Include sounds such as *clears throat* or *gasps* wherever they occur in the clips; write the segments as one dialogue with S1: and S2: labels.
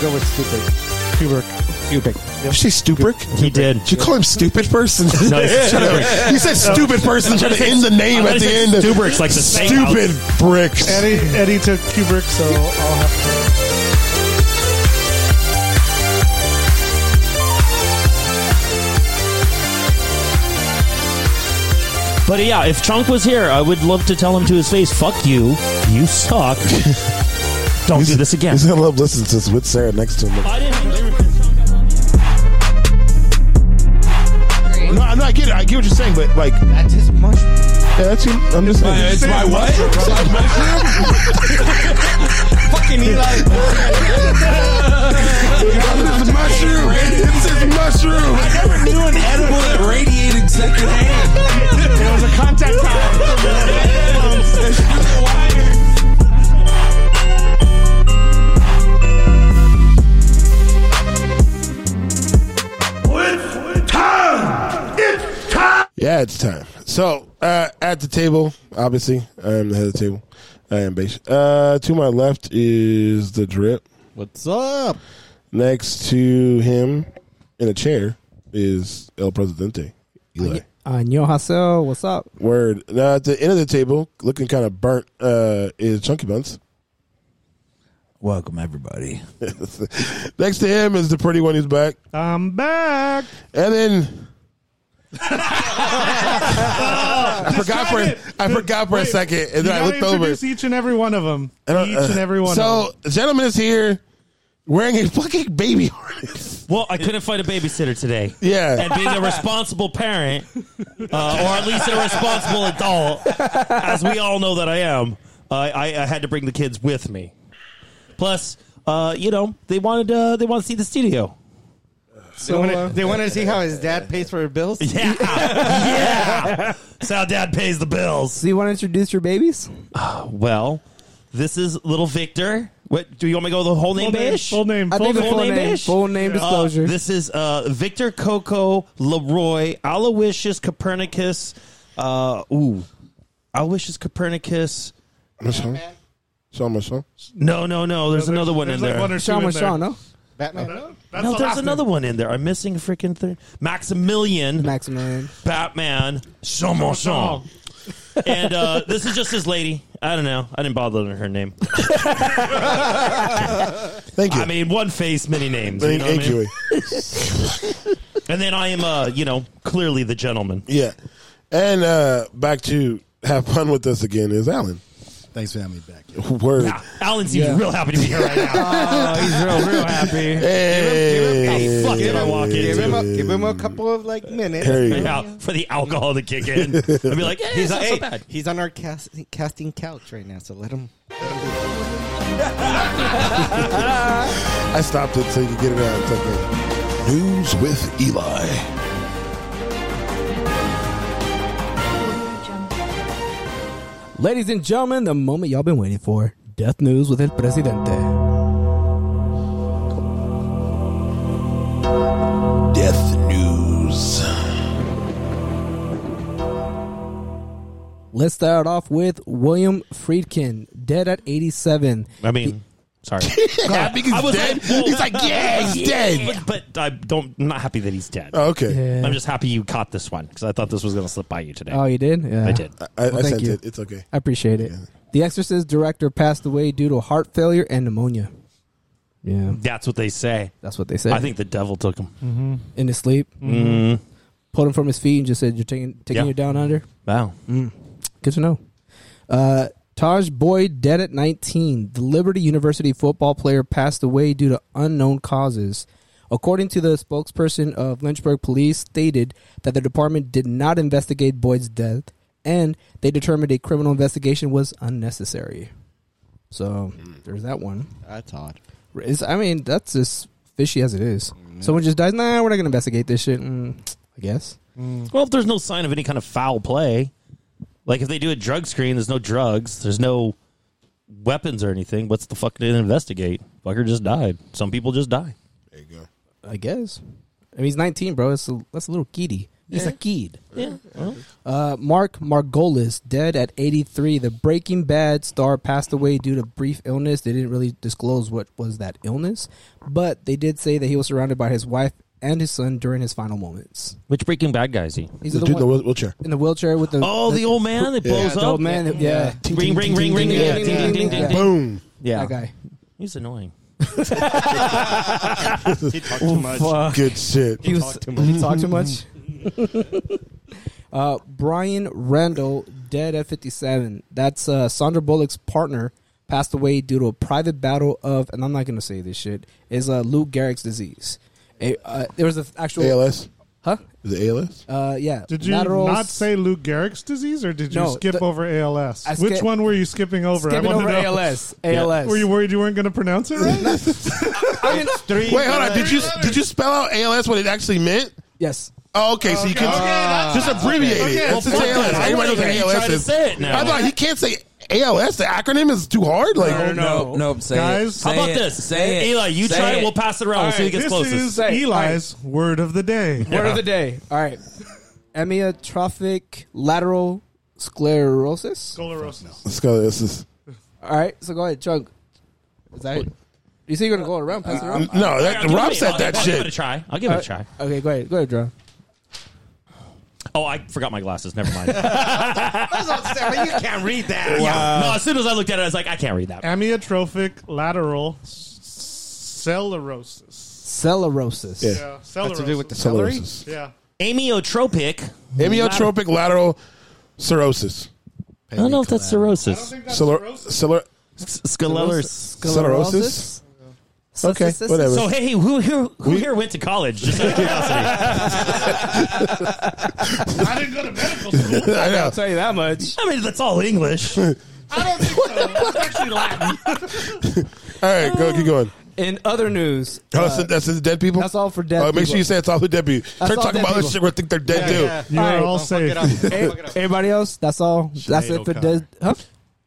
S1: go with stupid. Kubrick. Kubrick.
S2: Did you say Stubrick?
S3: He did.
S2: Did you call him stupid person?
S3: No, he
S2: *laughs*
S3: said
S2: you said stupid person trying to end the name at the end. of-
S3: Stubricks like the steakhouse.
S2: Stupid bricks.
S1: Eddie, Eddie took Kubrick, so I'll have to.
S3: But yeah, if Chunk was here, I would love to tell him to his face, "Fuck you, you suck. *laughs* Don't do this again."
S2: He's gonna love listening to this with Sarah next to him.
S3: I didn't.
S2: No, I'm not getting. I get what you're saying, but like, yeah,
S4: That's his much.
S2: that's. you- I'm just saying.
S5: It's my what? It's my mushroom?
S4: Fucking
S2: *laughs*
S4: Eli.
S5: It's his mushroom. It's his mushroom. I never knew an edible that radiated second hand.
S4: It was a contact time.
S2: Yeah, it's time. So uh, at the table, obviously, I am the head of the table. I am base. Uh, to my left is the drip.
S6: What's up?
S2: Next to him, in a chair, is El Presidente. Eli.
S1: Anyohaseyo, what's up?
S2: Word. Now at the end of the table, looking kind of burnt, uh, is Chunky Buns.
S4: Welcome everybody.
S2: *laughs* Next to him is the pretty one who's back,
S1: I'm back.
S2: and then.
S1: *laughs*
S2: I forgot for
S1: it.
S2: I forgot for a
S1: Wait,
S2: second, and
S1: you
S2: then I
S1: gotta
S2: looked over.
S1: introduce each and every one of them.
S4: uh,
S2: I don't-
S1: Each and every one. of
S2: So,
S1: them.
S2: the gentleman is here wearing a fucking baby harness. *laughs*
S3: Well, I couldn't find a babysitter today. And
S2: Yeah.
S3: being a responsible parent, uh, or at least a responsible adult, as we all know that I am, uh, I, I had to bring the kids with me. Plus, uh, you know, they wanted uh, they want to see the studio. *laughs*
S1: so uh,
S4: They want to see how his dad pays for his bills.
S3: Yeah, yeah. That's how dad pays the bills.
S7: So you want to introduce your babies?
S3: Well, this is little Victor. What do you want me to go the whole name? Bish?
S1: full name. Full
S7: the
S1: name.
S3: full name ish?
S7: Full name
S3: Uh,
S7: disclosure.
S3: this is uh, Victor Coco Leroy Aloysius Copernicus. Uh, ooh, Aloysius Copernicus.
S2: Michelle? Sean Michelle?
S3: No, no, no. There's another one
S1: There's
S3: in
S1: like
S3: there.
S1: one or two
S7: Sean
S1: in
S7: was
S1: there.
S7: Sean, no?
S4: Batman.
S1: That's
S3: no,
S1: the
S3: there's
S1: last
S3: another one in there. I'm missing a freaking thing. Maximilian
S7: Maximilian.
S3: Batman. Jean Jean.
S1: *laughs*
S3: And uh, this is just his lady. I don't know. I didn't bother with her name.
S2: Thank you.
S3: I mean, one face, many names. you
S2: Thank,
S3: know what I
S2: thank
S3: mean?
S2: you.
S3: And then I am, uh, you know, clearly the gentleman.
S2: *laughs* Yeah. And uh, back to have fun with us again is Alan.
S6: Thanks for having me back.
S2: *laughs* Word.
S3: Ah, Alan seems real happy to be here right
S2: *laughs*
S3: now.
S2: Oh,
S3: he's real, real happy.
S1: Oh,
S2: Hey.
S3: Fuck did I walk
S4: Give him, a,
S3: into?
S4: give him a couple of like minutes.
S2: There you go.
S3: Yeah, for the alcohol to kick in. I'd be like, eh,
S4: He's
S3: he's
S4: on,
S3: not
S4: hey,
S3: so bad.
S4: he's on our cast, casting couch right now, so let him.
S2: I stopped it so you could get it out. It's okay. News with Eli.
S7: Ladies and gentlemen, the moment y'all been waiting for. Death news with El Presidente.
S5: Death news.
S7: Let's start off with William Friedkin, dead at 87.
S3: I mean, sorry.
S2: Happy *laughs* he's
S3: I was
S2: dead.
S3: like, whoa.
S2: he's like, yeah, he's dead.
S3: But, but I don't, I'm not happy that he's dead.
S2: Oh, okay.
S7: Yeah.
S3: I'm just happy you caught this one because I thought this was going to slip by you today.
S7: Oh, you did? Yeah.
S3: I did.
S2: I, I
S7: thank
S2: sent
S7: you.
S2: it. It's okay.
S7: I appreciate it. The Exorcist director passed away due to heart failure and pneumonia. Yeah,
S3: That's what they say.
S7: that's what they said.
S3: I think the devil took him.
S2: Mm.
S7: in his sleep,
S3: Mm.
S7: pulled him from his feet and just said, "You're taking taking
S3: Yeah.
S7: you down under."
S3: Wow.
S7: Good to know. Uh, Taj Boyd dead at 19. The Liberty University football player passed away due to unknown causes. According to the spokesperson of Lynchburg Police, stated that the department did not investigate Boyd's death, and they determined a criminal investigation was unnecessary. So there's that one.
S4: That's odd.
S7: It's, I mean, that's as fishy as it is. Someone just dies. Nah, we're not gonna investigate this shit. Mm, I guess.
S3: Well, if there's no sign of any kind of foul play, like if they do a drug screen, there's no drugs, there's no weapons or anything. What's the fuck to investigate? Fucker just died. Some people just die.
S2: There you go.
S7: I guess. I mean, he's 19, bro. That's a, that's a little kitty. He's a kid.
S3: Yeah.
S7: Uh, Mark Margolis, dead at 83. The Breaking Bad star passed away due to brief illness. They didn't really disclose what was that illness, but they did say that he was surrounded by his wife and his son during his final moments.
S3: Which Breaking Bad guy is he?
S7: He's
S2: The
S7: the
S2: dude in the
S7: one
S2: wheel- wheelchair.
S7: in the wheelchair with the
S3: Oh, the old man that blows
S7: the
S3: up.
S7: old man. that- Yeah,
S3: Ring, ring, ring, ring.
S7: ding,
S3: Yeah,
S7: ding,
S3: ding,
S7: ding,
S3: ding, ding,
S7: yeah.
S3: ding.
S2: Boom.
S3: Yeah,
S7: that guy.
S3: he's annoying.
S1: He talked too much.
S2: Good shit.
S7: He was he talked too much. *laughs* uh, Brian Randall, dead at 57. That's uh, Sandra Bullock's partner, passed away due to a private battle of, and I'm not going to say this shit, is uh, Lou Gehrig's disease. A, uh, there was an actual.
S2: ALS.
S7: Huh?
S2: Is it ALS?
S7: Uh, yeah.
S1: Did you
S7: lateral
S1: not
S7: s-
S1: say Lou Gehrig's disease, or did you
S7: No,
S1: skip
S7: the-
S1: over ALS?
S7: I skip-
S1: Which one were you skipping over?
S7: Skipping
S1: I wanna
S7: over
S1: know. *laughs*
S7: ALS. ALS.
S1: Were you worried you weren't going to pronounce it right?
S7: I mean,
S2: Wait, hold on. Did you did you spell out ALS what it actually meant?
S7: yes.
S2: Oh, okay, so you can just abbreviate it. It's just
S3: fuck
S2: ALS.
S3: that.
S2: Everybody
S3: Wait a
S2: knows what
S3: minute, you
S2: ALS
S3: tried to
S2: is.
S3: say it now.
S2: I thought he can't say ALS. The acronym is too hard. Like,
S5: Nope, nope. Say
S1: Guys,
S5: it.
S3: How
S5: Say
S3: about
S5: it.
S3: this?
S5: Say it.
S3: Eli, you
S5: Say
S3: try it.
S5: it.
S3: We'll pass it around. We'll see who gets
S1: this
S3: closest.
S1: is
S7: Say it.
S1: Eli's word of the day.
S7: Word of the day. All right. Amyotrophic lateral sclerosis.
S1: Sclerosis.
S2: Let's go. This is
S7: All right, so go ahead, chunk. Is that it? You say you're gonna go around, pass it around?
S2: no. That,
S3: I'll give
S2: Rob
S3: it-
S2: said
S3: I'll-
S2: that
S3: I'll Give it a
S2: shit.
S3: try. I'll give it a try.
S7: Okay, go ahead, go ahead, John.
S3: Oh, I forgot my glasses. Never mind. no,
S4: you can't read
S3: *laughs*
S4: that.
S3: as soon as I looked at it, I was like, I can't read that.
S1: Amyotrophic lateral s- celerosis.
S7: Celerosis.
S2: Yeah.
S1: Yeah, celerosis.
S4: to do with the celery.
S2: Sclerosis.
S1: yeah.
S3: Amyotropic.
S2: Amyotropic lateral cirrhosis.
S3: I don't know if that's
S1: I don't
S3: cirrhosis.
S1: think that's
S2: Celer,
S1: cirrhosis.
S2: celer,
S3: Sclerosis.
S2: Sclerosis? okay,
S7: Sclerosis?
S2: whatever.
S3: So hey, who here who here went to college? Just out of curiosity.
S1: I didn't go to medical
S2: *laughs*
S1: school.
S2: I know.
S7: tell you that much.
S3: *laughs* I mean, that's all English. I
S1: I don't think so.
S3: actually Latin.
S2: All right, go keep going.
S7: In other news,
S2: Oh,
S7: uh,
S2: that's, that's the dead people.
S7: that's all for dead
S2: Oh, make
S7: people.
S2: sure you say it's all who dead people. Start
S7: all
S2: talking
S7: dead
S2: about other
S7: people.
S2: shit where I think they're dead too.
S1: You're
S7: All right.
S1: all
S7: Don't
S1: safe.
S7: everybody else, that's all. that's it for dead. Huh?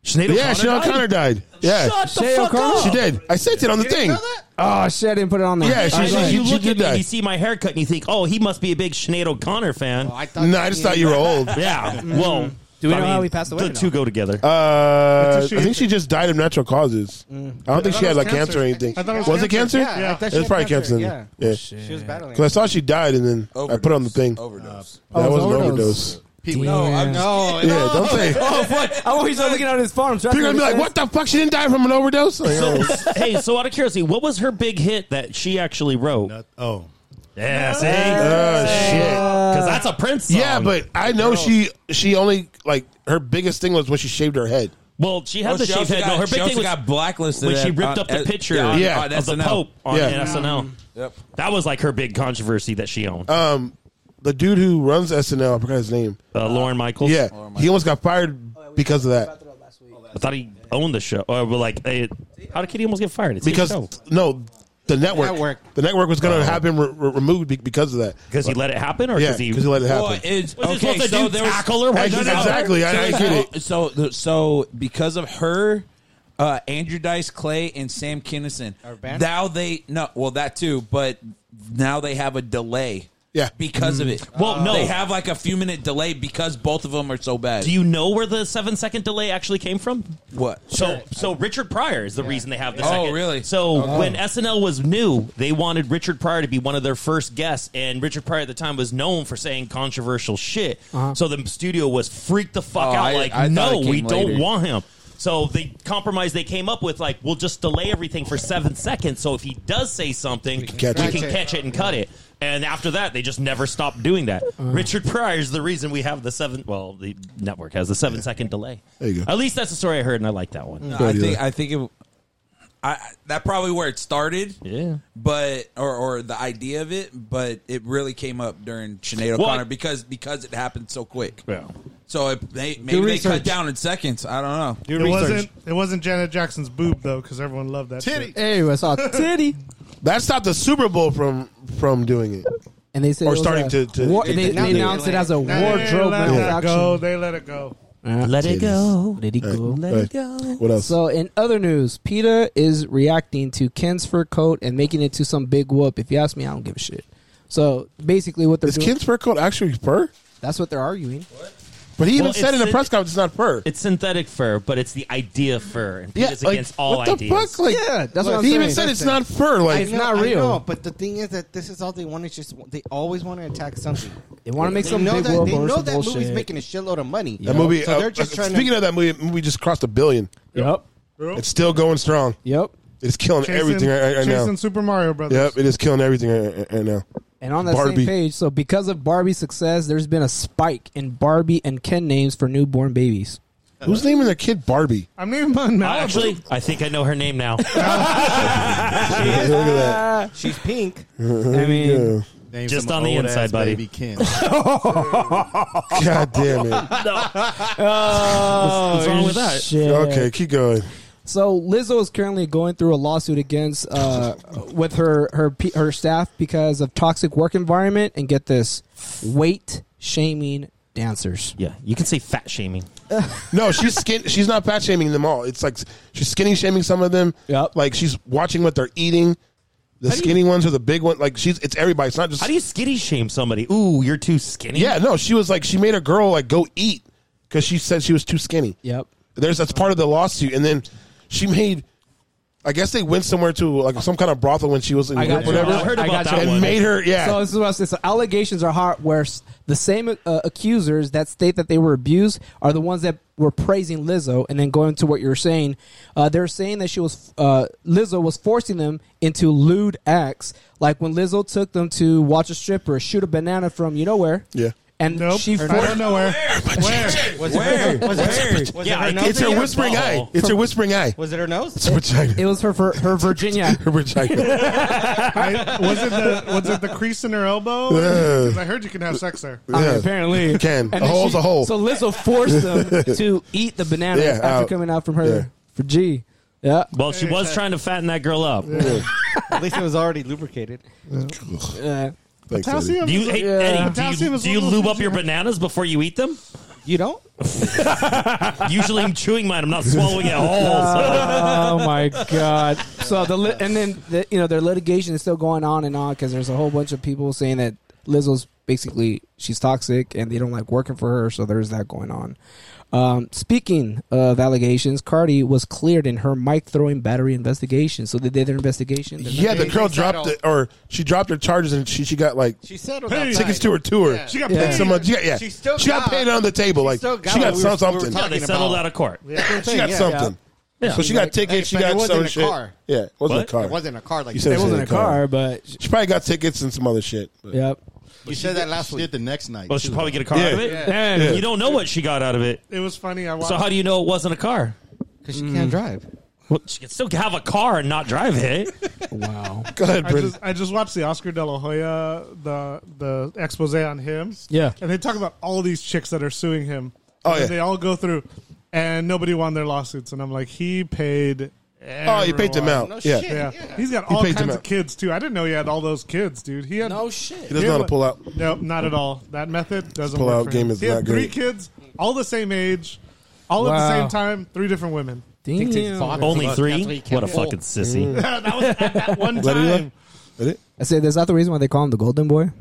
S3: Sinead
S2: Yeah, Sinead O'Connor, died. Yeah,
S3: Shut the
S7: Sinead
S3: fuck
S7: O'Connor?
S3: up.
S2: she did. I sent it on the thing.
S7: Oh shit! I didn't put it on there.
S2: Yeah,
S7: All
S3: I
S7: right,
S2: she's-
S3: mean,
S7: go ahead.
S2: she-
S3: you look
S2: did
S3: at me
S2: that.
S3: and you see my haircut and you think, oh, he must be a big Sinead O'Connor fan.
S2: No, I just thought you were old.
S3: yeah. Well,
S7: Do we know
S3: I
S7: how
S3: mean,
S7: he passed away
S3: The
S7: or no?
S3: two go together.
S2: Uh, I
S1: That's what she-
S2: think she just died of natural causes. I don't think she
S1: it
S2: had
S1: was
S2: like cancer.
S1: cancer.
S2: or anything.
S1: I thought it
S2: was
S1: was
S2: it cancer?
S1: cancer.
S4: Yeah,
S1: Yeah.
S4: I thought
S2: It
S4: she
S2: was
S4: had
S2: probably cancer.
S4: cancer.
S2: Yeah,
S4: Yeah.
S7: Shit.
S4: She was battling.
S2: because I saw she died, and then I put on the thing.
S5: Overdose.
S7: Oh,
S2: that
S7: it was
S2: wasn't overdose.
S7: No, I'm
S4: No,
S2: Yeah,
S8: *laughs*
S2: don't say.
S7: Oh fuck! I'm always looking at his farm.
S2: People are gonna be like, "What the fuck? She didn't die from an overdose." Like,
S3: So, hey, so out of curiosity, what was her big hit that she actually wrote?
S6: Oh,
S3: Yeah, see?
S2: oh, shit.
S3: Because that's a Prince song.
S2: Yeah, but I know she she only like her biggest thing was when she shaved her head.
S3: Well, she had
S5: Oh,
S3: the
S5: she
S3: shaved
S5: also
S3: head.
S5: got-
S3: no, her
S5: she
S3: big
S5: also
S3: thing was
S5: got blacklisted
S3: when she
S5: at-
S3: ripped
S5: on-
S3: up
S8: uh,
S3: the
S5: at-
S3: picture
S5: yeah, on-
S2: Yeah.
S8: Oh,
S5: on
S3: of the
S5: SNL.
S3: Pope on
S2: Yeah.
S3: SNL.
S5: Yep.
S3: That was like her big controversy that she owned. Uh,
S2: Um, The dude who runs SNL, I forgot his name.
S3: Lauren Michaels.
S2: Yeah, he almost got fired because of that.
S3: I thought he owned the show. Or well, like, eh, how did Kitty almost get fired? It's his
S2: Because
S3: show.
S2: no, the network,
S4: Network.
S2: the network was going to have him re- re- removed be- because of that.
S3: Because he let it happen, or
S2: Yeah,
S3: because
S2: because he
S3: he
S2: let it happen.
S5: Well, it's,
S3: Was he
S5: okay,
S3: supposed to
S5: so
S3: do
S5: there was,
S3: tackle her while
S5: Actually,
S2: she's out there? Exactly, I- I get
S5: it. So, the- so because of her, uh, Andrew Dice Clay and Sam Kinison,
S4: Are banned?
S5: now they no, well that too, but now they have a delay.
S2: Yeah.
S5: because of it.
S3: Mm-hmm. Well, no.
S5: they have like a few minute delay because both of them are so bad.
S3: Do you know where the seven second delay actually came from?
S5: what?
S3: So, so Richard Pryor is the reason they have the
S5: Oh,
S3: second.
S5: really?
S3: So when SNL was new, they wanted Richard Pryor to be one of their first guests, and Richard Pryor at the time was known for saying controversial shit. So the studio was freaked the fuck
S5: Uh-huh. Oh,
S3: out,
S5: I-
S3: like,
S5: I thought
S3: no,
S5: it came
S3: we don't
S5: later."
S3: want him. So the compromise they came up with, like, we'll just delay everything for seven seconds. So if he does say something, we can
S2: catch
S3: catch,
S2: it.
S3: it and cut it. And after that, they just never stopped doing that.
S5: Uh-huh.
S3: Richard Pryor is the reason we have the seven. Well, the network has the seven second delay.
S2: There you go.
S3: At least that's the story I heard, and I like that one.
S5: I
S2: Pretty
S5: think
S2: low.
S5: I think it. I, that probably where it started,
S3: Yeah.
S5: But or or the idea of it, but it really came up during Sinead
S3: Well,
S5: O'Connor
S3: I-
S5: because because it happened so quick.
S3: Yeah.
S5: So it, they, maybe they
S7: research.
S5: cut down in seconds. I don't know.
S1: It wasn't. It wasn't Janet Jackson's boob though, because everyone loved that. Titty.
S7: Anyway, I
S2: *laughs*
S7: saw titty,
S2: That stopped the Super Bowl from from doing it.
S7: and they said
S2: Or
S7: it was
S2: starting
S7: a
S2: to- to-
S7: war- they,
S4: Now
S7: they
S4: they
S7: announced it
S4: delay.
S7: as a
S1: They
S7: wardrobe
S1: let it go.
S7: malfunction.
S1: They let it go.
S3: Let it go.
S7: Did he go?
S2: Right. What else?
S7: So, in other news, PETA is reacting to Ken's fur coat and making it to some big whoop. If you ask me, I don't give a shit. So basically, what they're
S2: Is
S7: doing,
S2: Kinsburg called actually fur?
S7: that's what they're arguing.
S2: But he even
S3: Well,
S2: said in
S3: it's-
S2: the press conference it's not fur.
S3: It's synthetic fur, but it's the idea fur. And Pete is
S2: like,
S3: against all
S2: what the
S3: ideas.
S2: fuck? Like,
S7: Yeah, that's what I'm
S2: he
S7: saying.
S2: even said it's not fur. Like,
S7: It's not real.
S6: I know, but the thing is that this is all they want. Is just they always want to attack something.
S7: They want to *laughs* make
S6: They
S7: some
S6: know
S7: big
S6: that
S7: world
S6: they
S7: or
S6: know
S7: some
S6: that
S7: bullshit.
S6: movie's making a shitload of money.
S2: that movie.
S6: So
S2: uh,
S6: they're just
S2: uh,
S6: trying
S2: speaking
S6: to.
S2: of that movie, that movie just crossed a billion.
S7: yep,
S2: It's still going strong.
S7: yep.
S2: It's killing
S1: Chasing-
S2: everything right, right now.
S1: Chasing Super Mario Brothers.
S2: Yep, it is killing everything right, right- right now.
S7: And on that
S2: Barbie.
S7: same page, so because of Barbie's success, there's been a spike in Barbie and Ken names for newborn babies.
S2: Who's naming their kid Barbie? *laughs*
S1: I'm naming mine Malibu.
S3: I actually, I think I know her name now.
S2: Look at that.
S6: she's pink.
S7: I mean,
S2: Yeah.
S6: Name
S3: Just
S6: some
S3: on the
S6: old
S3: inside,
S6: ass
S3: buddy.
S6: Baby Ken.
S2: God damn it.
S7: oh,
S3: what's wrong with that?
S7: Shit.
S2: Okay, keep going.
S7: So Lizzo is currently going through a lawsuit against uh, with her her pe- her staff because of toxic work environment and get this weight shaming dancers.
S3: yeah, you can say fat shaming.
S2: No, she's skin. She's not fat shaming them all. It's like she's skinny shaming some of them.
S7: Yep.
S2: Like she's watching what they're eating. The
S3: do you-
S2: skinny ones or the big one. Like she's. It's everybody. It's not just.
S3: How do you skinny shame somebody? Ooh, you're too skinny.
S2: yeah. No, she was like she made a girl like go eat because she said she was too skinny.
S7: Yep.
S2: There's that's part of the lawsuit, and then she made. I guess they went somewhere to like some kind of brothel when she was in
S7: I got you.
S2: whatever.
S3: I heard
S7: I
S3: about
S7: got you.
S3: that
S2: and
S3: one.
S2: made her yeah.
S7: So this is what I said. So allegations are hot, where s- the same uh, accusers that state that they were abused are the ones that were praising Lizzo, and then going to what you're saying, uh, they're saying that she was uh, Lizzo was forcing them into lewd acts, like when Lizzo took them to watch a stripper shoot a banana from you know where.
S2: Yeah.
S7: and
S1: Nope.
S7: she
S1: I don't
S7: forced.
S3: *laughs*
S1: know where. Where?
S6: Was it her, was it her, was
S3: Yeah,
S6: it her
S3: I-
S6: nose?
S2: it's her
S6: again?
S2: whispering eye. It's her whispering eye.
S6: Was it her nose? *laughs*
S2: It's her vagina.
S7: It was her for
S2: *laughs*
S7: her Virginia.
S2: Her vagina.
S1: I, was it the was it the crease in her
S2: *laughs*
S1: elbow? 'Cause I heard you can have sex there.
S7: I mean,
S2: Yeah.
S7: apparently,
S2: You can.
S7: And
S2: A
S7: then
S2: hole's
S7: she-
S2: a hole.
S7: So Lizzo
S2: *laughs*
S7: forced them to eat the banana
S2: Yeah,
S7: after
S2: out.
S7: coming out from her
S2: Yeah.
S7: for G. Yeah,
S3: Well, she was trying to fatten that girl up.
S6: At least it was already lubricated.
S7: yeah.
S2: Thanks, Eddie.
S1: Potassium.
S3: Do you,
S1: is a-
S3: hey, Eddie, do
S1: Potassium
S3: you,
S1: is
S3: do
S1: one
S3: you
S1: of those
S3: lube
S1: things
S3: up your
S1: you-
S3: bananas before you eat them?
S6: You don't?
S3: Usually I'm chewing mine. I'm not swallowing it
S2: *laughs*
S3: whole.
S7: oh my god! So the lit and then the, you know their litigation is still going on and on because there's a whole bunch of people saying that Lizzo's basically she's toxic and they don't like working for her, so there's that going on. Um, speaking of allegations, Cardi was cleared in her mic throwing battery investigation. So they did their investigation. They're not-
S2: Yeah, the girl
S6: They
S2: dropped
S6: settled.
S2: it, or she dropped her charges, and she, she got like
S6: She settled
S1: Hey.
S6: outside.
S2: tickets to her tour.
S6: Yeah.
S1: She got
S2: And
S1: paid.
S2: so much- yeah, yeah.
S6: She still
S2: she got
S6: got-
S2: paid on the table. Like
S6: still got
S2: she got
S6: what we
S2: some
S6: were- we were
S2: something.
S3: yeah, they
S6: Talking
S3: settled
S6: about-
S3: out of court.
S2: she got something.
S3: Yeah.
S2: So she got
S6: Like,
S2: tickets. She
S6: but it
S2: got
S6: wasn't
S2: some
S6: a
S2: shit.
S6: car.
S2: Yeah, it wasn't
S3: What?
S2: a car.
S6: It wasn't a car like
S2: You
S6: you
S2: said
S6: said.
S7: it wasn't a car, but
S2: She probably got tickets and some other shit. but-
S7: yep.
S6: You said that last week.
S9: did the next night.
S3: Well, she'll probably get a car
S2: Yeah.
S3: out of it.
S7: Yeah.
S3: You don't know what she got out of it.
S1: It was funny. I watched.
S3: So how do you know it wasn't a car?
S6: Because she
S7: Mm.
S6: can't drive.
S3: Well, she could still have a car and not drive *laughs* it.
S7: Wow.
S2: Go ahead,
S1: I
S2: Brendan.
S1: just, I just watched the Oscar De La Hoya the the expose on him.
S7: Yeah.
S1: and they talk about all these chicks that are suing him.
S2: Oh,
S1: And
S2: yeah.
S1: they all go through, and nobody won their lawsuits. And I'm like, he paid.
S2: Oh, you paid them
S1: everyone.
S2: out. yeah,
S6: shit.
S1: Yeah.
S6: Yeah.
S1: he's got all
S2: paid them
S1: kinds of
S2: out.
S1: kids too. I didn't know he had all those kids, dude. He had
S7: *laughs* No shit.
S2: he doesn't know how to pull out.
S1: Nope, not at all. That method doesn't
S2: Pull
S1: work
S2: out
S1: for
S2: game
S1: him.
S2: is
S1: he had
S2: not
S1: three
S2: great.
S1: kids, all the same age, all at the
S7: Wow.
S1: same time, three different women.
S7: Damn.
S3: Only
S6: That's
S3: three?
S6: what you
S3: What a
S6: can't pull.
S3: fucking sissy.
S1: Uh, that was at that one
S2: Let it
S1: time.
S2: Did it?
S7: I said, is that the reason why they call him the Golden Boy?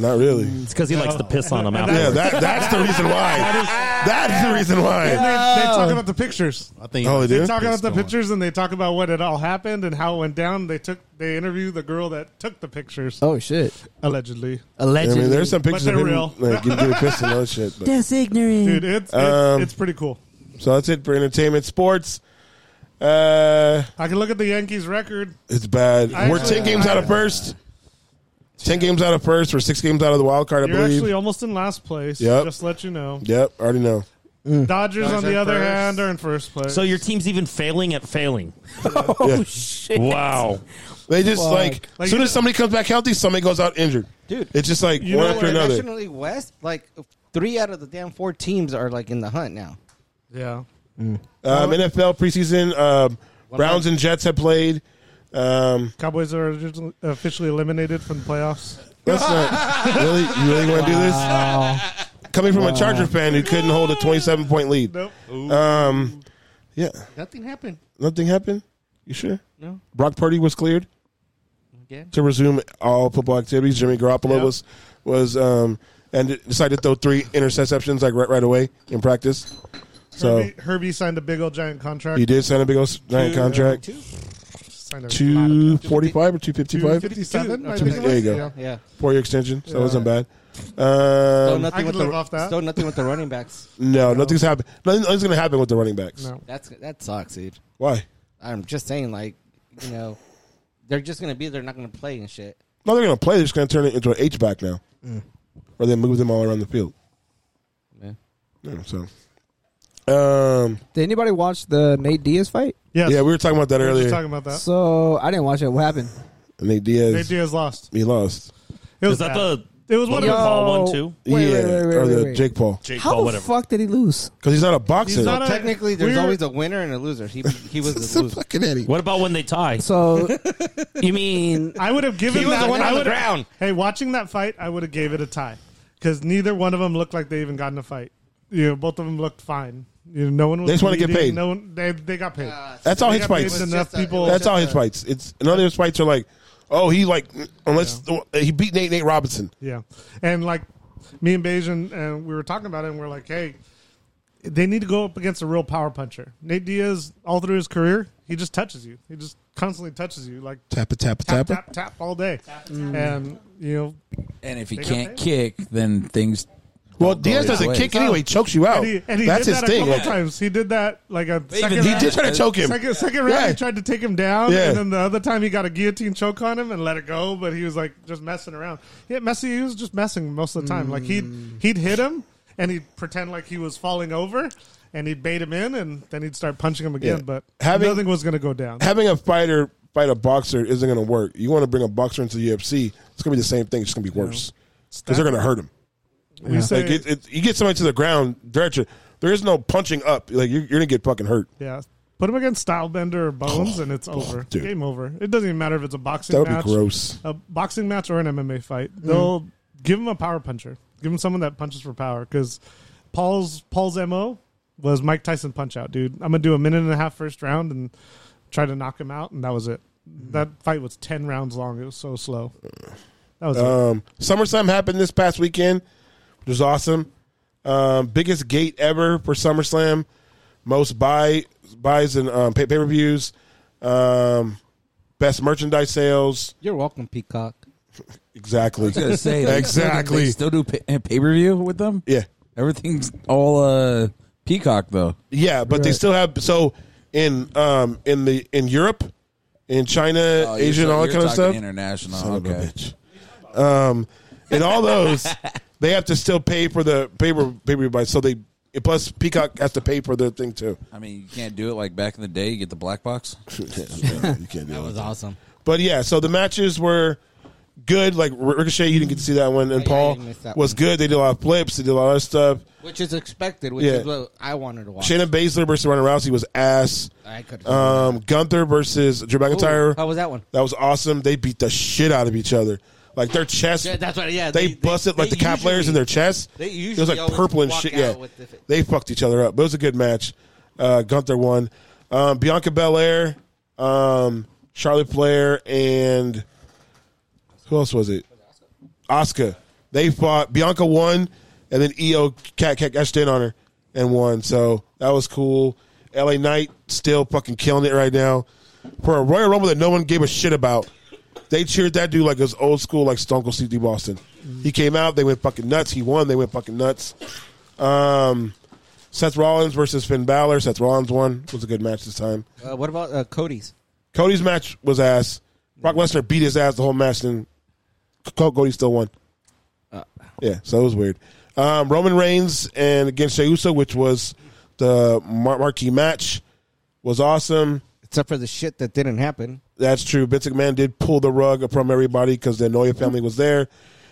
S2: Not really.
S3: It's because he likes to piss *laughs* on them
S2: Mm. Yeah,
S3: afterwards.
S2: that, that's the reason why. *laughs* That's the reason *laughs*
S1: And
S2: why.
S1: they, they talk about the pictures.
S9: I think
S2: Oh, they
S1: They
S2: do.
S1: talk about the pictures and they talk about what it all happened and how it went down. They took they interview the girl that took the pictures
S7: Oh shit.
S1: allegedly.
S2: I mean, there's some pictures
S1: they're
S2: of him
S1: real.
S2: like you get a piss and all that shit. but-
S7: That's ignorant.
S1: Dude, it's it's,
S2: Um,
S1: it's pretty cool.
S2: So that's it for entertainment, sports. Uh,
S1: I can look at the Yankees record.
S2: it's bad.
S1: I
S2: we're
S1: actually-
S2: ten games out of first. Ten games out of first. We're six games out of the wild card, I
S1: You're
S2: believe.
S1: actually almost in last place.
S2: Yep.
S1: Just let you know.
S2: yep, already know.
S1: Dodgers, on
S6: Dodgers
S1: the
S6: are
S1: other
S6: first.
S1: hand are in first place.
S3: So your team's even failing at *laughs* failing. Oh,
S2: Yeah.
S7: shit.
S3: Wow.
S2: They just
S7: Fuck.
S2: like,
S1: Like,
S2: as soon
S1: you-
S2: as somebody comes back healthy, somebody goes out injured.
S6: Dude.
S2: it's just like
S1: You
S2: one
S1: know
S2: after
S1: what?
S2: another.
S6: National League West, like three out of the damn four teams are like in the hunt now.
S1: yeah.
S2: Um, NFL preseason. Um, Browns and Jets have played. Um,
S1: Cowboys are originally- officially eliminated from the playoffs.
S2: let's not really. You really want to do this?
S7: Wow.
S2: Coming from a Charger fan who couldn't hold a 27 point lead.
S1: Nope.
S2: Um, yeah,
S6: Nothing happened.
S2: nothing happened. You sure?
S6: No.
S2: Brock Purdy was cleared.
S6: Again?
S2: to resume all football activities. Jimmy Garoppolo
S1: Yep.
S2: was was um and decided to throw three interceptions like right right away in practice. So
S1: Herbie, Herbie signed a big old giant contract.
S2: he did sign a big old giant contract,
S1: Signed a lot of-
S2: two forty five or two fifty five.
S1: 257, I
S2: Two-
S1: think it
S2: there you go.
S1: was. Yeah.
S6: Yeah.
S2: Four year extension, so it wasn't bad.
S6: Still
S2: Um,
S1: I
S6: nothing
S1: could
S6: with
S1: live
S6: the,
S1: off that.
S6: Still nothing with the running backs.
S2: no, nothing's happened. Nothing, nothing's going to happen with the running backs.
S1: No.
S6: That's that sucks, dude.
S2: Why?
S6: I'm just saying, like, you know, they're just gonna be there, not gonna play and shit.
S2: No, they're going to play. They're just going to turn it into an H back now,
S1: Mm.
S2: or they move them all around the field.
S6: Yeah.
S2: Yeah, so, um,
S7: Did anybody watch the Nate Diaz fight?
S1: Yes.
S2: yeah, we were talking about that
S1: We were just
S2: earlier.
S1: talking about that.
S7: So I didn't watch it. What happened?
S2: Nate Diaz,
S1: Nate Diaz lost.
S2: he lost.
S1: It was
S3: Is that
S1: bad.
S3: the
S1: It was one
S3: Logan
S1: of
S7: Yo.
S1: the.
S3: Paul one too?
S7: Wait,
S2: yeah,
S7: wait, wait, wait,
S2: or
S7: wait,
S2: the
S7: wait.
S2: Jake Paul
S3: Jake
S7: How
S3: Paul,
S7: the
S3: whatever.
S7: fuck did
S2: *laughs*
S7: he lose?
S2: because he's not a boxer.
S1: He's not a-
S6: Technically, there's
S1: we're-
S6: always a winner and a loser. He
S2: *laughs*
S6: he was
S2: He's
S6: the
S2: a
S6: loser.
S2: fucking idiot.
S3: What about when they tie?
S2: *laughs*
S7: So you mean
S1: I would have given
S6: He was
S1: that
S6: the
S1: one.
S6: one on
S1: I
S6: the
S1: would
S6: ground.
S1: Hey, watching that fight, I would have gave it a tie because neither one of them looked like they even got in a fight. You know, both of them looked fine. You know, no one. Was
S2: They just wanna get
S1: bleeding,
S2: paid.
S1: No one. They they got paid.
S2: uh, That's all
S1: They
S2: his
S1: got paid
S2: fights.
S1: enough
S6: It's Uh, just a-
S1: people.
S2: That's all his
S6: Uh,
S2: fights. It's none of his fights are like, oh, he like unless he beat Nate Nate Robinson.
S1: Yeah, and like me and Bajan, and we were talking about it, and we're like, hey, they need to go up against a real power puncher. Nate Diaz, all through his career, he just touches you. He just constantly touches you, like
S2: Tap it, tap it,
S1: tap
S2: tap it.
S1: tap tap all day, and you know
S9: And if he
S1: They got
S9: can't
S1: paid.
S9: kick, then things.
S2: Well,
S9: don't go
S2: Diaz
S9: his
S2: doesn't
S9: way.
S2: kick anyway. He chokes you out.
S1: And he, and he
S2: Oh, That's
S1: did
S2: his
S1: that
S2: thing.
S1: a couple
S2: Like,
S1: times. He did that like a
S9: even
S1: second
S9: he
S2: he
S1: round.
S2: did try to choke him.
S1: Second, second round,
S2: Yeah.
S1: he tried to take him down,
S2: Yeah.
S1: and then the other time he got a guillotine choke on him and let it go. But he was like just messing around. Yeah, messy. He was just messing most of the time. Like he'd
S2: Mm.
S1: he'd hit him and he'd pretend like he was falling over, and he'd bait him in, and then he'd start punching him again.
S2: Yeah.
S1: But
S2: Having-
S1: nothing was going to go down.
S2: Having a fighter fight a boxer isn't going to work. You want to bring a boxer into the UFC, it's going to be the same thing. It's going to be worse because they're going to hurt him.
S1: We say,
S2: Like it, it, you get somebody to the ground, they're at you- there is no punching up. Like you're, you're going to get fucking hurt.
S1: yeah. Put him against Stylebender or Bones, and it's over.
S2: Oh, dude.
S1: Game over. It doesn't even matter if it's a boxing
S2: That would
S1: match.
S2: be gross.
S1: a boxing match or an MMA fight, they'll
S2: Mm-hmm.
S1: give him a power puncher. Give him someone that punches for power because Paul's Paul's mo was Mike Tyson punch out, dude. I'm gonna do a minute and a half first round and try to knock him out, and that was it.
S2: Mm-hmm.
S1: That fight was ten rounds long. It was so slow. That was it.
S2: Um, SummerSlam happened this past weekend, which was awesome. Um, biggest gate ever for SummerSlam. Most buy buys and um, pay pay per views. Um, best merchandise sales.
S6: You're welcome, Peacock.
S2: Exactly.
S9: I was gonna say they still-
S2: Exactly.
S9: they Still do pay per view with them.
S2: Yeah,
S9: Everything's all uh, Peacock though.
S2: yeah, but they still have so in um in the in Europe, in China,
S9: Oh, you're
S2: Asia, and
S9: so-
S2: all that
S9: you're
S2: kind of
S9: talking
S2: stuff.
S9: International.
S2: Son of a
S9: okay.
S2: bitch. Um, and all *laughs* those, they have to still pay for the pay per pay per buy. So they and plus Peacock has to pay for their thing *laughs* too.
S9: I mean, you can't do it like back in the day. You get the black box.
S2: you can't *laughs* do
S6: That was awesome.
S2: But yeah, so the matches were good. Like Ri- Ricochet, you didn't get to see that one, and
S6: yeah,
S2: Paul
S6: you missed that
S2: was
S6: one.
S2: good. They did a lot of flips. They did a lot of stuff.
S6: Which is expected, which
S2: Yeah.
S6: is what I wanted to watch.
S2: Shayna Baszler versus Ronda Rousey was ass.
S6: I could-
S2: Um, Gunther versus Drew
S6: Ooh,
S2: McIntyre.
S6: How was that one?
S2: That was awesome. They beat the shit out of each other. Like their chest.
S6: Yeah, that's right, yeah,
S2: they,
S6: they-
S2: busted
S6: they-
S2: like the
S6: they
S2: cap layers in
S6: usually-
S2: their chest.
S6: they
S2: it was
S6: usually
S2: like
S6: always
S2: purple and
S6: walk
S2: shit.
S6: out
S2: Yeah,
S6: with the-
S2: they fucked each other up. But it was a good match. Uh, Gunther won. Um, Bianca Belair, um, Charlotte Flair, and who else was it? Oscar. They fought. Bianca won, and then E EO cat cashed in on her and won. So that was cool. LA Knight still fucking killing it right now. For a Royal Rumble that no one gave a shit about, they cheered that dude like it was old school, like Stone Cold Steve D. Boston. He came out, they went fucking nuts. He won, they went fucking nuts. Um, Seth Rollins versus Finn Balor. Seth Rollins won. It was a good match this time.
S6: Uh, what about uh, Cody's?
S2: Cody's match was ass. Brock Lesnar beat his ass the whole match, and Co- Cody still won. Yeah, so it was weird. Um, Roman Reigns and against Jey Uso, which was the mar- marquee match, was awesome.
S6: Except for the shit that didn't happen.
S2: That's true. Vince McMahon did pull the rug from everybody because the Noya family was there.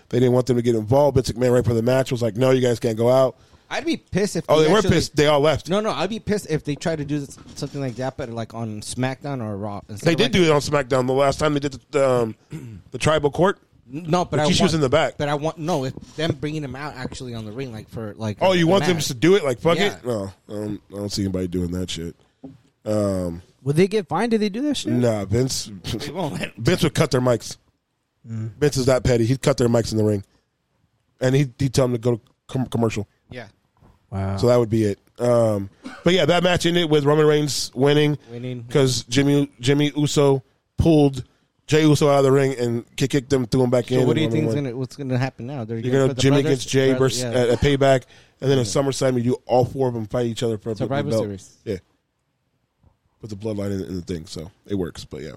S2: They didn't want them to get involved. Vince McMahon, right for the match, was like, "No, you guys can't go out."
S6: I'd be pissed if
S2: Oh, they were
S6: actually-
S2: pissed. They all left.
S6: No, no, I'd be pissed if they tried to do this, something like that, but like on SmackDown or Raw.
S2: they did do it on SmackDown the last time they did the, um, the tribal court.
S6: No, but I
S2: Rikishi
S6: want,
S2: was in the back.
S6: But I want no, if them bringing him out actually on the ring, like for like.
S2: Oh, you
S6: the
S2: want them
S6: match.
S2: to do it? Like fuck
S6: Yeah.
S2: it? No, I don't, I don't see anybody doing that shit. Mm.
S7: would they get fined? Did they do that shit?
S2: Nah, Vince. Vince would cut their mics. Vince is that petty. He'd cut their mics in the ring, and he'd, he'd tell them to go to com- commercial.
S6: Yeah.
S7: Wow.
S2: So that would be it. Um, but yeah, that match ended with Roman Reigns winning,
S6: Winning.
S2: because Jimmy Jimmy Uso pulled Jay Uso out of the ring and ki- kicked him, threw him back in.
S6: So what do you
S2: and Roman
S6: think's
S2: won.
S6: gonna what's gonna happen now? They're
S2: You're gonna
S6: put the
S2: Jimmy
S6: brothers-
S2: against Jay
S6: brother-
S2: versus
S6: yeah.
S2: at, at Payback, and then at SummerSlam you do all four of them fight each other for the-
S6: Survivor
S2: the belt.
S6: Series.
S2: Yeah, put the bloodline in, in the thing, so it works. But yeah,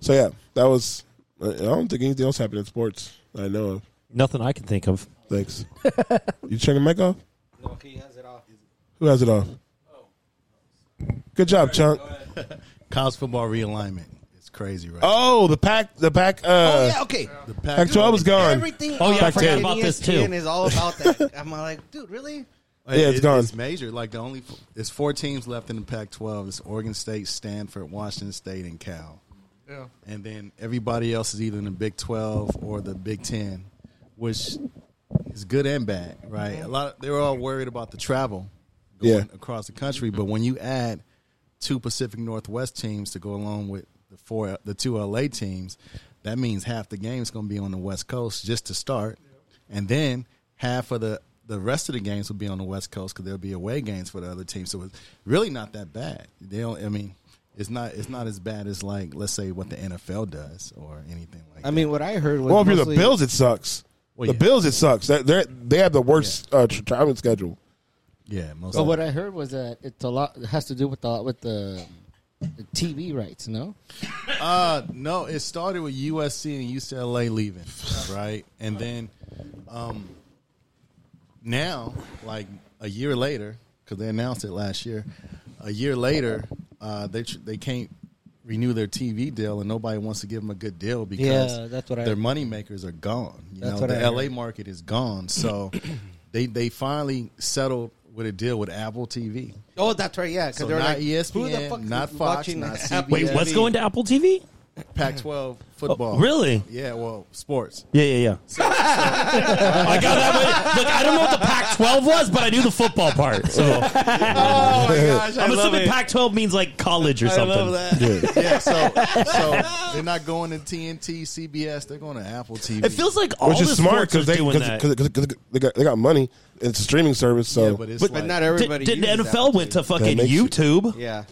S2: so yeah, that was. I I don't think anything else happened in sports that I know of.
S3: Nothing I can think of.
S2: Thanks. *laughs* you turn your mic off.
S6: No, he has it off. Oh.
S2: Who has it off? Good job, Chunk.
S10: College football realignment. It's crazy, right?
S2: Oh, the pack. The pack. Uh,
S6: Oh yeah, okay.
S10: The Pac-
S2: Pac twelve is gone.
S6: Everything.
S3: Oh, yeah, I forgot
S6: on fucking
S3: about this, too.
S6: ESPN Is all about that. I'm like, dude, really?
S2: Yeah, it's
S10: It-
S2: gone.
S10: It's major. Like the only it's four teams left in the Pac-12. It's Oregon State, Stanford, Washington State, and Cal.
S1: Yeah.
S10: And then everybody else is either in the Big 12 or the Big 10, which is good and bad, right? A lot they were all worried about the travel going
S2: Yeah.
S10: across the country, but when you add two Pacific Northwest teams to go along with the four the two LA teams, that means half the game's going to be on the West Coast just to start. And then half of the the rest of the games will be on the West Coast because there'll be away games for the other teams. So it's really not that bad. They don't. I mean, it's not. It's not as bad as like let's say what the NFL does or anything like.
S6: I mean, what I heard was
S2: Well, if you're the
S6: mostly-
S2: Bills, it sucks.
S10: Well,
S2: the
S10: yeah.
S2: Bills, it sucks. They they're- they have the worst uh, tra- traveling schedule.
S10: that. Yeah, most.
S11: But what I heard was that it's a lot. It has to do with the with the, the TV rights. No,
S10: Uh, no, it started with USC and UCLA leaving, right? And then, um, now, like a year later, because they announced it last year, a year later, uh, they tr- they can't renew their TV deal, and nobody wants to give them a good deal because
S6: Yeah, that's what I-
S10: their money makers are gone. You
S6: That's
S10: know,
S6: what
S10: the
S6: I
S10: LA
S6: heard.
S10: market is
S6: *clears throat*
S10: gone, so they they finally settled with a deal with Apple TV.
S6: Oh, that's right. Yeah, because
S10: So
S6: they're
S10: not
S6: like, who the
S10: ESPN,
S6: fuck
S10: not
S6: is
S10: Fox,
S6: watching
S10: not
S3: *laughs*
S6: Apple
S10: CBS.
S3: Wait,
S6: TV?
S3: what's going to Apple TV?
S10: Pac-12
S6: Oh,
S10: football,
S3: Really?
S10: Yeah, well, sports.
S3: Yeah, yeah, yeah. I got that way. Look, I don't know what the Pac-12 was, but I knew the football part. *laughs* So
S10: Oh my
S2: *laughs*
S10: gosh,
S3: I'm assuming Pac-12 means like college or something.
S10: that. Yeah, so so they're not going to TNT, CBS. They're going to Apple TV.
S3: It feels like all
S2: Which
S3: the
S2: is smart
S3: sports
S2: because
S3: are
S2: they,
S3: doing
S2: cause,
S3: that.
S2: cause, 'cause they, got, they got money. It's a streaming service, so
S10: yeah,
S2: yeah,
S10: but it's
S6: But,
S10: like,
S6: not
S3: Did,
S6: everybody.
S3: did the
S6: uses
S3: NFL
S6: Apple
S3: went to
S6: TV.
S3: fucking
S2: makes you-
S3: YouTube?
S6: Yeah,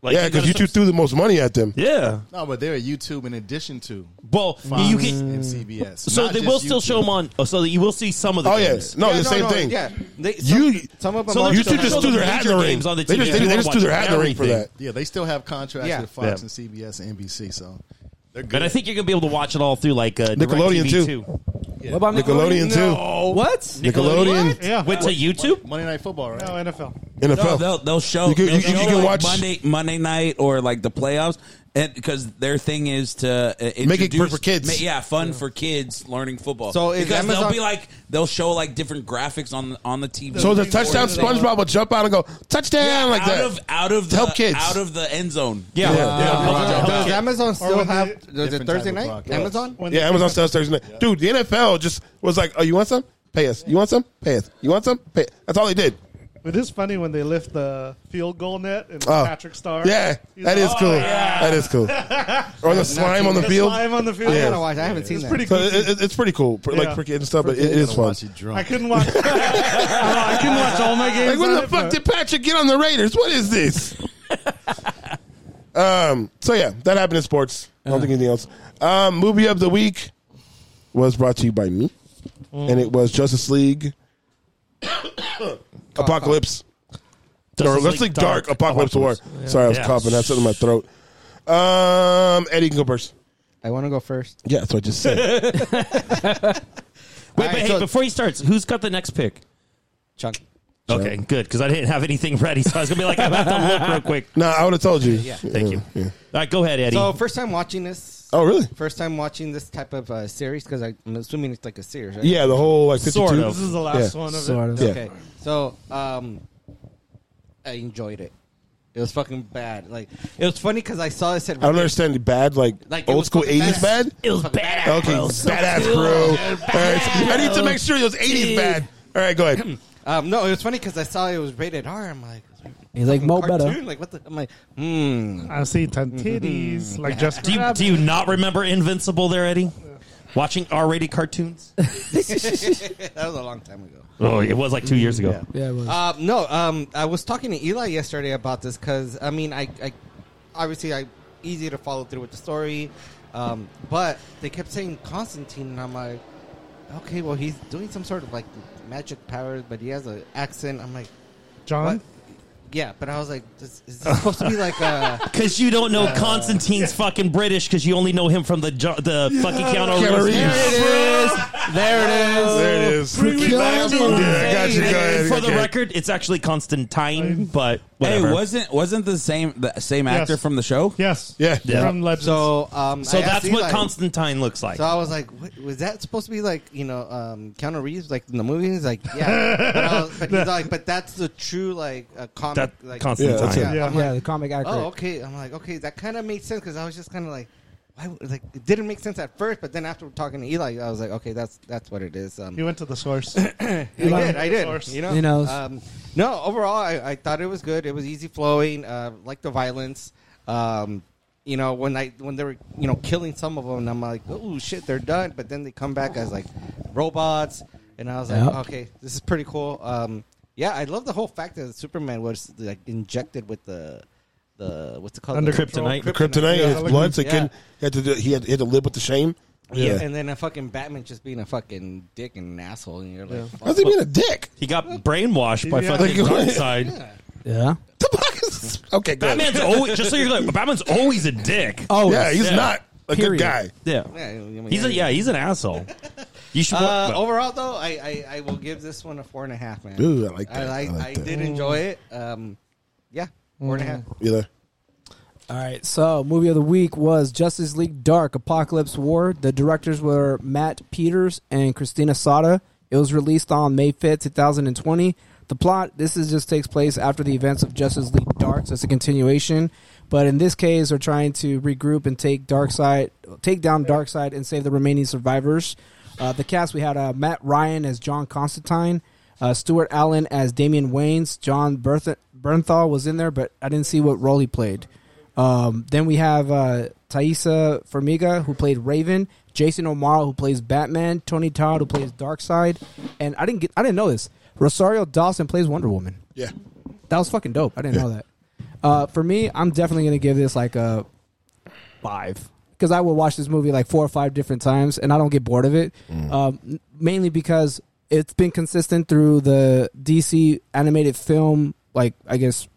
S3: Like,
S2: because you
S3: gotta-
S2: two threw the most money at them.
S3: Yeah.
S10: no, but they're at YouTube in addition to
S3: Well,
S10: Fox
S3: you can.
S10: and CBS.
S3: So
S10: Not
S3: they
S10: just
S3: will still
S10: YouTube.
S3: show them on. Oh, so that you will see some of the.
S2: Oh
S3: games.
S2: yes, no,
S6: Yeah,
S2: the
S6: no,
S2: same
S6: no,
S2: thing.
S6: Yeah, they, some,
S2: You
S6: some of them.
S3: So
S6: are
S2: you
S3: they'll
S2: two
S6: still-
S3: show
S2: just threw
S3: the
S2: their hat in the
S3: major
S2: ring.
S3: games on the
S2: They just
S3: TV.
S2: they just
S3: Watch
S2: threw their hat in the ring for
S3: everything.
S2: that.
S10: Yeah, they still have contracts
S6: Yeah.
S10: with Fox
S3: Yeah.
S10: and CBS and NBC. So they're good.
S3: And I think you're gonna be able to watch it all through like uh,
S2: Nickelodeon,
S3: DirecTV
S2: too.
S3: too.
S7: What about
S2: Nickelodeon
S7: Nickelodeon? What?
S2: Nickelodeon.
S1: What? Yeah.
S3: Went to YouTube.
S10: Monday Night Football, right?
S1: No, NFL.
S2: too.
S9: No,
S2: NFL.
S9: they'll, they'll show.
S2: Oh, You can-
S9: they'll
S2: you can-
S9: show,
S2: you can
S9: like,
S2: watch-
S9: Monday Monday night or like the playoffs, and because their thing is to uh,
S2: Make it
S9: introduce-
S2: for kids.
S9: ma- yeah, fun for kids learning football.
S6: So is
S9: because they'll
S6: Amazon-
S9: be like they'll show like different graphics on on the TV.
S2: So the touchdown SpongeBob will jump out and go touchdown like
S9: out
S2: that.
S9: of out of the,
S2: Help kids.
S9: out of the end zone.
S3: Yeah.
S6: Does does Amazon still
S1: when they-
S6: have? Does it Thursday
S10: Different type of
S6: night?
S10: broadcast.
S6: Amazon.
S2: yeah, Amazon sells Thursday night. Dude, the NFL just was like, "Oh, you want some? Pay us. You want some? Pay us. You want some? Pay." That's all they did.
S1: It is funny when they lift the field goal net and
S2: Oh.
S1: Patrick Star.
S2: Yeah,
S1: He's
S2: that
S1: like,
S2: is
S1: "Oh,
S2: cool.
S1: yeah."
S2: That is cool. Or the slime on the
S1: The
S2: field.
S1: slime on the field.
S6: I
S2: Yeah.
S6: gotta watch. I haven't seen
S1: It's
S6: that.
S1: pretty
S2: So
S1: cool.
S2: it, it- it's pretty cool, for,
S1: Yeah.
S2: like for kids and stuff. But it, it is fun.
S10: Watch it
S1: I
S10: drunk.
S2: *laughs*
S1: couldn't watch. I couldn't watch all my games.
S2: Like, when
S1: on
S2: the
S1: it,
S2: fuck
S1: but-
S2: did Patrick get on the Raiders? What is this? um. So yeah, that happened in sports. I don't think anything else. Um, movie of the week was brought to you by me, and it was Justice League Apocalypse. or
S3: Justice
S2: let's
S3: League
S2: think Dark,
S3: Dark
S2: Apocalypse, War. Sorry, I was
S3: Yeah.
S2: coughing. That's something in my throat. Um, Eddie can go first.
S6: I want to go first.
S2: Yeah, that's what I just said. *laughs*
S3: Wait, but
S6: All right,
S3: hey,
S6: so-
S3: before he starts, who's got the next pick?
S6: Chuck.
S3: Okay, good because I didn't have anything ready, so I was gonna be like, I have to look real quick.
S2: no, I would have told you.
S6: Yeah.
S3: Thank you.
S2: yeah.
S3: All right, go ahead, Eddie.
S6: So first time watching this.
S2: Oh, really?
S6: First time watching this type of uh, series because I'm assuming it's like a series. Right?
S2: Yeah, the whole like 52.
S3: Sort
S1: This
S3: of.
S1: is the last
S2: Yeah.
S1: one of
S7: Sort
S1: it.
S7: of.
S2: Yeah.
S6: Okay. So, um, I enjoyed it. It was fucking bad. Like it was funny because I saw it said
S2: I don't understand the bad like,
S6: Like, it
S2: old
S6: was
S2: school
S6: fucking
S2: 80s bad.
S3: it was badass.
S2: Okay,
S3: bro. So
S2: badass
S3: cool.
S2: bro. All
S3: Yeah,
S2: right, I need to make sure those 80s bad. All right, go ahead.
S6: Um, no, it was funny because I saw it was rated R. I'm like,
S7: He's like Mo
S6: cartoon?
S7: better.
S6: Like what the? I'm like, hmm. *laughs*
S1: I see ten titties. Like just
S3: Do you, do you not remember Invincible there, Eddie? Watching R-rated cartoons.
S6: that was a long time ago.
S3: Oh, it was like two years ago.
S7: Yeah, it was.
S6: Uh, no, um, I was talking to Eli yesterday about this because I mean, I, I obviously I easy to follow through with the story, um, but they kept saying Constantine, and I'm like, okay, well he's doing some sort of like magic powers, but he has an accent. I'm like,
S1: John.
S6: what? Yeah, but I was like, this, is this supposed to be like a?
S3: *laughs* Because you don't know
S6: Uh,
S3: Constantine's fucking British because you only know him from the jo- the fucking Keanu
S2: Keanu
S3: Reeves.
S2: Reeves.
S3: There it is. There it is.
S2: There it is.
S3: Bring me back to the
S2: Yeah, I got you.
S3: day.
S2: Go ahead.
S3: For the
S2: Okay.
S3: record, it's actually Constantine, but
S9: Hey,
S3: whatever.
S9: wasn't wasn't the same the same actor from the show?
S1: Yes.
S2: Yeah.
S3: Yeah.
S1: From Legends.
S6: So, um,
S3: so
S6: I
S3: that's
S6: asked
S3: what
S6: Eli-
S3: Constantine looks like.
S6: So I was like, what, was that supposed to be like you know um, Keanu Reeves like in the movie? He's like, yeah, but, I was, but he's like, but that's the true like a comic
S3: That-
S6: like
S3: Constantine.
S2: Yeah, that's it.
S1: Yeah.
S6: I'm
S7: yeah, the
S6: like,
S7: comic actor.
S6: oh, okay. I'm like, okay, that kind of makes sense because I was just kind of like, why? would- Like, it didn't make sense at first, but then after talking to Eli, I was like, okay, that's that's what it is. Um,
S1: He went to the source.
S6: *clears throat* I
S1: Eli-
S6: did. I did.
S1: Source.
S6: You know.
S7: You know.
S6: Um, no. Overall, I, I thought it was good. It was easy flowing. Uh, like the violence. Um, you know, when I when they were you know killing some of them, I'm like, oh shit, they're done. But then they come back as like robots, and I was like,
S7: Yep.
S6: okay, this is pretty cool. Um, yeah, I love the whole fact that Superman was like injected with the the what's it called
S1: Under
S6: The-
S1: Kryptonite.
S2: The kryptonite in his blood, so he
S6: Yeah.
S2: couldn't. He had to. Do, he, had, he had to live with the shame.
S6: Yeah. and then a fucking Batman just being a fucking dick and an asshole, and you're like, fuck.
S2: How's he being a dick? *laughs*
S3: he got brainwashed by
S1: Yeah.
S3: fucking
S2: Like, what?
S3: Darkseid.
S7: yeah.
S2: The fuck is okay? Good.
S3: Batman's always just so you're like, Batman's always a dick.
S7: Oh,
S2: yeah, he's
S3: Yeah.
S2: not a
S7: Period.
S2: good guy.
S3: Yeah,
S6: Yeah, I mean,
S3: he's a, yeah, he's an asshole. You should.
S6: Uh,
S3: but-
S6: overall, though, I, I, I will give this one a four and a half, man.
S2: Ooh, I like that.
S6: I,
S2: I like that. Mm.
S6: did enjoy it. Um, yeah, four and a half.
S2: Either.
S7: All right, so movie of the week was Justice League Dark Apocalypse War. The directors were Matt Peters and Christina Sada. It was released on May 5th, 2020. The plot this is just takes place after the events of Justice League Dark, so it's a continuation. But in this case, they're trying to regroup and take Darkseid, take down Darkseid and save the remaining survivors. Uh, the cast we had uh, Matt Ryan as John Constantine, uh, Stuart Allen as Damian Waynes, John Berth- Bernthal was in there, but I didn't see what role he played. Um, then we have uh, Thaisa Formiga, who played Raven, Jason O'Mara, who plays Batman, Tony Todd, who plays Darkseid, and I didn't get, I didn't know this. Rosario Dawson plays Wonder Woman.
S2: Yeah.
S7: That was fucking dope. I didn't know that. Uh, for me, I'm definitely gonna give this like a five because I will watch this movie like four or five different times, and I don't get bored of it.
S2: Mm.
S7: Um, n- mainly because it's been consistent through the DC animated film, like I guess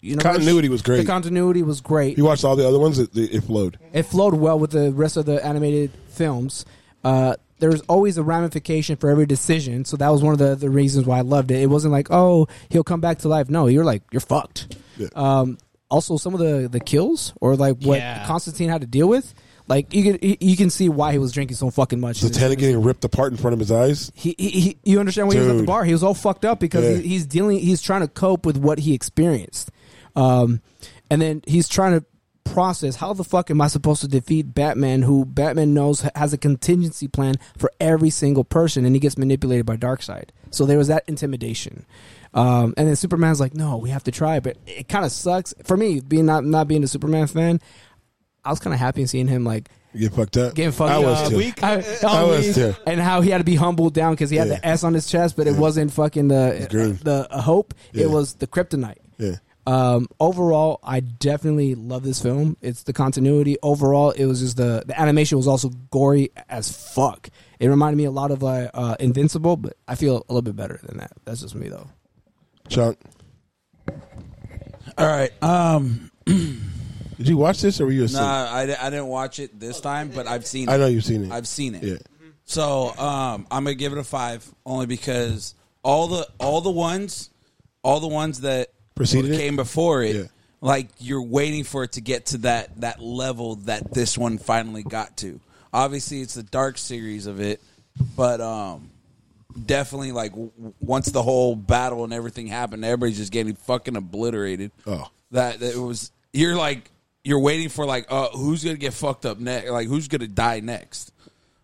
S7: you know
S2: Continuity was great.
S7: The continuity was great.
S2: You watched all the other ones. It, it flowed.
S7: It flowed well with the rest of the animated films. Uh, there's always a ramification for every decision, so that was one of the, the reasons why I loved it. It wasn't like, oh, he'll come back to life. No, you're like, you're fucked.
S2: Yeah.
S7: Um, also, some of the, the kills or like what
S6: Yeah.
S7: Constantine had to deal with, like you can you- you can see why he was drinking so fucking much.
S2: Zatanna getting ripped apart in front of his eyes.
S7: He, he, he you understand when he was at the
S2: Dude.
S7: bar, he was all fucked up because
S2: Yeah.
S7: he, he's dealing, he's trying to cope with what he experienced, um, and then he's trying to process how the fuck am I supposed to defeat Batman, who Batman knows ha- has a contingency plan for every single person, and he gets manipulated by Darkseid. So there was that intimidation, um, and then Superman's like, no, we have to try, but it kind of sucks for me being not not being a Superman fan. I was kind of happy in seeing him like
S2: You get fucked up.
S7: getting fucked
S2: I was
S7: up.
S2: too.
S7: I,
S2: I was
S7: weak.
S2: too.
S7: And how he had to be humbled down because he had
S2: Yeah.
S7: the S on his chest, but it wasn't fucking the uh,
S2: green.
S7: the hope.
S2: Yeah.
S7: It was the kryptonite.
S2: Yeah.
S7: Um, overall, I definitely love this film. It's the continuity. Overall, it was just the the animation was also gory as fuck. It reminded me a lot of uh, uh, Invincible, but I feel a little bit better than that. That's just me though.
S2: Chunk.
S9: All right. Um.
S2: Did you watch this or were you asleep?
S9: Nah, I, di- I didn't watch it this time, but I've seen.
S2: I know
S9: it.
S2: you've seen it.
S9: I've seen it.
S2: Yeah.
S9: So um, I'm gonna give it a five, only because all the all the ones, all the ones that
S2: Preceded it?
S9: came before it,
S2: Yeah.
S9: like you're waiting for it to get to that that level that this one finally got to. Obviously, it's the dark series of it, but um, definitely like w- w- once the whole battle and everything happened, everybody's just getting fucking obliterated.
S2: Oh.
S9: that, that it was you're like you're waiting for like uh, who's gonna get fucked up next? Like who's gonna die next?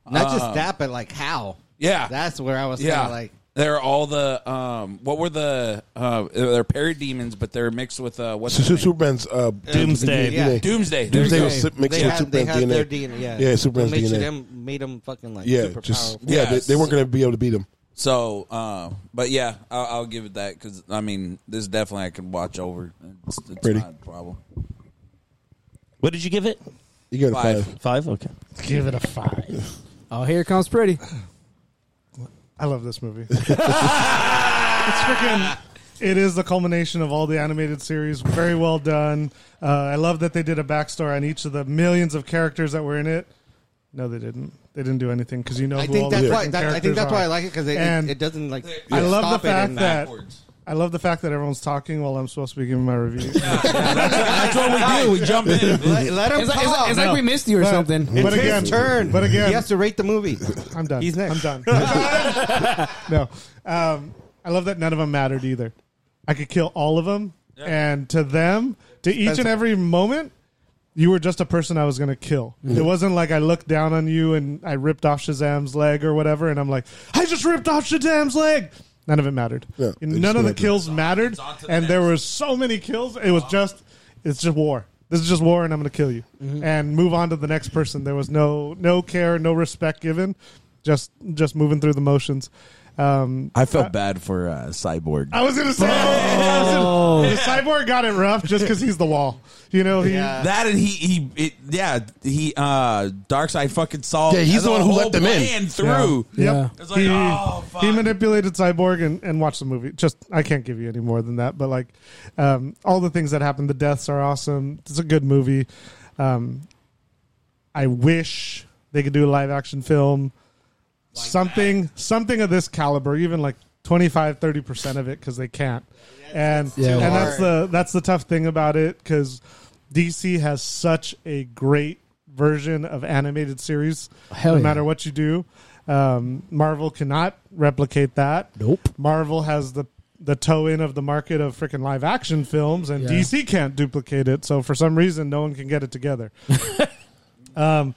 S2: Uh,
S6: Not just that, but like how.
S9: Yeah.
S6: that's where I was
S9: Yeah.
S6: kind of like,
S9: They're all the um, what were the uh, they're parademons, but they're mixed with uh, what's
S2: Su-
S9: the
S2: *laughs* Su- Superman's uh,
S3: Doomsday.
S2: DNA.
S9: Yeah. Doomsday.
S2: Doomsday
S9: Doomsday.
S2: was si- mixed
S6: they
S2: with
S6: had, they
S2: Superman's DNA.
S6: had their DNA. Yeah,
S2: yeah, Superman's
S6: Made
S2: DNA.
S6: Them, made them fucking like
S2: yeah,
S6: super
S2: just
S6: powerful.
S2: yeah, they,
S9: Yes.
S2: they weren't going to be able to beat him.
S9: So, uh, but yeah, I'll, I'll give it that because I mean, this is definitely I can watch over. It's, it's
S2: Pretty.
S9: not a problem.
S3: What did you give it?
S2: You got a
S9: Five.
S2: five.
S3: Five. Okay.
S11: Give it a five.
S7: Oh, here comes pretty.
S1: I love
S2: *laughs*
S1: this movie. it's freaking. It is the culmination of all the animated series. Very well done. Uh, I love that they did a backstory on each of the millions of characters that were in it. No, they didn't. They didn't do anything because you know.
S6: I
S1: who all
S6: think
S1: the
S6: that's
S1: freaking
S6: why. That, I think
S1: characters
S6: that's why I
S1: are.
S6: like it because it,
S1: And-
S6: it, it doesn't like.
S1: I love
S6: stop
S1: the
S6: it
S1: fact
S6: and-
S1: that I love the fact that everyone's talking while I'm supposed to be giving my review.
S6: *laughs*
S9: That's what we do. We jump in.
S6: Let, let him
S7: It's like, it's,
S6: talk.
S7: like, it's like we missed you or
S1: But-
S7: something.
S1: but
S6: It's
S1: again,
S6: his turn.
S1: But again,
S6: he has to rate
S1: *laughs*
S6: the movie.
S1: I'm done.
S6: He's next.
S1: I'm done. *laughs* no, um, I love that none of them mattered either. I could kill all of them, and to them, to each and every moment, you were just a person I was going to kill. It wasn't like I looked down on you and I ripped off Shazam's leg or whatever, and I'm like, I just ripped off Shazam's leg. None of it mattered.
S2: Yeah, they just
S1: None of the
S2: grabbed it.
S1: kills mattered, and there were so many kills. It was just, it's just war. This is just war, and I'm going to kill you and move on to the next person. There was no no care, no respect given, just just moving through the motions. Um,
S8: I felt bad for uh, Cyborg.
S1: I was going to say, I was gonna- the cyborg got it rough just because he's the wall. You know, he,
S6: Yeah.
S9: That and he, he, it, yeah, he, uh, Darkseid fucking solved.
S2: Yeah, he's the one who let
S9: whole
S2: them in.
S9: plan Through.
S7: Yeah.
S9: It's like,
S1: he,
S9: oh, fuck.
S1: he manipulated Cyborg and, and watched the movie. Just I can't give you any more than that. But like um, all the things that happened, the deaths are awesome. It's a good movie. Um, I wish they could do a live action film, something something of this caliber, even like 25 30 percent of it because they can't. And
S7: Yeah.
S1: and
S7: hard.
S1: that's the that's the tough thing about it because DC has such a great version of animated series.
S7: Hell
S1: no
S7: yeah.
S1: matter what you do. Um, Marvel cannot replicate that.
S7: Nope.
S1: Marvel has the the toe in of the market of freaking live action films, and
S7: Yeah.
S1: DC can't duplicate it. So for some reason, no one can get it
S7: *laughs*
S1: together. um,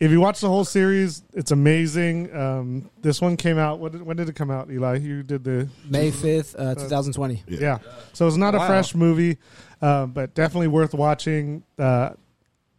S1: if you watch the whole series, it's amazing. Um, this one came out. What did, when did it come out, Eli? You did the
S7: May 5th, uh, 2020.
S1: yeah. So it's not a
S6: Wow.
S1: fresh movie, uh, but definitely worth watching. Uh,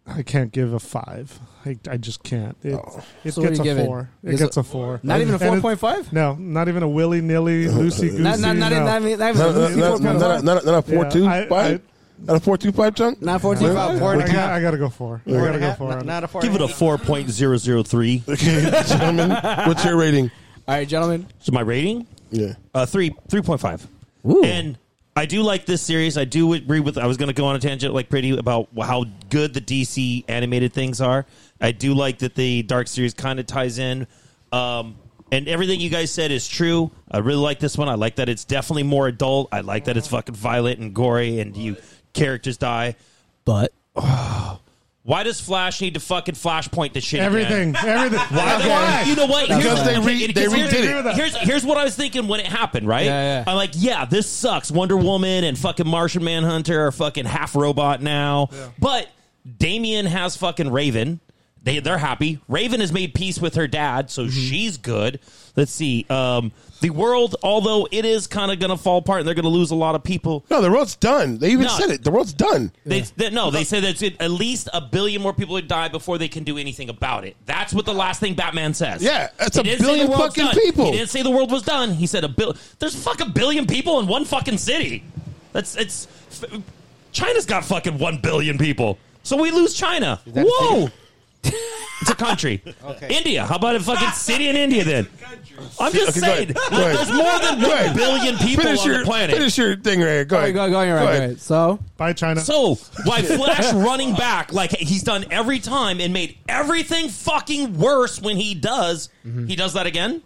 S1: I can't give a five. I, I just can't. It,
S2: Oh.
S1: it
S7: So what
S1: gets
S7: do you
S1: a
S7: give it?
S1: four. It,
S7: Is
S1: gets
S7: it-
S1: a four.
S7: Not even a
S1: And it-
S7: 4.5?
S1: No, not even a
S2: *laughs*
S1: willy nilly, loosey goosey.
S7: Not, not, not,
S1: no.
S7: even- not, even- not
S2: Not,
S7: even a
S2: not, not,
S7: 4.5.
S2: not, not, not, not a four
S1: Yeah,
S2: two
S1: I-
S2: five. Not a four two five chunk.
S7: Not 4.5.
S6: About
S1: I,
S6: four and a
S1: got,
S6: half.
S1: I gotta go four. I
S6: Four
S1: gotta
S6: and a
S1: go
S6: half.
S1: four.
S6: Not
S1: on it.
S6: not a four.
S3: Give it
S6: and
S3: a
S6: half.
S3: four point zero zero three.
S2: *laughs* Okay, gentlemen, what's your rating?
S7: All right, gentlemen.
S3: So my rating.
S2: Yeah,
S3: Uh, three three point five. And I do like this series. I do agree with. I was going to go on a tangent like pretty about how good the DC animated things are. I do like that the Dark series kind of ties in. Um, and everything you guys said is true. I really like this one. I like that it's definitely more adult. I like that it's fucking violent and gory, and you characters die.
S7: But
S3: *sighs* Why does Flash need to fucking flashpoint the shit? again?
S1: Everything. Everything.
S3: Why the- why? You know what?
S2: Because
S3: Here's-
S2: they
S3: okay,
S2: re-
S3: it-
S2: they
S3: here's-
S2: redid it.
S3: here's- Here's here's what I was thinking when it happened. Right?
S7: Yeah, yeah.
S3: I'm like, yeah, this sucks. Wonder Woman and fucking Martian Manhunter are fucking half robot now. But Damien has fucking Raven. They they're happy. Raven has made peace with her dad,
S2: Mm-hmm.
S3: so she's good. Let's see. Um, the world, although it is kind of gonna fall apart, and they're gonna lose a lot of people.
S2: no, the world's done. They even
S3: No.
S2: said it. The world's done.
S3: They, they- no, they said that it's at least a billion more people would die before they can do anything about it. That's what the last thing Batman says.
S2: Yeah, that's
S3: He
S2: a
S3: didn't say
S2: billion
S3: the world's
S2: fucking
S3: done.
S2: people.
S3: He didn't say the world was done. He said a bill. There's fuck a billion people in one fucking city. That's it's. f- China's got fucking one billion people, so we lose China.
S6: that a
S3: Whoa.
S2: *laughs*
S3: It's a country.
S6: Okay.
S3: India. How about a fucking city in India then? I'm just
S2: Okay,
S3: saying.
S2: go ahead. Go ahead.
S3: There's more than
S2: Go
S3: one
S2: ahead.
S3: billion people
S2: Finish
S3: on
S2: your
S3: the planet.
S2: finish your thing right here. Go
S7: go,
S2: ahead.
S7: go, go, you're right,
S2: Go
S7: you're
S2: ahead.
S7: right. So,
S1: Bye, China.
S3: So why Flash running back like he's done every time and made everything fucking worse when he does he does that again?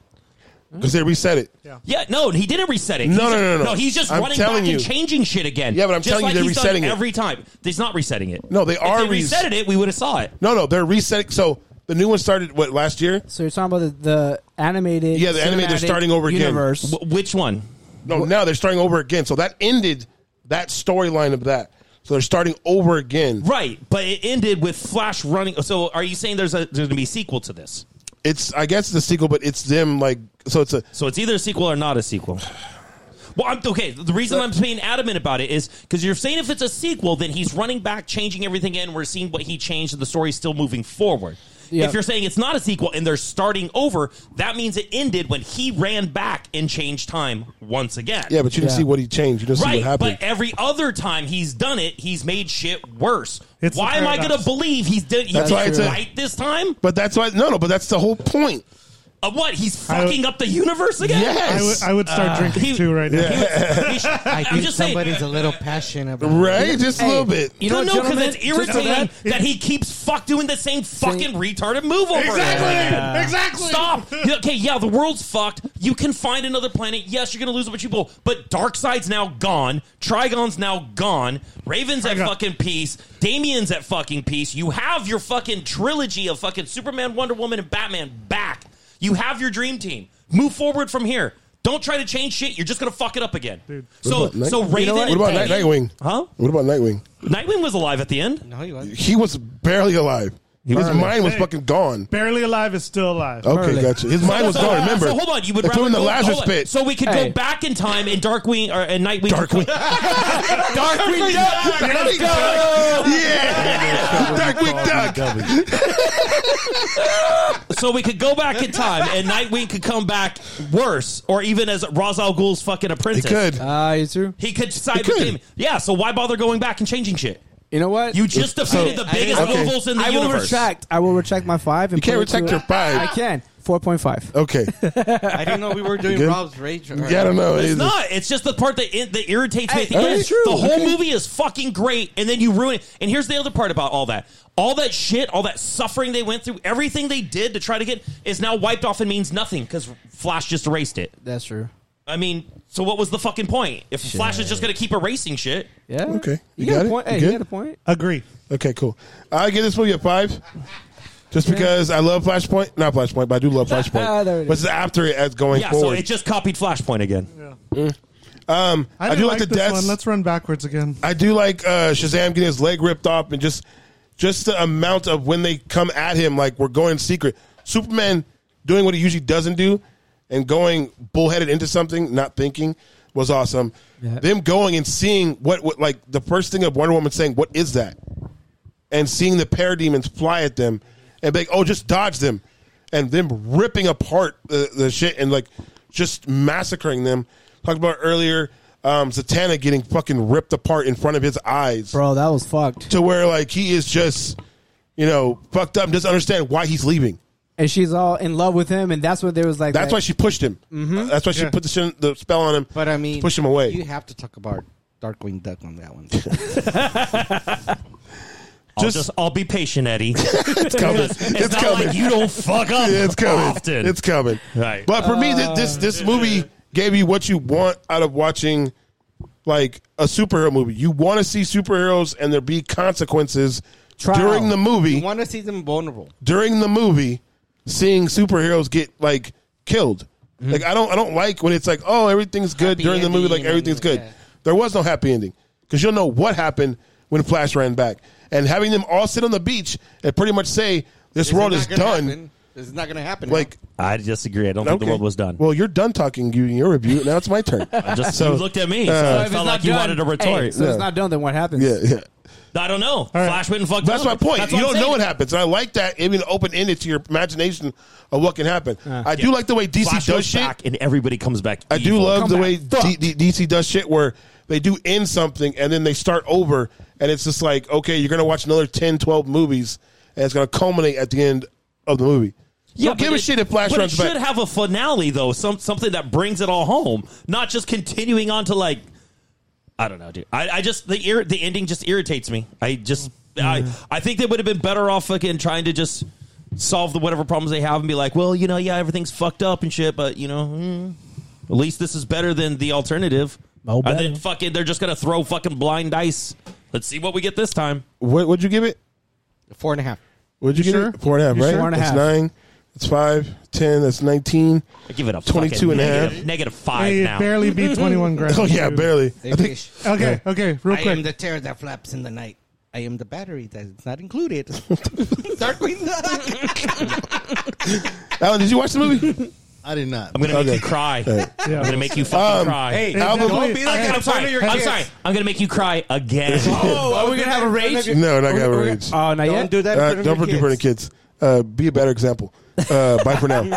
S2: Because they reset it.
S3: Yeah, no, he didn't reset it.
S2: No,
S3: He's-
S2: no, no, no.
S3: no. He's just
S2: I'm
S3: running
S2: telling
S3: back
S2: you.
S3: and changing shit again.
S2: Yeah, but I'm
S3: Just
S2: telling you
S3: like
S2: they're
S3: he's done
S2: resetting it.
S3: every time. He's not resetting it.
S2: No, they are
S3: If they
S2: res-
S3: resetted it, we would have saw it.
S2: No, no, they're resetting. So the new one started what last year?
S7: so you're talking about the, the animated.
S2: Yeah, the animated, they're
S7: cinematic
S2: starting over again.
S7: universe.
S3: Wh- which one?
S2: No, now they're starting over again. So that ended that storyline of that. So they're starting over again.
S3: Right, but it ended with Flash running. So are you saying there's a there's going to be a sequel to this?
S2: It's I guess the sequel, but it's them like so it's a
S3: so it's either a sequel or not a sequel. Well, I'm, okay. The reason I'm being adamant about it is because you're saying if it's a sequel, then he's running back, changing everything in. We're seeing what he changed, and the story's still moving forward.
S7: Yeah.
S3: If you're saying it's not a sequel and they're starting over, that means it ended when he ran back and changed time once again.
S2: yeah, but you didn't see what he changed. You didn't
S3: right,
S2: see what happened.
S3: but every other time he's done it, he's made shit worse.
S2: It's
S3: Why am
S2: the
S3: I going to
S2: paradox.
S3: believe he's did he
S2: That's
S3: did
S2: why it's
S3: it
S2: a-
S3: right this time?
S2: But that's why no, no. But that's the whole point.
S3: Of what? He's fucking up the universe again?
S1: I would, I would
S7: Uh,
S1: start drinking too right now.
S6: I
S3: *laughs* I'm
S6: think
S3: just saying-
S6: somebody's a little passionate about
S2: Right?
S6: it.
S2: Just a little bit.
S3: You know, because
S6: gentlemen?
S3: it's irritating that, he keeps fuck doing the same fucking retarded move over
S2: Exactly!
S3: and over again.
S2: Exactly!
S3: Stop. You- Okay, yeah, the world's fucked. You can find another planet. Yes, you're gonna lose a bunch of people, but Darkseid's now gone. Trigon's now gone. Raven's at fucking peace. Damien's at fucking peace. You have your fucking trilogy of fucking Superman, Wonder Woman, and Batman back. You have your dream team. Move forward from here. Don't try to change shit. You're just gonna fuck it up again. So,
S2: What about Night-
S3: so Raven.
S2: What
S3: and
S2: about Night-
S3: Damien-
S2: Nightwing?
S3: Huh?
S2: What about Nightwing?
S3: Nightwing was alive at the end.
S6: No, he wasn't.
S2: He was barely alive. His
S1: Barely.
S2: mind was
S1: Hey.
S2: fucking gone.
S1: Barely alive is still alive.
S2: Okay, gotcha. His mind was gone. Remember,
S3: So hold on, you would
S2: they
S3: rather
S2: threw him in the
S3: go,
S2: Lazarus
S3: hold on.
S2: pit.
S3: So we could
S2: Hey.
S3: go back in time and Darkwing or and Nightwing. *laughs* Darkwing. Darkwing.
S2: Let's
S3: Darkwing.
S2: go. Yeah. Darkwing Duck.
S3: So we could go back in time and Nightwing could come back worse, or even as Ra's al Ghul's fucking apprentice. He could.
S7: Ah, you true.
S3: He could side with him. Yeah. So why bother going back and changing shit?
S7: You know what?
S3: You just defeated the biggest moguls in the
S7: I will
S3: universe.
S7: retract. I will retract my five. And
S2: You can't
S7: put it
S2: retract
S7: to-
S2: your five.
S7: I can. Four point five.
S2: Okay.
S6: I didn't know we were doing
S2: Good.
S6: Rob's rage. or-
S2: Yeah, I don't know.
S3: It's
S2: Either.
S3: not. It's just the part that it, that irritates me. at the
S2: Hey,
S3: end.
S2: it's true.
S3: The whole
S2: Okay.
S3: movie is fucking great, and then you ruin it. And here's the other part about all that: all that shit, all that suffering they went through, everything they did to try to get is now wiped off and means nothing because Flash just erased it.
S7: That's true.
S3: I mean, so what was the fucking point if Flash is just going to keep erasing shit?
S7: Yeah.
S2: Okay.
S7: You,
S2: got
S7: got,
S2: it?
S7: a point.
S2: You
S7: Hey,
S2: good?
S7: you got a point.
S1: Agree.
S2: Okay, cool. I give this movie a five. Just because I love Flashpoint, not Flashpoint, but I do love Flashpoint.
S3: There it
S2: but
S3: is.
S2: it's after it as going
S3: yeah, so
S2: forward.
S3: it just copied Flashpoint again.
S2: Mm. Um,
S1: I
S2: I,
S1: didn't
S2: do like, the
S1: this
S2: deaths.
S1: one. Let's run backwards again.
S2: I do like uh, Shazam getting his leg ripped off and just just the amount of when they come at him like we're going secret. Superman doing what he usually doesn't do and going bullheaded into something, not thinking, was awesome. Them going and seeing what, what like the first thing of Wonder Woman saying, "What is that?" and seeing the parademons fly at them and be like, "Oh, just dodge them," and them ripping apart the, the shit and like just massacring them. Talked about earlier, um, Zatanna getting fucking ripped apart in front of his eyes,
S7: bro. That was fucked.
S2: To where like he is just, you know, fucked up and doesn't understand why he's leaving.
S7: And she's all in love with him, and that's what there was like.
S2: That's
S7: like-
S2: why she pushed him. That's why she
S7: Mm-hmm. Yeah.
S2: put the, shin- the spell on him.
S6: But I mean,
S2: to push him away.
S6: You have to talk about Darkwing Duck
S2: *laughs*
S6: on that one.
S3: I'll
S6: Just-
S3: just, I'll be patient, Eddie.
S2: *laughs* it's coming.
S3: It's,
S2: It's,
S3: not
S2: coming.
S3: like you don't fuck up.
S2: It's coming.
S3: Often.
S2: It's coming.
S3: Right.
S2: But for me, thi-
S6: Uh,
S2: this this movie gave you what you want out of watching, like a superhero movie. You want to see superheroes and there be consequences during the
S6: you
S2: movie.
S6: want to see them vulnerable.
S2: During the movie, seeing superheroes get like killed. Like I don't I don't like when it's like oh everything's good
S6: Mm-hmm. Happy
S2: during the movie like
S6: ending and-
S2: everything's good.
S6: yeah.
S2: There was no happy ending because you'll know what happened when Flash ran back and having them all sit on the beach and pretty much say this,
S6: is
S2: world
S6: not
S2: is
S6: gonna
S2: done.
S6: happen. This is not going to happen.
S2: Like
S3: I disagree. I don't think the
S2: Okay.
S3: world was done.
S2: Well, you're done talking. You your review. Now it's my turn.
S3: *laughs* I just you looked at me. So
S2: uh,
S3: I felt like you wanted to retort.
S7: Hey, so it's not done. Then what happens?
S2: yeah, yeah.
S3: I don't know. Flash went and fucked.
S2: That's
S3: up.
S2: my point.
S3: That's
S2: you don't
S3: I'm
S2: know
S3: saying.
S2: what happens. And I like that even open ended to your imagination of what can happen. I do
S3: Uh, Yeah.
S2: like the way DC
S3: Flash
S2: does
S3: goes
S2: shit.
S3: back and everybody comes back.
S2: I do
S3: evil.
S2: love the way D- D- DC does shit where they do end something and then they start over and it's just like, okay, you're going to watch another 10, 12 movies and it's going to culminate at the end of the movie.
S3: Yeah,
S2: don't give
S3: but
S2: a
S3: it-
S2: shit if Flash
S3: but
S2: runs
S3: it
S2: back.
S3: should have a finale though. Some something that brings it all home, not just continuing on to like I don't know, dude. I, I just the ir- the ending just irritates me. I just I I think they would have been better off fucking trying to just solve the whatever problems they have and be like, well, you know, yeah, everything's fucked up and shit, but you know, mm, at least this is better than the alternative.
S7: Oh,
S3: and then fucking they're just gonna throw fucking blind dice. Let's see what we get this time.
S2: What would you give it?
S6: Four and a half.
S2: What'd you,
S3: You
S2: get?
S3: sure?
S2: it? Four and a half,
S3: You
S2: right?
S3: sure? Four and a
S2: that's
S3: half.
S2: nine. That's five. Ten. That's nineteen. *laughs*
S3: I give it a
S2: 22 and a half.
S3: negative five
S1: Hey, it
S3: now.
S1: barely beat 21 grand.
S2: Oh yeah,
S1: dude. *laughs*
S2: barely. I think
S3: Uh,
S1: Okay, okay, real
S6: I
S1: quick.
S6: am the terror that flaps in the night. I am the battery that is not included. *laughs* Darkwing *laughs* Duck.
S2: Alan, did you watch the movie?
S10: I did not.
S3: I'm gonna make you cry. I'm gonna make you fucking
S2: Um,
S3: cry.
S2: hey, Alvin- Don't
S3: I'm,
S2: be like that
S3: I'm
S2: in front
S3: sorry.
S2: of your
S3: I'm
S2: kids.
S3: sorry. I'm gonna make you cry
S2: *laughs*
S3: again.
S2: Oh, are we gonna have a rage? No, not gonna have a rage.
S7: Oh, not yet.
S6: do that in
S2: Uh,
S6: front of
S2: don't
S6: your
S2: do it for the kids. Uh, be a better example. Uh, bye for
S1: *laughs*
S2: now. Um,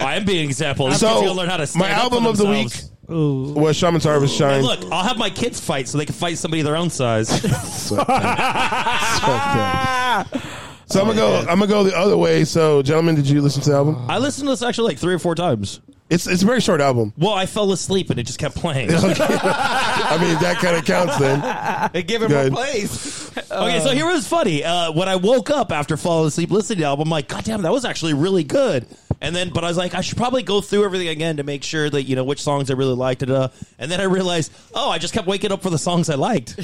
S3: I am being an example. These kids
S2: so
S3: gonna learn how to stand
S2: my
S3: up for
S2: album of the week
S3: themselves.
S2: was Shaman's Harvest Shine.
S3: And look, I'll have my kids fight so they can fight somebody their own size.
S2: *laughs* So I'm gonna go. I'm gonna go the other way. So, gentlemen, did you listen to the album?
S1: Uh.
S3: I listened to this actually like three or four times.
S2: It's it's a very short album.
S3: Well, I fell asleep and it just kept
S2: *laughs*
S3: playing.
S2: I mean, that kind
S1: *laughs*
S2: of counts then.
S6: They give him
S2: Go
S6: a
S2: ahead.
S6: place.
S3: *laughs* okay, so here was funny. Uh, when I woke up after falling asleep listening to the album, I'm like, God damn, that was actually really good. And then, but I was like, I should probably go through everything again to make sure that, you know, which songs I really liked. da-da. And then I realized, oh, I just kept waking up for the songs I liked.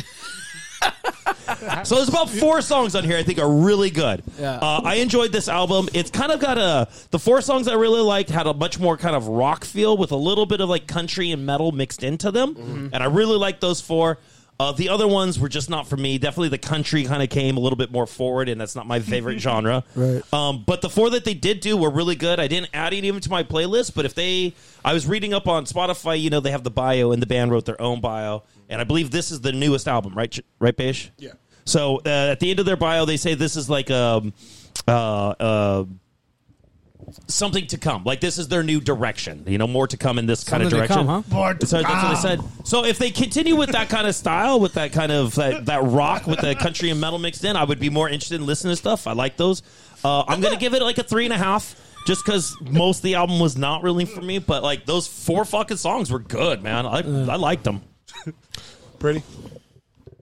S3: *laughs* so there's about four songs on here I think are really good.
S12: Yeah.
S3: Uh, I enjoyed this album. It's kind of got a the four songs I really liked had a much more kind of rock feel with a little bit of like country and metal mixed into them, and I really liked those four. Uh, the other ones were just not for me. Definitely the country kind of came a little bit more forward, and that's not my favorite genre.
S7: Right.
S3: Um, but the four that they did do were really good. I didn't add any of them to my playlist, but if they, I was reading up on Spotify. You know, they have the bio, and the band wrote their own bio, and I believe this is the newest album, right? Ch- Right, Paish? Yeah. So uh, at the end of their bio, they say this is like um, uh, uh, something to come. Like this is their new direction. You know, more to come in this kind of
S7: Something to
S3: direction.
S7: come, huh? More to
S3: so that's what they said. So if they continue with that kind of style, with that kind of that, that rock, with the country and metal mixed in, I would be more interested in listening to stuff. I like those. Uh, I'm gonna give it like a three and a half. Just because most of the album was not really for me, but like those four fucking songs were good, man. I, I liked them.
S2: Pretty.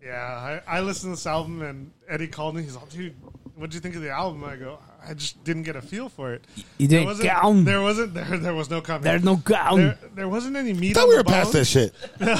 S1: Yeah, I, I listened to this album and Eddie called me. He's like, dude, what did you think of the album? I go, I just didn't get a feel for it.
S7: You
S1: There
S7: didn't
S1: wasn't-
S7: get 'em.
S1: There wasn't there. There was no comment.
S7: There's no get 'em.
S1: There, there wasn't any meat.
S2: Thought
S1: on
S2: we
S1: the
S2: were past
S1: bone.
S2: that shit.
S1: *laughs* no,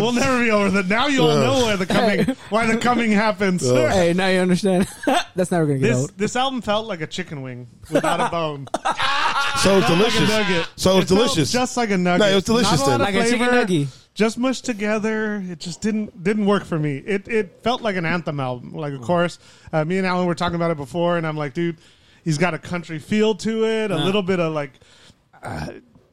S2: *laughs*
S1: we'll never be over that. Now you all know why the coming why the coming happens.
S2: Oh.
S7: Hey, now you understand. *laughs* That's never gonna get
S1: *laughs* This
S7: old.
S1: this album felt like a chicken wing without a bone.
S2: So it's
S1: Felt like
S2: *laughs*
S1: a
S2: delicious.
S1: nugget.
S2: So it's
S1: It felt
S2: delicious.
S1: just like a nugget.
S2: No, it was delicious
S1: Not a lot
S2: then.
S1: of
S7: Like a chicken
S1: flavor,
S7: nugget.
S1: Just mushed together. It just didn't didn't work for me. It it felt like an anthem album, like a chorus. Uh, me and Alan were talking about it before, and I'm like, dude, he's got a country feel to it, a little bit of like. Uh,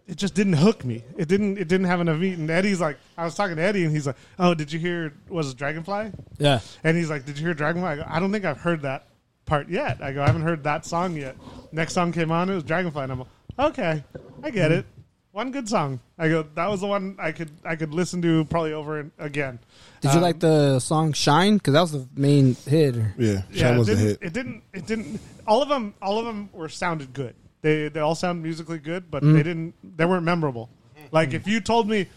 S1: it just didn't hook me. It didn't. It didn't have enough meat. And Eddie's like, I was talking to Eddie, and he's like, "Oh, did you hear? Was it Dragonfly?
S7: Yeah.
S1: And he's like, "Did you hear Dragonfly?" I, go, I don't think I've heard that part yet. I go, "I haven't heard that song yet." Next song came on, it was Dragonfly, and I'm like, "Okay, I get it. One good song." I go, "That was the one I could I could listen to probably over and again."
S7: Did you like the song "Shine"? Because that was the main hit. or-
S2: Yeah,
S1: Yeah,
S2: Shine
S1: it
S2: was the
S1: didn't,
S2: hit.
S1: it didn't. It didn't. All of them. All of them were sounded good. They they all sound musically good, but they didn't. They weren't memorable. Like if you told me,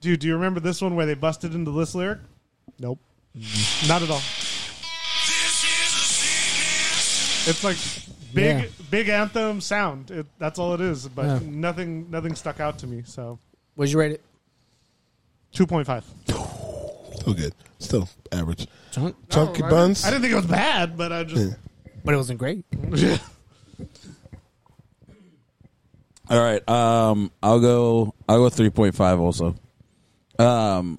S1: dude, do you remember this one where they busted into this lyric? Nope, not at all. It's like big
S7: Yeah.
S1: big anthem sound. It, that's all it is. But
S7: Yeah.
S1: nothing nothing stuck out to me. So
S7: Would you rate it?
S1: two point five.
S2: Still Oh, good. Still average.
S7: Chunk.
S2: Chunky buns.
S1: I didn't think it was bad, but I just
S7: But it wasn't great.
S8: All right. Um, I'll go. I'll go three point five. Also, um,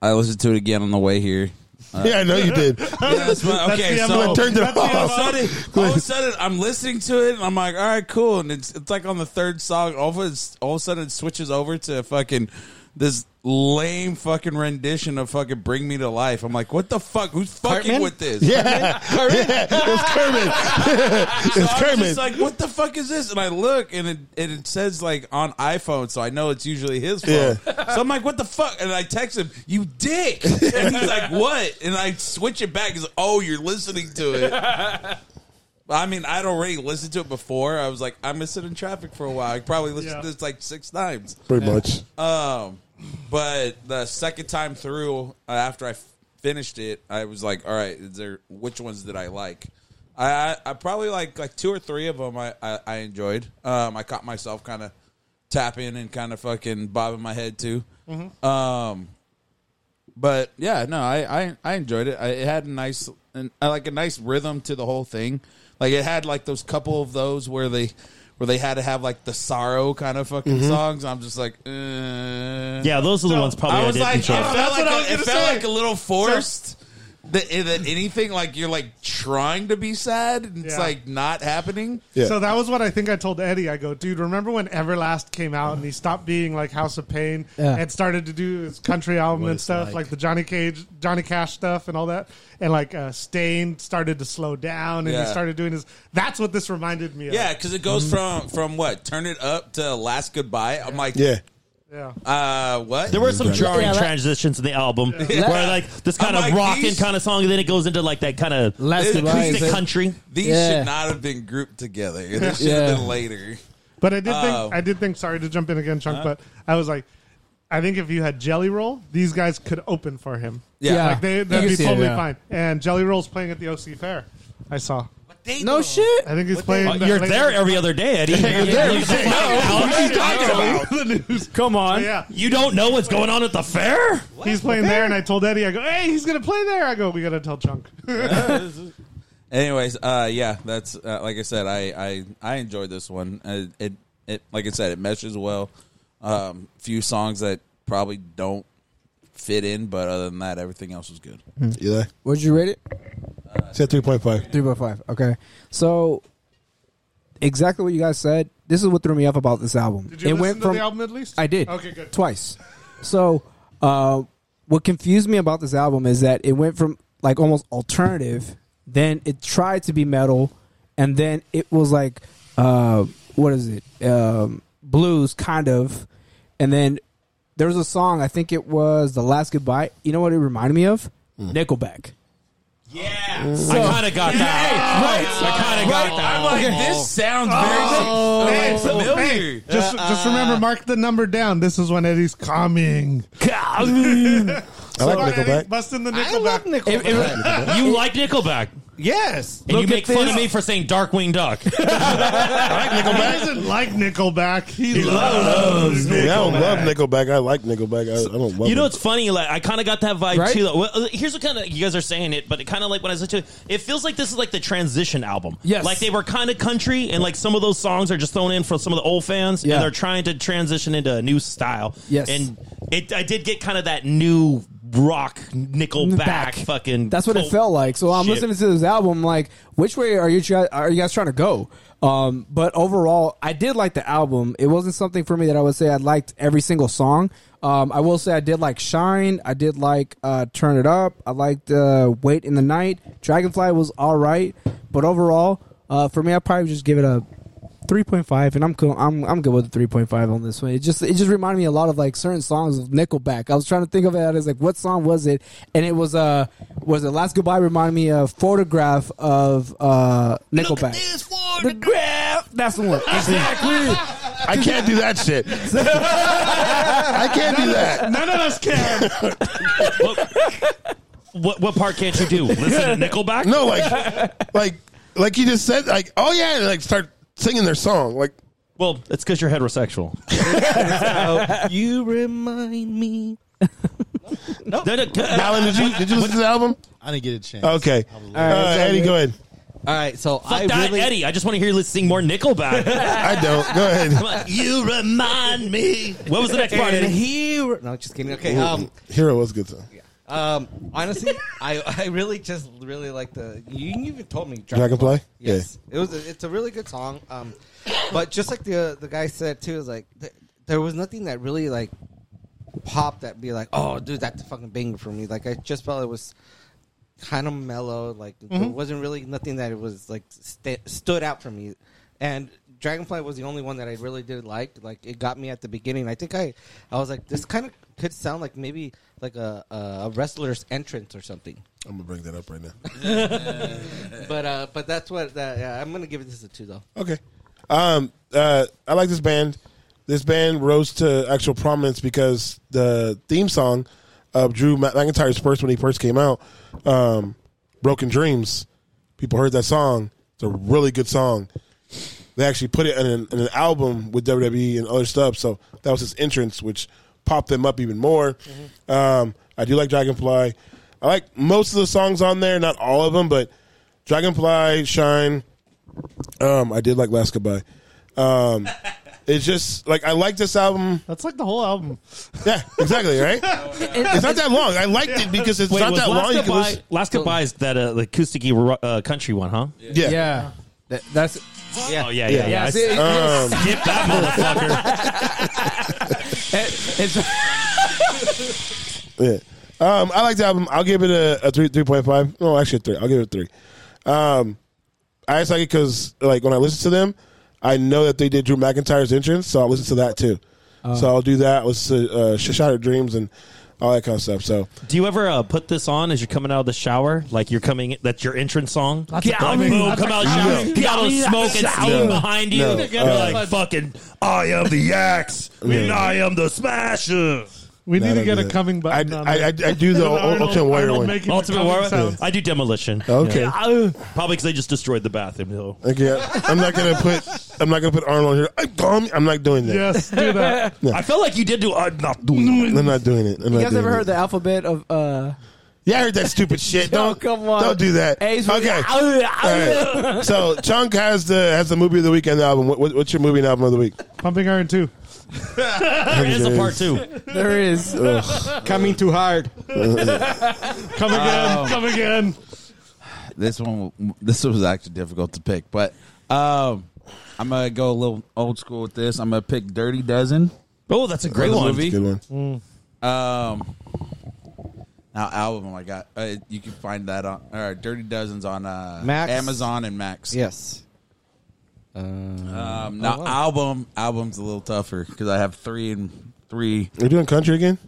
S8: I listened to it again on the way *laughs* here.
S2: yeah, I know you did.
S8: That's my- okay,
S2: the
S8: so
S2: MO. Turned it That's the *laughs*
S8: All of *laughs*
S2: MO.
S8: a sudden, all of a sudden, I'm listening to it, and I'm like, all right, cool. And it's it's like on the third song, all of a, all of a sudden, it switches over to fucking this lame fucking rendition of fucking "Bring Me to Life." I'm like, what the fuck? Who's fucking
S12: Cartman?
S8: with this?
S2: yeah. yeah, it was Kermit. it was
S8: so I'm
S2: Kermit.
S8: just like, what the fuck is this? And I look, and it, and it says like on iPhone, so I know it's usually his phone. So I'm like, what the fuck? And I text him, you dick. And he's like, what? And I switch it back. He's like, oh, you're listening to it. I mean, I'd already listened to it before. I was like, I'm gonna sit in traffic for a while. I probably listened
S1: Yeah.
S8: to this like six times.
S2: Pretty much.
S8: Um, but the second time through, uh, after I f- finished it, I was like, "All right, is there which ones did I like?" I I, I probably like like two or three of them. I I, I enjoyed. Um, I caught myself kind of tapping and kind of fucking bobbing my head too. Um, but yeah, no, I I, I enjoyed it. I, it had a nice and like a nice rhythm to the whole thing. Like it had like those couple of those where they where they had to have like the sorrow kind of fucking songs. I'm just like, eh.
S3: Yeah, those are the ones probably I,
S8: I was
S3: didn't
S8: like, it
S3: enjoy.
S8: felt,
S1: That's
S8: like
S1: what I
S8: a,
S1: was
S8: it
S1: gonna
S8: felt
S1: say.
S8: like a little forced.
S9: that, eh, that anything like you're like trying to be sad and it's
S1: Yeah.
S9: like not happening.
S1: So that was what I think I told Eddie. I go, dude, remember when Everlast came out and he stopped being like House of Pain
S9: Yeah.
S1: and started to do his country album
S9: What
S1: and
S9: it's
S1: stuff,
S9: like.
S1: like. the Johnny Cage, Johnny Cash stuff and all that, and like uh, Stain started to slow down and
S9: Yeah.
S1: he started doing his. That's what this reminded me of.
S9: Yeah, because it goes
S3: Mm-hmm.
S9: from from what turn it up to last goodbye. I'm like,
S2: yeah,
S1: yeah.
S9: Uh, what?
S3: There were some jarring
S9: Yeah, that-
S3: transitions in the album
S9: Yeah.
S3: where, like, this kind
S9: I'm
S3: of
S9: like,
S3: rocking
S9: these-
S3: kind of song, and then it goes into, like, that kind of
S9: This-
S3: acoustic country.
S9: These should not have been grouped together. This should
S3: Yeah.
S9: have been later.
S1: But I did
S9: Oh.
S1: think I did think. Sorry to jump in again, Chunk,
S9: Huh?
S1: but I was like, I think if you had Jelly Roll, these guys could open for him.
S9: Yeah. Yeah.
S1: like they,
S9: You
S1: that'd
S9: can
S1: be
S9: see it,
S1: totally
S9: yeah.
S1: fine. And Jelly Roll's playing at the OC Fair. I saw.
S9: No
S7: shit.
S1: I think he's playing.
S9: Oh,
S3: Uh,
S1: the-
S3: you're
S1: late-
S3: there every other day, Eddie.
S1: You're there.
S3: You
S1: You
S3: don't
S1: know.
S3: know.
S1: What are you talking about?
S3: The news. Come on.
S1: So, yeah.
S3: You don't know what's going on at the fair?
S1: He's playing there, and I told Eddie, I go, hey, he's gonna play there. I go, we gotta tell Chunk.
S9: Anyways, uh, yeah, that's uh, like I said, I I I enjoyed this one. Uh, it it like I said, it meshes well. Um, few songs that probably don't fit in, but other than that, everything else was good.
S2: Eli,
S7: Would you rate it?
S2: it's at three point five.
S7: Three by five. Okay, so exactly what you guys said. This is what threw me off about this album.
S1: *laughs* Did you listen to the album at least?
S7: I did.
S1: Okay, good.
S7: Twice. So, uh, what confused me about this album is that it went from like almost alternative, then it tried to be metal, and then it was like, uh, what is it? Um, blues, kind of, and then there was a song. I think it was the last goodbye. You know what it reminded me of? Nickelback. Yeah,
S3: I kind of got that. I kind of got that. Oh,
S9: I'm like, this sounds very
S2: Oh,
S1: Hey, so-
S9: familiar.
S1: hey, just,
S2: Uh,
S1: just remember, mark the number down. This is when Eddie's coming.
S3: Coming.
S1: So
S2: I like
S1: Eddie
S2: Nickelback.
S1: Busting the Nickelback.
S3: If- if- you like Nickelback.
S6: Yes.
S3: And you make fun of me for saying Darkwing Duck.
S1: He doesn't like Nickelback. He,
S2: loves
S1: loves,
S2: Nickelback. I don't love
S1: Nickelback.
S2: Nickelback. I like Nickelback. I, I don't love.
S3: You know,
S2: it.
S3: it's funny. Like I kind of got that vibe
S2: Right?
S3: too. Well, uh, here's what kind of you guys are saying it, but it kind of like when I listen to it, it feels like this is like the transition album.
S7: Yes.
S3: like they were kind of country, and like some of those songs are just thrown in for some of the old fans,
S7: Yeah.
S3: and they're trying to transition into a new style.
S7: Yes.
S3: and it I did get kind of that new rock Nickelback
S7: Back.
S3: fucking.
S7: That's what it
S3: cult
S7: felt like. So I'm
S3: shit.
S7: listening to this album. Like, which way are you guys, are you guys trying to go? Um, but overall, I did like the album. It wasn't something for me that I would say I liked every single song. Um, I will say I did like Shine. I did like uh, Turn It Up. I liked uh, Wait in the Night. Dragonfly was all right, but overall, uh, for me, I probably just give it a. 3.5 and I'm cool. I'm I'm good with the 3.5 on this one. It just it just reminded me a lot of like certain songs of Nickelback. I was trying to think of it as like what song was it? And it was uh was it Last Goodbye reminded me of Photograph of uh Nickelback. this photograph. That's the one. Exactly.
S2: I can't do that shit. I can't do that.
S1: None of us can.
S3: What what part can't you do?
S7: *laughs*
S3: Listen to Nickelback?
S2: No, like, like, like you just said, like, oh yeah, and, like start singing their song, like.
S3: Well, it's because you're heterosexual.
S6: *laughs* you remind me.
S3: No, no, uh,
S2: Alan, did you did you listen to the album?
S10: I didn't get a chance.
S2: Okay,
S10: I was
S2: uh, Eddie, go ahead.
S6: All right, so
S3: Fuck
S6: I
S3: that,
S6: really
S3: Eddie. I just want to hear you sing more
S7: *laughs*
S3: Nickelback.
S2: I don't. Go ahead.
S3: Come on. you remind me. What was the next part?
S6: And
S3: Eddie?
S6: he re- no, just kidding. Okay, um,
S2: Hero was a good song.
S6: um, honestly, I, *laughs* I really just really like the. You even told me
S2: Dragonfly?
S6: Yes, it was. A, it's a really good song. Um, but just like the the guy said too, is like th- there was nothing that really like popped that be like, oh, dude, that's a fucking banger for me. Like I just felt it was kind of mellow. Like there wasn't really nothing that it was like st- stood out for me. And Dragonfly was the only one that I really did like. Like it got me at the beginning. I think I, I was like, this kind of could sound like maybe like a a wrestler's entrance or something.
S2: I'm gonna bring that up right now.
S6: But uh, but that's what that yeah, I'm gonna give this a two though.
S2: Okay. Um, uh, I like this band. This band rose to actual prominence because the theme song of Drew Mc- McIntyre's first when he first came out, um, "Broken Dreams." People heard that song. It's a really good song. They actually put it in an, in an album with WWE and other stuff. So that was his entrance, which popped them up even more. Um, I do like Dragonfly. I like most of the songs on there, not all of them, but
S1: *laughs*
S2: Dragonfly, Shine, um, I did like Last Goodbye. Um, It's just like I like this album.
S1: That's like the whole album.
S2: Yeah, exactly. Right? it's not that long. I liked it because it's
S3: Wait,
S2: not
S3: was
S2: that
S3: Last
S2: long. You can
S3: Goodbye-
S2: listen-
S3: Last Goodbye is that uh, the acousticy ro- uh, country one, huh?
S2: Yeah.
S7: Yeah. That, that's.
S3: Oh yeah, yeah, yeah. I
S7: see,
S2: um,
S7: it-
S3: s-
S7: it's-
S3: skip that motherfucker. *laughs*
S7: It- it's-
S2: Yeah. Um, I like the album. I'll give it a, a three three point five. No, actually a three. I'll give it a three. Um, I just like it because like when I listen to them, I know that they did Drew McIntyre's entrance, so I'll listen to that too.
S3: Oh.
S2: So I'll do that. Listen to uh, Shattered Dreams and all that kind of stuff. So
S3: Do you ever uh, put this on as you're coming out of the shower? Like you're coming, that's your entrance song.
S4: That's
S3: Like,
S4: a dummy.
S3: boom,
S4: That's
S3: come
S4: a
S3: out shower,
S4: dummy.
S3: get out of
S4: Dummy,
S3: smoke
S4: that's
S3: and
S4: a
S3: steam
S4: dummy.
S3: behind you.
S4: No,
S3: You're
S4: uh,
S3: like fucking, I am the axe, and
S2: Yeah.
S3: I am the smasher.
S1: We
S2: No,
S1: need
S2: I
S1: to
S2: don't
S1: get
S2: do
S1: a
S2: that.
S1: coming button.
S2: I-
S1: on
S2: I-
S1: that.
S2: I- I do
S1: *laughs*
S2: the
S1: Arnold-
S2: Ultimate Warrior
S1: Arnold
S2: one.
S1: making the
S3: Ultimate
S1: coming
S3: Warrior.
S1: sounds.
S3: I do demolition.
S2: Okay.
S3: Yeah. Probably because they just destroyed the bathroom. though.
S2: again, I'm not gonna put I'm not gonna put Arnold here. I'm dumb. I'm not doing that.
S1: Yes, do
S3: *laughs*
S1: that.
S2: No.
S3: I felt like you did do. I'm not doing. it.
S2: I'm not doing it. I'm
S7: You
S2: not
S7: guys
S2: doing
S7: ever
S2: it.
S7: heard the alphabet of. uh
S2: Yeah, I heard that stupid shit.
S7: *laughs* Yo,
S2: Don't
S7: come on.
S2: Don't do that.
S7: A's with-
S2: okay. All right. So Chunk has the has the movie of the week and the album. What, what- what's your movie and album of the week?
S1: Pumping Iron 2.
S3: There is a part
S2: *laughs*
S3: two.
S7: There is.
S6: Coming too hard.
S3: Oh.
S1: Come again. come again.
S8: *laughs* This one, this was actually difficult to pick, but um, I'm gonna go a little old school with this. I'm gonna pick Dirty Dozen.
S3: *laughs* Oh, that's a great
S8: Another
S3: one.
S8: movie.
S2: Good one.
S8: Um, now album I got. Uh, you can find that on or Dirty Dozens on uh,
S6: Max.
S8: Amazon and Max.
S6: Yes.
S2: Oh,
S8: Um, now album album's a little tougher because I have three and three.
S2: We're doing country again.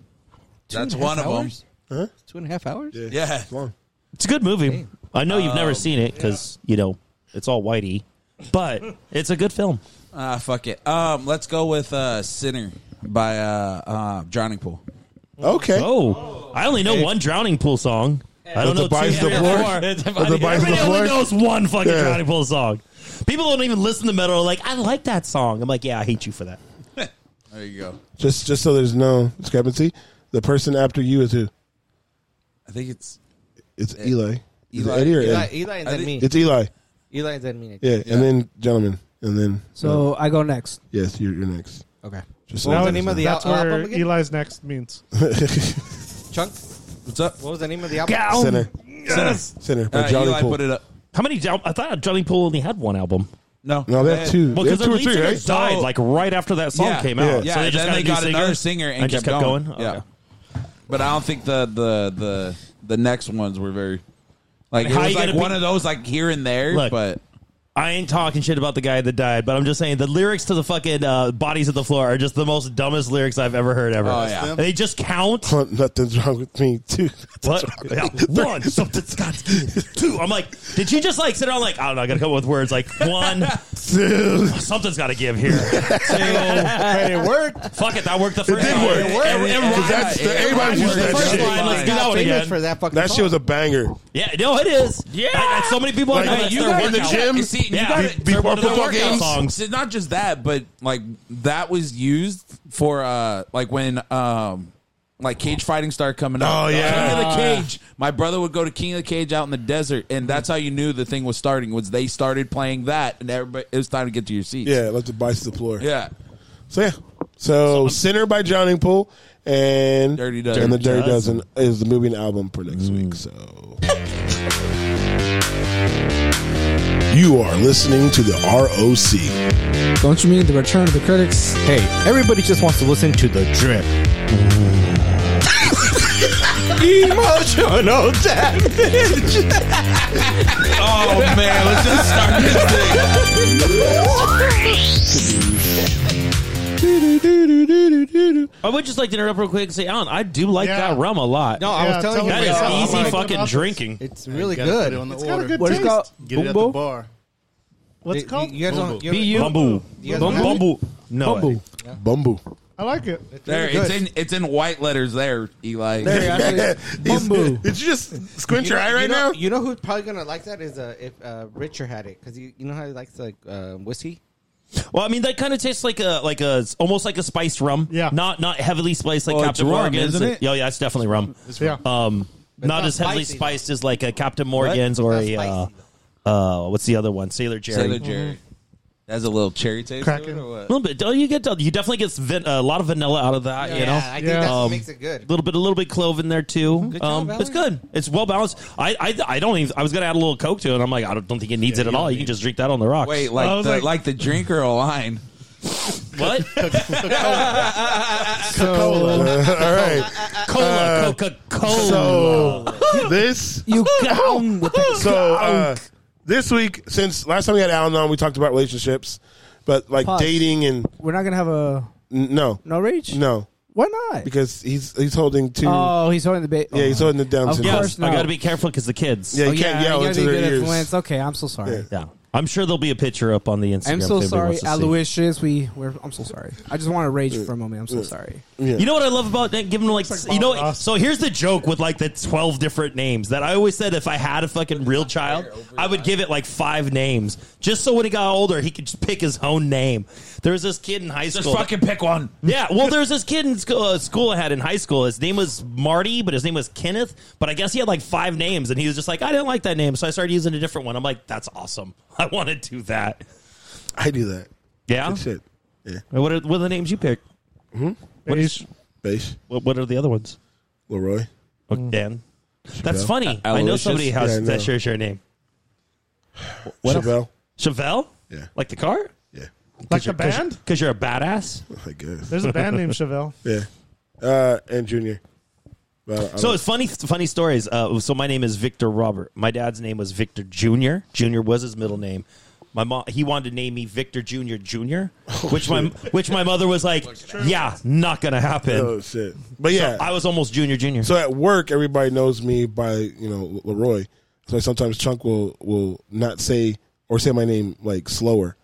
S8: That's one of them.
S2: Huh?
S6: Two and a half hours?
S8: Yeah.
S2: Come on.
S3: It's a good movie. I know you've never seen it because you know it's all whitey, but it's a good film.
S8: Ah, fuck it. Um, let's go with uh, Sinner by uh, uh, Drowning Pool.
S2: Okay.
S3: Oh, I only know one Drowning Pool song. I don't
S2: With the
S3: know
S2: Bites
S3: two,
S2: the
S3: three, or
S2: Floor?
S3: four.
S2: With the Bites the
S3: Everybody
S2: Floor?
S3: only knows one fucking
S2: Yeah.
S3: Drowning Pool song. People don't even listen to metal. Like, I like that song. I'm like, yeah, I hate you for that.
S8: There you go.
S2: Just just so there's no discrepancy, the person after you is who?
S8: I think it's
S2: It's Eli. Is it
S8: Eli.
S2: Eddie or
S6: Eli,
S2: Ed?
S6: Eli and
S8: I
S6: then
S8: think-
S6: me.
S2: It's Eli.
S6: Eli and then me.
S2: Yeah. And then gentlemen. And then
S7: So I go next.
S2: yes, you're, you're next.
S6: Okay.
S2: Just
S6: What was
S2: so
S6: the name of the al-
S1: That's where
S6: album again?
S1: Eli's next means.
S6: Chunk?
S8: what's up.
S6: What was the name of the
S2: *laughs*
S6: album?
S2: center
S8: Yes.
S2: center.
S8: Uh,
S2: By Johnny
S8: Eli
S2: Pool.
S8: put it up.
S3: How many? Drow- I thought Drowning Pool only had one album.
S8: No,
S2: No, they have two.
S3: Well,
S2: they have
S3: because
S2: two
S3: their
S2: or
S3: lead
S2: three,
S3: singer
S2: right?
S3: died like right after that song
S8: Yeah.
S3: came
S2: Yeah.
S3: out.
S8: Yeah,
S3: so they
S8: and
S3: just
S8: then
S3: got, a
S8: they got
S3: new singer
S8: another singer and
S3: just
S8: kept
S3: kept going.
S8: going. Yeah.
S3: Okay.
S8: But I don't think the the the the next ones were very like
S3: I mean,
S8: it
S3: how
S8: was
S3: you
S8: like
S3: gonna
S8: one
S3: be-
S8: of those like here and there.
S3: Look.
S8: but
S3: I ain't talking shit about the guy that died, but I'm just saying the lyrics to the fucking uh, bodies of the floor are just the most dumbest lyrics I've ever heard ever.
S8: Oh, yeah.
S3: They just
S2: *laughs*
S3: count.
S2: Huh, Nothing's wrong with me too.
S3: What?
S2: *laughs*
S3: Yeah. One, something's got to give. two. I'm like, did you just like sit around like I don't know? I gotta come up with words like one,
S2: *laughs*
S3: two. Something's got to give here. Two.
S6: it worked.
S3: Fuck it, that worked the first
S2: did
S3: time.
S2: work. It worked.
S3: Every- every-
S2: Because that's the- everybody's using
S3: worked.
S2: that
S3: First
S2: shit.
S3: line, let's do that one
S6: famous
S3: again.
S6: for that fucking
S2: That
S6: song.
S2: shit was a banger.
S3: Yeah, no, it is. Yeah, I, I- so many people.
S2: Like,
S3: I know that's
S2: you
S3: their
S2: guys- in the
S3: workout.
S2: gym?
S8: See, you
S3: Yeah.
S8: got
S3: Be-
S8: it.
S3: before
S8: One of their
S3: football
S8: workout
S3: games.
S8: songs. It's not just that, but like that was used for uh like when um like cage fighting started coming up.
S2: Oh, yeah.
S8: King of the Cage. My brother would go to King of the Cage out in the desert, and that's how you knew the thing was starting. Was they started playing that, and everybody it was time to get to your seats.
S2: Yeah, let the bites the floor.
S8: yeah.
S2: So yeah. So Sinner by Drowning Pool and
S8: Dirty Dozen.
S2: and the Dirty
S3: Dirty
S2: Dozen is the movie and album for next week. So you are listening to the ROC.
S7: Don't you mean the return of the critics? Hey, everybody just wants to listen to the drip.
S4: Emotional
S8: Oh man, let's just start this thing.
S3: I would just like to interrupt real quick and say, Alan, I do like
S1: Yeah.
S3: that rum a lot.
S6: No, I
S1: Yeah,
S6: was telling
S1: tell
S6: you.
S1: me
S3: that
S1: Yeah, I'm
S3: is easy
S1: like-
S3: fucking drinking.
S6: It's really
S10: You gotta Put
S6: good.
S10: it on the
S1: It's got
S10: order.
S1: a good
S7: What is
S1: taste.
S7: it called?
S10: Get it at the
S7: Bumbo?
S10: bar.
S1: What's it
S6: You-
S1: called?
S6: You guys don't. you-
S7: BU?
S3: Bumble.
S6: You guys
S3: Bumble.
S6: like it?
S3: Bumble. No.
S7: Bumble.
S2: Bumble.
S1: I like it.
S8: There,
S6: Really
S8: it's
S6: good.
S8: in it's in white letters. There, Eli. *laughs*
S7: Bumbo.
S2: Did you just squint your eye right
S6: you know,
S2: now?
S6: You know who's probably gonna like that is uh, if uh, Richard had it because you, you know how he likes like uh, whiskey.
S3: Well, I mean, that kind of tastes like a like a it's almost like a spiced rum.
S1: Yeah.
S3: Not not heavily spiced like
S8: Well,
S3: Captain
S8: Oh, it's rum,
S3: Morgan's.
S8: isn't it?
S3: Yeah, yeah, it's definitely rum.
S1: Yeah.
S3: Um, not,
S6: not
S3: as heavily
S6: spicy, though.
S3: spiced as like a Captain Morgan's or
S6: Not
S3: a
S6: spicy,
S3: uh, uh, what's the other one? Sailor Jerry.
S8: Sailor Jerry. That's a little cherry taste. to it,
S3: Kraken.
S8: or
S3: A
S8: what?
S3: little bit. Oh, you get you definitely get some van- a lot of vanilla out of that. you
S8: Yeah,
S3: know,
S8: I think Yeah. that makes it good.
S3: A
S6: Um,
S3: little bit, a little bit clove in there too.
S8: Good
S3: um,
S8: job,
S3: it's good. It's well balanced. I, I, I don't even. I was gonna add a little Coke to it. and I'm like, I don't, don't think it needs it at all. You can just drink that on the rocks.
S8: Wait, like the, like, the drinker a line.
S3: What?
S2: Cola. *laughs* all right.
S3: Cola, Coca
S2: Cola. So this
S3: *laughs*
S7: you come with
S2: So uh, this week, since last time we had Alan on, we talked about relationships, but like
S7: Pause.
S2: dating and
S7: We're not gonna have a
S2: n- no,
S7: no reach.
S2: no.
S7: Why not?
S2: Because he's he's holding two
S7: Oh, he's holding the bait.
S2: Yeah, he's holding it down.
S7: Of
S2: to-
S7: course
S3: I
S7: not.
S3: got to be careful because the kids.
S2: Yeah, you Oh, can't yeah, yell you gotta into be their good ears.
S7: influence. Okay, I'm so sorry.
S3: Yeah. I'm sure there'll be a picture up on the Instagram.
S7: I'm so
S3: if anybody
S7: sorry,
S3: wants to see.
S7: Aloysius. We, we're, I'm so sorry. I just want to rage for a moment. I'm so sorry.
S3: You know what I love about that? Giving them like, you know. So here's the joke with like the twelve different names that I always said if I had a fucking real child, I would give it like five names just so when he got older he could just pick his own name. There was this kid in high
S8: Just
S3: school.
S8: fucking pick one.
S3: Yeah, well, there's this kid in school, uh, school I had in high school. His name was Marty, but his name was Kenneth. But I guess he had like five names, and he was just like, I didn't like that name, so I started using a different one. I'm like, that's awesome. *laughs* I want to do that.
S2: I do that.
S3: Yeah.
S2: Good shit. Yeah.
S3: And What are, what are the names you picked?
S2: Mm-hmm.
S3: What is
S2: Beige.
S3: What, what are the other ones?
S2: Leroy.
S3: Okay, Dan. That's
S2: Chevelle.
S3: funny.
S2: A-
S3: I know
S2: Aloysius?
S3: somebody has
S2: Yeah, I know.
S3: that shares your name.
S2: What
S3: else?
S2: Chevelle.
S3: Chevelle?
S2: Yeah.
S3: Like the car?
S2: Yeah.
S1: Like the band?
S3: Because you're a badass?
S2: I guess.
S1: There's a band named Chevelle.
S2: Yeah. Uh, and Junior. Well, I
S3: So
S2: don't-
S3: it's funny, funny stories. Uh, so my name is Victor Robert. My dad's name was Victor Junior. Junior was his middle name. My mom, he wanted to name me Victor Junior Junior,
S2: Oh,
S3: which my which my mother was like, "Yeah, not gonna happen."
S2: Oh, shit. But yeah.
S3: So I was almost Junior Junior.
S2: So at work, everybody knows me by you know Leroy. So sometimes Chunk will will not say or say my name like slower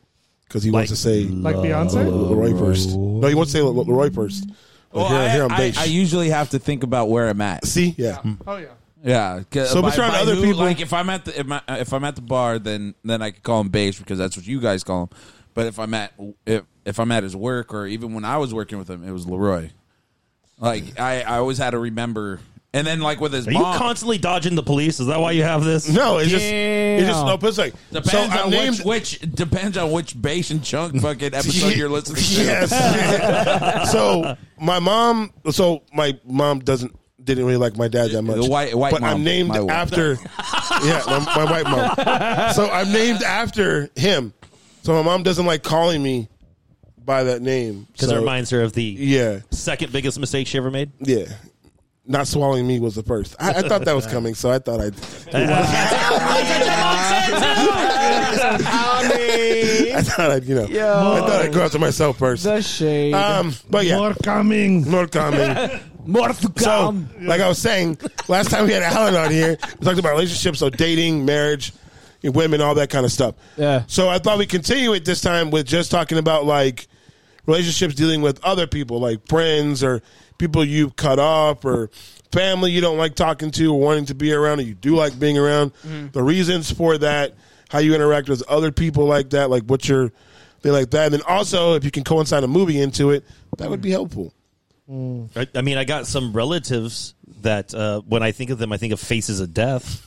S2: because he wants to say
S1: Like Beyonce?
S2: Leroy first. No, he wants to say Le- Leroy first. Like,
S8: Well,
S2: here,
S8: I,
S2: here I'm
S8: I-
S2: based.
S8: I usually have to think about where I'm at.
S2: See, yeah,
S1: Oh yeah.
S8: yeah. 'cause
S2: So, but you're on other
S8: who-
S2: people-
S8: Like if I'm at the if, my, if I'm at the bar, then then I could call him beige because that's what you guys call him. But if I'm at if if I'm at his work or even when I was working with him, it was Leroy. Like I, I always had to remember. And then like with his
S3: Are you
S8: mom,
S3: constantly dodging the police? Is that why you have this?
S2: No, it's just- it's just- no, but it's like-
S8: Depends
S2: so uh, I
S8: on
S2: named-
S8: which, which depends on which base and chunk fucking
S2: *laughs*
S8: episode you're listening to.
S2: Yes. so my mom, so my mom doesn't didn't really like my dad that much.
S8: The white- white
S2: but
S8: mom.
S2: I'm named
S8: My wife. *laughs*
S2: after. yeah, my, my white mom. So I'm named after him. So my mom doesn't like calling me by that name
S3: Because
S2: so,
S3: it reminds her of the
S2: Yeah,
S3: second biggest mistake she ever made.
S2: yeah. Not swallowing me was the first. I, I thought that was coming, so I thought I'd. *laughs* I thought I'd, you know, I thought I'd go after myself first.
S7: The shade.
S2: Um, but yeah,
S1: More coming.
S2: More coming.
S7: More to
S2: So, like I was saying, last time we had Alan on here, we talked about relationships, so dating, marriage, women, all that kind of stuff.
S7: Yeah.
S2: So I thought we'd continue it this time with just talking about like relationships dealing with other people, like friends or people you've cut off or family you don't like talking to or wanting to be around or you do like being around. The reasons for that, how you interact with other people like that, like what your they like that. And then also if you can coincide a movie into it, that would be helpful.
S3: I, I mean, I got some relatives that uh, when I think of them, I think of faces of death.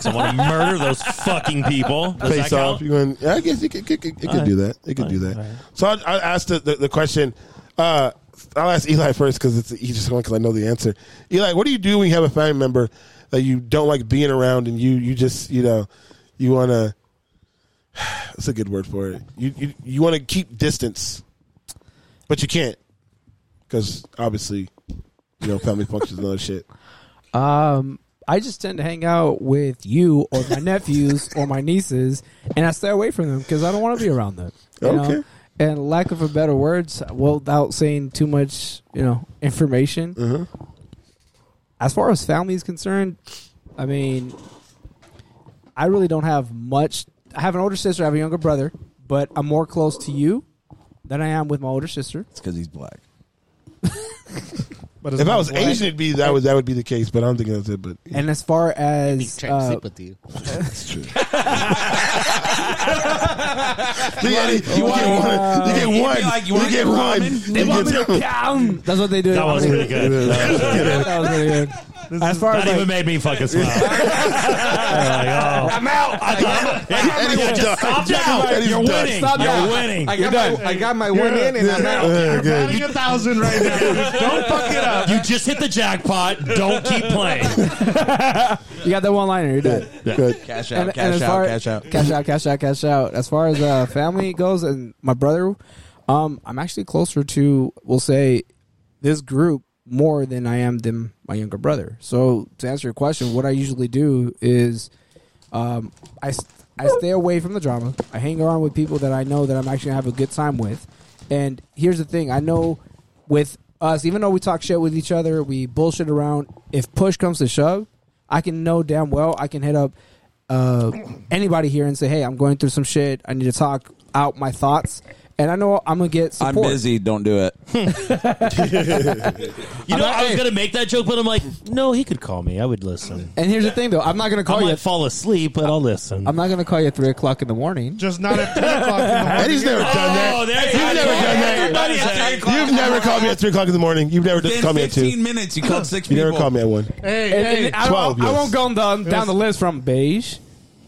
S3: *laughs* so I want to murder those fucking people. Does that
S2: Face off.
S3: count?
S2: You going? Yeah, I guess it could, could, could, it could do that. It could do that. So I, I asked the, the, the question. Uh, I'll ask Eli first because it's the easiest one because I know the answer. Eli, what do you do when you have a family member that you don't like being around and you you just you know you want to? *sighs* That's a good word for it. You you, you want to keep distance, but you can't because obviously you know family *laughs* functions and other shit.
S7: Um, I just tend to hang out with you or my nephews or my nieces, and I stay away from them because I don't want to be around them. You
S2: Okay.
S7: Know? And lack of a better words, without saying too much, you know, information. As far as family is concerned, I mean, I really don't have much. I have an older sister, I have a younger brother, but I'm more close to you than I am with my older sister.
S8: It's because he's black.
S1: But
S2: If I was Asian, it'd be that would that would be the case, but I don't think that's it. But
S7: And as far as
S11: trying to
S7: uh,
S11: sleep with you.
S2: that's true.
S8: You want
S2: *laughs* You get
S8: He'd be
S2: one.
S8: like, you
S2: you
S8: wanna
S2: get
S8: get
S2: one.
S8: ramen?
S2: You get-
S7: That's what they do. *laughs*
S3: That was really good.
S7: That was really good.
S1: This
S3: As
S1: is-
S3: far that even made me fucking
S2: *laughs*
S3: smile. I'm out. I got, I got my, just stop now.
S6: Eddie's
S3: You're
S6: done.
S3: winning.
S6: Stop
S3: You're
S6: now.
S3: winning.
S6: I got my- I got my one
S2: *laughs*
S6: in and I'm out.
S3: You're
S6: Yeah, good.
S3: batting a thousand right now. Don't fuck it up. You just hit the jackpot. Don't keep playing.
S7: You got that one liner. You're done.
S2: Good.
S9: Cash out,
S7: And- and
S9: cash
S7: as
S9: out,
S7: far-
S9: cash out.
S7: Cash out, cash out, cash out. As far as uh, family goes, and my brother, um, I'm actually closer to, we'll say, this group more than I am than my younger brother. So to answer your question, what I usually do is, um, I s- I stay away from the drama. I hang around with people that I know that I'm actually gonna have a good time with. And here's the thing: I know with us, even though we talk shit with each other, we bullshit around. If push comes to shove, I can know damn well I can hit up uh, anybody here and say, "Hey, I'm going through some shit. I need to talk out my thoughts." And I know I'm gonna get
S9: I'm
S7: support.
S9: busy. Don't do it.
S3: You know, I was gonna make that joke, but I'm like, no, he could call me. I would listen.
S7: And here's the thing, though. I'm not gonna
S3: I
S2: Oh,
S7: call you.
S3: might
S7: At,
S3: fall asleep, but I'll listen.
S7: I'm not gonna call you at three o'clock in the morning.
S1: Just not at 10 o'clock in the morning.
S2: *laughs* Eddie's never done that.
S3: Oh, there's
S2: You've never done that.
S3: Everybody has to-
S2: You've never called me at three o'clock in the morning. You've never
S9: In
S2: called me at
S9: 15
S2: two.
S9: minutes, you called six
S2: You
S9: people.
S2: never called me at one.
S1: Hey,
S7: And-
S1: hey,
S7: and I,
S2: 12
S7: won't, I
S2: years.
S7: won't go down, down the list from beige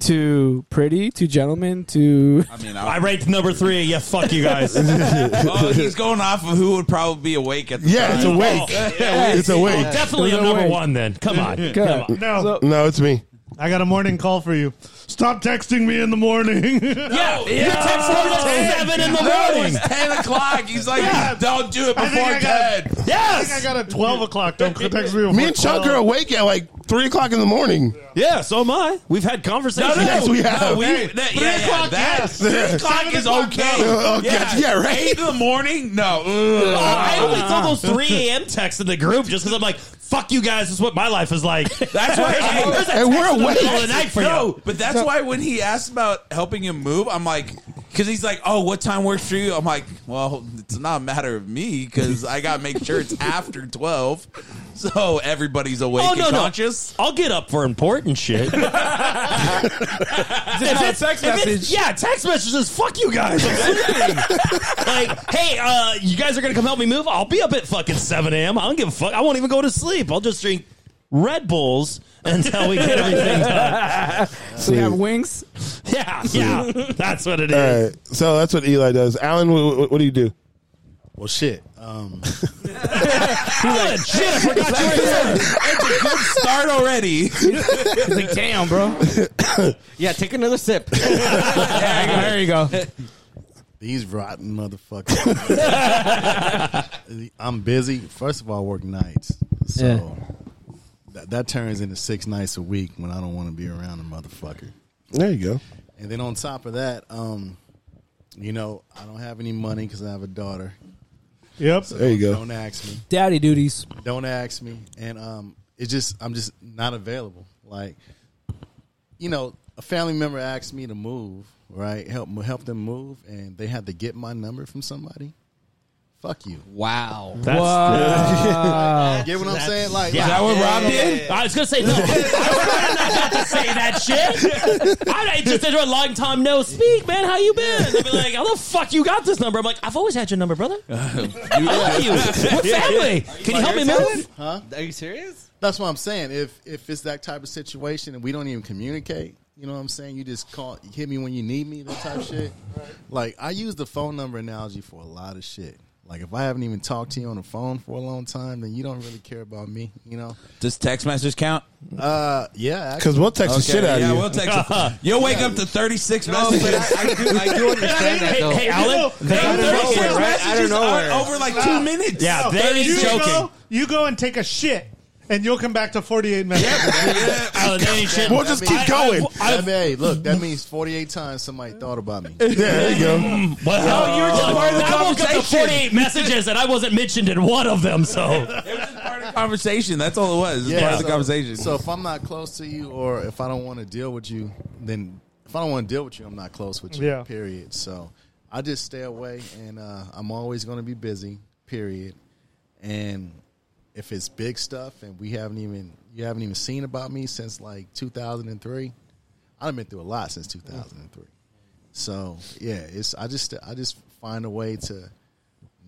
S7: to pretty to gentleman to
S9: I mean,
S3: I
S9: I,
S3: ranked number three. Yeah, fuck you guys.
S9: well, he's going off of who would probably be awake at the
S2: Yeah, it's
S9: time.
S2: awake. It's awake.
S3: Definitely
S7: There's
S3: I'm
S7: no
S3: number
S7: way.
S3: one. Then come on, come on.
S7: Oh.
S1: no,
S2: No, it's me.
S1: I got a morning call for you. Stop texting me in the morning. *laughs*
S3: Yeah, yeah. You're texting us at seven in the morning.
S9: It's ten o'clock. He's like, don't do it
S1: I think
S9: before
S1: I got-
S9: ten.
S1: I think I
S3: Yes,
S1: got a 12 o'clock.
S2: *laughs*
S1: Don't text me.
S2: Me and Chuck are awake at like three o'clock in the morning.
S3: yeah. So am I. We've had conversations.
S2: Yes, we have.
S9: we, that, yeah, yeah, that,
S3: Uh,
S9: Three o'clock is
S2: o'clock,
S9: okay.
S2: no. Oh, God, *laughs* yeah, right.
S9: Eight in the morning? No.
S3: Oh,
S9: Ugh.
S3: I only saw those 3 a.m. texts in the group just because I'm like, fuck you guys, this is what my life is like.
S9: That's why.
S3: Here's a- here's a
S2: And we're
S3: text in the
S2: awake.
S3: middle of the night for
S9: no,
S3: you.
S9: but that's why when he asked about helping him move, I'm like, because he's like, oh, what time works for you? I'm like, well, it's not a matter of me because I got to make sure it's after 12 so everybody's awake
S3: Oh,
S9: and
S3: no, no.
S9: conscious.
S3: I'll get up for important shit. if it's, text *laughs* message. Yeah, text messages. Fuck you guys. I'm sleeping. *laughs* like, hey, uh, you guys are going to come help me move? I'll be up at fucking 7 a.m. I don't give a fuck. I won't even go to sleep. I'll just drink Red Bulls until we get everything done.
S7: so you have wings.
S3: *laughs* Yeah, yeah. That's what it is.
S2: All right. So that's what Eli does. Alan, what, what, what do you do?
S10: Well, shit. Um,
S3: Alan, shit, I forgot you were here.
S9: It's a good start already.
S7: It's like damn, bro.
S6: Yeah, take another sip.
S7: there you go.
S10: these rotten motherfuckers. I'm busy. First of all, I work nights, so that, that turns into six nights a week when I don't want to be around a motherfucker.
S2: There you go.
S10: And then on top of that, um, you know, I don't have any money because I have a daughter.
S1: Yep.
S2: There you go.
S10: Don't ask me.
S7: Daddy duties.
S10: Don't ask me. And um, it's just I'm just not available. Like, you know, a family member asked me to move, right? Help help them move, and they had to get my number from somebody. Fuck you.
S6: Wow.
S3: That's,
S10: Get what I'm saying? Like,
S3: Yeah.
S10: like,
S9: that what Rob did?
S3: I was gonna say no. I was not about to say that shit. I I just after a long time no speak, man. How you been? They'd be like, how the fuck you got this number? I'm like, I've always had your number,
S2: *laughs*
S3: brother. I love you. What family? Can you help me move?
S6: Are you *laughs* serious?
S10: that's what I'm saying. If if it's that type of situation and we don't even communicate, you know what I'm saying? You just call, you hit me when you need me, that type of shit. Like I use the phone number analogy for a lot of shit. Like if I haven't even talked to you on the phone for a long time, then you don't really care about me, you know?
S9: Does text message count?
S10: Uh, yeah. actually,
S2: Because we'll text the shit out
S9: yeah,
S2: of you.
S9: we'll
S3: *laughs*
S9: text him. You'll wake up to 36
S6: No, Oh, but
S9: messages.
S6: I, I, do, I do understand that, though.
S3: Hey, hey Alan. They,
S6: out of
S3: they're
S6: nowhere,
S3: serious.
S6: right? Out of nowhere.
S9: are over like two minutes.
S3: Yeah, they
S1: you
S3: ain't joking.
S1: Go, you go and take a shit, and you'll come back to 48 minutes.
S3: *laughs* Alan, they ain't shit.
S2: We'll just keep
S3: I-
S2: going.
S3: I- I-
S10: that- hey, look, that means 48 times somebody thought about me.
S2: yeah, *laughs* there you go.
S3: Mm, well, you were just part
S9: of the
S3: I woke up to
S9: conversation.
S3: 48 messages and I wasn't mentioned in one of them, so.
S9: It was just part of the conversation. That's all it was. It was part of the
S10: so-
S9: conversation.
S10: So if I'm not close to you, or if I don't want to deal with you, then if I don't want to deal with you, I'm not close with you.
S1: Yeah.
S10: Period. So I just stay away, and uh, I'm always going to be busy. Period. And if it's big stuff, and we haven't even you haven't even seen about me since like 2003, I've been through a lot since 2003. So yeah, it's I just I just find a way to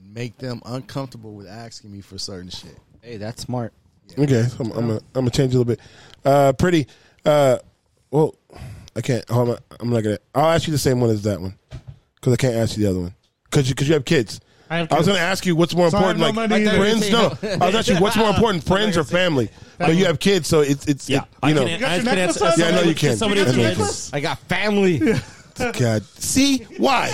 S10: make them uncomfortable with asking me for certain shit.
S6: Hey, that's smart.
S2: Okay, so I'm, I'm gonna I'm gonna change a little bit. Uh, pretty. Uh, well, I can't. Hold on, I'm not gonna. I'll ask you the same one as that one because I can't ask you the other one because you, cause you have kids.
S1: I have
S2: was
S1: kids.
S2: gonna ask you what's more
S1: So I have
S2: important, like
S1: no money either.
S2: friends. No,
S3: *laughs*
S2: I was asking what's more important, friends or family. But you have kids, so it's it's yeah.
S3: I
S2: you know,
S3: can- You got I your can necklace answer- on?
S2: Yeah, I know
S3: somebody
S2: you
S3: with-
S2: can.
S3: somebody with
S2: I know you
S3: kids?
S2: can.
S6: I got *laughs* family.
S2: *laughs* God, see why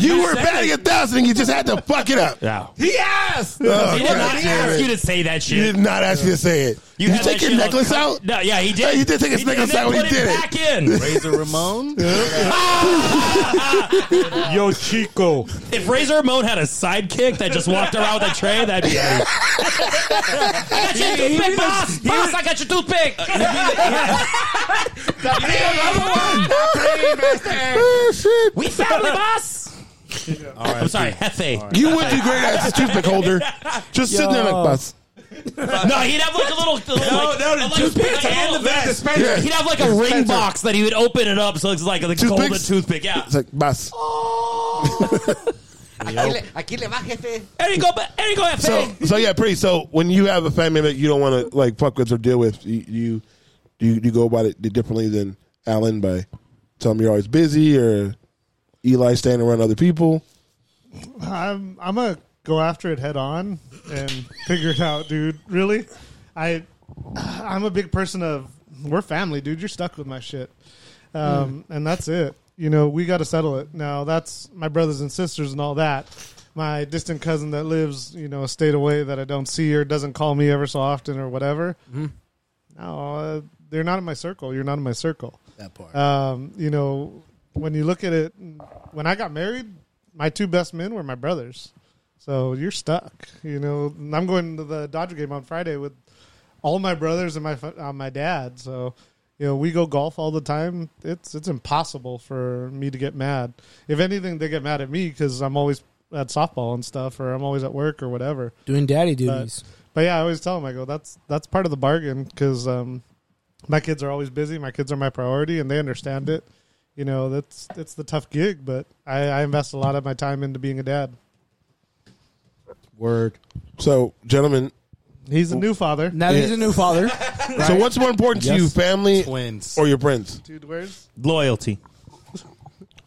S3: *laughs*
S2: you were betting a thousand, and you just had to fuck it up.
S3: Yeah.
S2: He asked. Oh,
S3: He did not ask you to say that shit.
S2: He did not ask you to say it. You,
S3: had
S2: did you take
S3: that
S2: your
S3: shit on
S2: necklace
S3: co-
S2: out?
S3: No, yeah, he
S2: Yeah,
S3: did.
S2: he did take his
S3: He
S2: necklace
S3: and then
S2: out when
S3: put
S2: he did it.
S3: back in.
S10: Razor
S2: *laughs*
S10: Ramon.
S3: *laughs*
S1: Yo, Chico.
S3: If Razor Ramon had a sidekick that just walked around with a tray, that'd be. *laughs* I got your toothpick, boss. Boss, I got your
S2: *laughs*
S3: toothpick. *laughs* Oh, We family, boss. I'm sorry, Hefe.
S2: You would be great as a toothpick holder. Just sitting there like bus.
S3: No, he'd have like a little. No, like, no, like, toothpick and the vest.
S2: Yeah.
S3: He'd have like a ring
S2: Dispenser.
S3: box that he would open it up so it's like a golden
S2: Toothpicks?
S3: toothpick. Yeah. Oh,
S2: It's like bus.
S6: Aquí le, aquí le va, jefe.
S3: There you go, ba- there you go, Hefe.
S2: So, so yeah, pretty. So when you have a family member you don't want to like fuck with or deal with, you you you, you go about it differently than Alan by telling him you're always busy or Eli staying around other people.
S1: I'm I'm gonna go after it head on and *laughs* figure it out, dude. Really, I I'm a big person of we're family, dude. You're stuck with my shit, um, and that's it. You know, we got to settle it. Now that's my brothers and sisters and all that. My distant cousin that lives, you know, a state away that I don't see or doesn't call me ever so often or whatever. No, uh, they're not in my circle. You're not in my circle.
S10: That part.
S1: Um, you know, when you look at it, when I got married, my two best men were my brothers. So you're stuck. You know, And I'm going to the Dodger game on Friday with all my brothers and my fa- uh, my dad. So you know, we go golf all the time. It's it's impossible for me to get mad. If anything, they get mad at me because I'm always at softball and stuff, or I'm always at work or whatever.
S7: Doing daddy
S1: But-
S7: duties.
S1: But yeah, I always tell them, I go, that's that's part of the bargain because um, my kids are always busy. My kids are my priority, and they understand it. You know, that's it's the tough gig, but I, I invest a lot of my time into being a dad.
S2: Word. So, gentlemen,
S1: He's a new father,
S7: Now that he's a new father.
S2: so what's more important to you, family
S10: Twins.
S2: or your friends?
S1: dude. Where's
S3: Loyalty.
S1: Oh,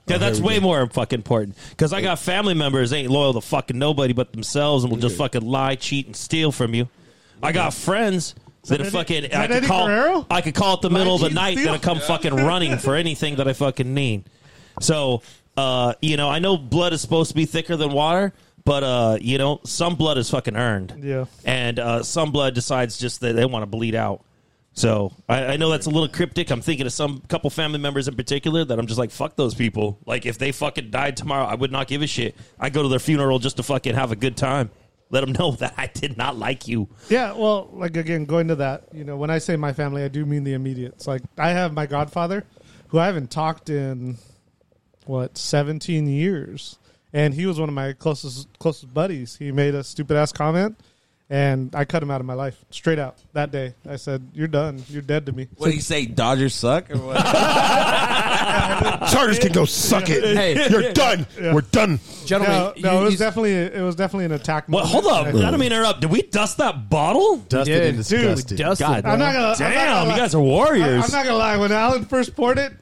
S3: Yeah, that's way more fucking important. Because I got family members ain't loyal to fucking nobody but themselves, and will just fucking lie, cheat, and steal from you. I got friends that,
S1: Eddie-
S3: fucking
S1: is
S3: I
S1: that
S3: could
S1: Eddie
S3: call.
S1: Guerrero?
S3: I could call at the middle of the
S1: cheat,
S3: night
S1: steal?
S3: that'll come fucking running for anything that I fucking need. So, uh, you know, I know blood is supposed to be thicker than water, but uh, you know, some blood is fucking earned.
S1: Yeah.
S3: and uh, some blood decides just that they want to bleed out. So I, I know that's a little cryptic. I'm thinking of some couple family members in particular that I'm just like, fuck those people. Like if they fucking died tomorrow, I would not give a shit. I go to their funeral just to fucking have a good time. Let them know *laughs* that I did not like you.
S1: Yeah, well, like again, going to that, you know, when I say my family, I do mean the immediate. It's like I have my godfather, who I haven't talked in what seventeen years, and he was one of my closest closest buddies. He made a stupid ass comment, and I cut him out of my life straight out that day. I said, "You're done. You're dead to me."
S8: What do you say? Dodgers suck or what?
S2: Chargers can go suck it.
S7: Hey.
S2: You're done. We're done.
S7: *laughs* Gentlemen,
S1: no,
S7: you-
S1: no, it was
S7: you-
S1: definitely it was definitely an attack.
S3: Well,
S1: moment.
S3: hold up. I
S1: And I-
S3: don't mean to interrupt. Did we dust that bottle?
S10: Dusted and disgusted.
S7: Dude, Dustin,
S3: God
S7: bro.
S1: I'm not gonna. I'm not
S3: Damn,
S1: gonna
S3: you
S1: lie.
S3: guys are
S1: I,
S3: warriors.
S1: am not gonna lie. When Alan first poured it,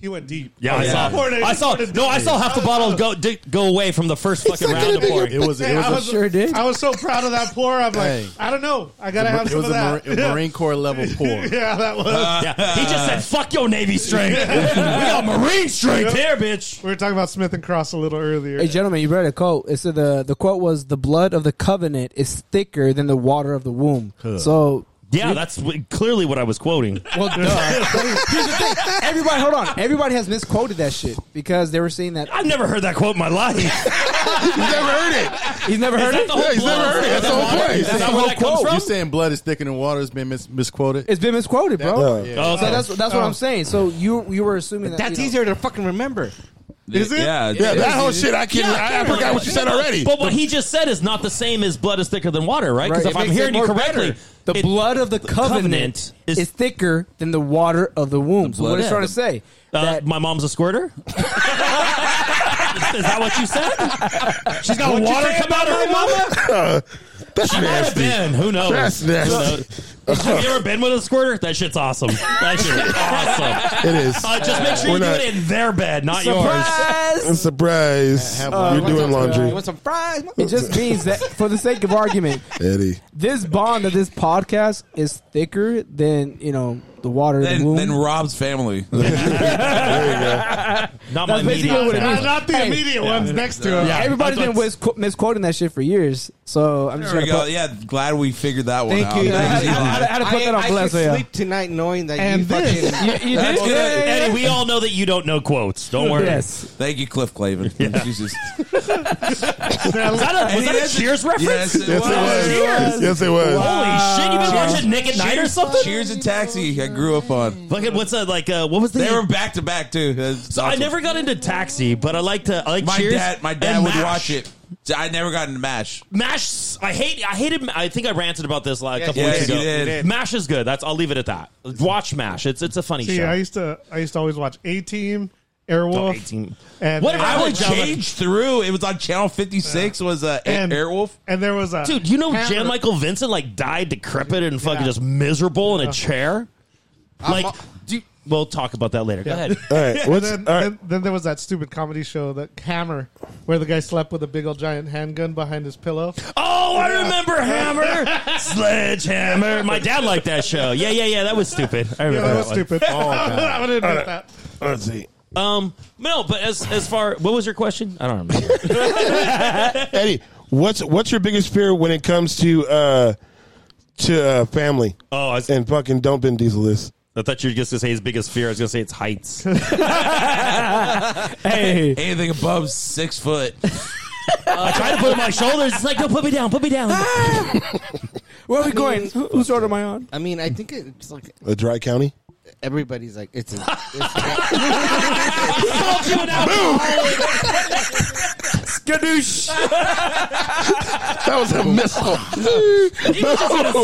S1: he went deep.
S3: yeah, I
S1: He
S3: saw.
S1: poured it, he
S3: I saw.
S1: poured it
S3: No, I
S1: deep.
S3: saw half the bottle go di- go away from the first fucking round of pouring.
S10: It was. It
S1: Hey,
S10: was
S1: I
S10: a
S1: was,
S7: sure did.
S1: I was so proud of that pour. I'm like,
S10: Hey.
S1: I don't know. I gotta have
S10: It
S1: some
S10: was
S1: of
S10: a,
S1: that.
S10: Marine, a Marine Corps
S2: *laughs*
S10: level
S1: *laughs*
S10: pour.
S1: yeah, that was.
S3: Yeah, he just said, "Fuck your Navy strength. we got Marine strength here, bitch."
S1: we were talking about Smith and Cross a little earlier.
S7: Hey, gentlemen, you read a quote. It said the the quote was the blood of the covenant is thicker than the water of the womb. So
S3: Yeah, that's w- clearly what I was quoting.
S7: well, Here's the thing. *laughs* Everybody, hold on. Everybody has misquoted that shit because they were saying that
S3: I've never heard that quote in my life.
S2: He's never heard it.
S7: he's never heard it.
S2: Yeah, he's never heard it. That's the whole point.
S3: That's not where that comes
S10: You
S3: from.
S10: saying blood is thicker than water has been mis- misquoted?
S7: It's been misquoted, bro.
S2: Yeah.
S3: Oh,
S7: So
S3: okay.
S7: that's that's what I'm saying. So you you were assuming that
S6: That's
S7: you know-
S6: easier to fucking remember.
S8: Is
S1: it?
S8: Yeah.
S2: Yeah, that whole shit. I can.
S3: Yeah,
S2: I, I forgot what you said already.
S3: But what he just said is not the same as blood is thicker than water, right? Because
S7: Right.
S3: if
S7: It
S3: I'm
S7: makes it
S3: hearing you
S7: more
S3: correctly,
S7: better. the
S3: it-
S7: blood of the covenant,
S3: covenant
S7: is,
S3: is-
S7: thicker than the water of the womb. so what
S8: blood-
S7: it's
S8: yeah,
S7: trying
S8: the-
S7: to say
S3: uh,
S7: that
S3: my mom's a squirter. is that what you said? She's got water come out of her mama.
S2: That's
S3: she might have
S2: nasty.
S3: been. Who knows?
S2: That's nasty.
S3: Who knows? Have you ever been with a squirter? That shit's awesome. That shit's awesome.
S2: It is.
S3: Uh, just make sure
S2: We're
S3: you
S2: not-
S3: do it in their bed, not yours.
S2: I'm surprised. You're doing laundry.
S6: Uh, some fries?
S7: It just means that, for the sake of argument,
S2: Eddie.
S7: this bond of this podcast is thicker than you know the water in the
S8: Then,
S7: womb.
S8: then Rob's family.
S3: Not
S7: That's
S3: my
S7: basically
S3: immediate
S7: what it
S3: family.
S7: means.
S1: Not the
S7: Hey.
S1: immediate ones next to
S3: Yeah.
S1: him.
S7: Everybody's
S3: that's
S7: been misqu- misquoting that shit for years, so I'm just
S8: There we
S7: gonna
S8: go.
S7: put,
S8: Yeah, glad we figured that one
S6: Thank
S8: out.
S6: you.
S8: Thanks,
S7: I, I,
S8: Elon.
S7: I
S6: *laughs*
S7: had to put
S6: I,
S7: that on
S6: I
S7: blast.
S6: should
S7: So yeah.
S6: sleep tonight knowing that
S1: And
S6: you
S1: this.
S6: *laughs* fucking.
S7: You, you did?
S8: That's good.
S7: Yeah, yeah,
S3: Eddie,
S7: yeah.
S3: we all know that you don't know quotes. Don't worry.
S7: Yes.
S8: Thank you, Cliff Clavin. *laughs* Jesus.
S3: Was that a, was
S8: And he
S3: that a
S8: has a-
S3: Cheers reference?
S8: Yes, it Uh,
S2: Yes, it was.
S3: Cheers.
S2: Yes, it was.
S3: Holy shit! You've been watching Nick at Night or something?
S8: Cheers and Taxi. I grew up on.
S3: Fucking what's that like? Uh, what was the?
S8: They were back to back too. That's
S3: so I
S8: awesome.
S3: never got into Taxi, but I like to. I like
S8: My
S3: Cheers.
S8: dad. My dad
S3: and
S8: would
S3: MASH.
S8: watch it. I never got into Mash.
S3: Mash. I hate. I hated. I think I ranted about this like a couple
S8: you
S3: weeks
S8: did.
S3: ago.
S8: You did.
S3: Mash is good. That's. I'll leave it at that. Watch Mash. It's. It's a funny
S1: See,
S3: show.
S1: I used to I used to always watch A Team,
S3: Oh,
S1: Airwolf,
S3: 18.
S1: and
S3: What if
S8: I
S3: I
S8: would
S3: was Java-
S8: change through. It was on Channel Fifty Six. Was uh,
S1: and,
S8: Airwolf.
S1: And there was a
S3: Dude, you know
S6: Hammer.
S3: Jan Michael Vincent like died decrepit and fucking
S1: Yeah.
S3: just miserable in a chair. Like,
S6: all-
S3: dude, we'll talk about that later. Go ahead.
S2: All right.
S1: And
S2: What's,
S1: then,
S2: all right.
S1: then, then there was that stupid comedy show, that Hammer, where the guy slept with a big old giant handgun behind his pillow.
S3: Oh, I remember
S8: *laughs*
S3: Hammer, Sledgehammer. My dad liked that show. Yeah, yeah, yeah. That was stupid. I
S1: Yeah,
S3: remember
S1: that was
S3: one.
S1: *laughs* stupid. I would admit
S2: Alright.
S1: that.
S2: Let's see.
S3: Um, no, but as as far what was your question? I don't remember.
S2: Eddie, what's what's your biggest fear when it comes to uh to uh, family?
S3: *laughs* oh, I, was,
S2: And fucking don't Ben Diesel this.
S3: I thought you were just gonna say his biggest fear. I was gonna say it's heights.
S7: Hey,
S8: Anything above six foot.
S3: *laughs* I try to put it on my shoulders. It's like, no, put me down, put me down.
S7: where are we going? Who- Whose order am I on?
S6: I mean, I think it's like
S2: A uh, dry county?
S6: everybody's like it's. A,
S7: *laughs*
S6: it's
S7: Skadoosh.
S2: That was a missile.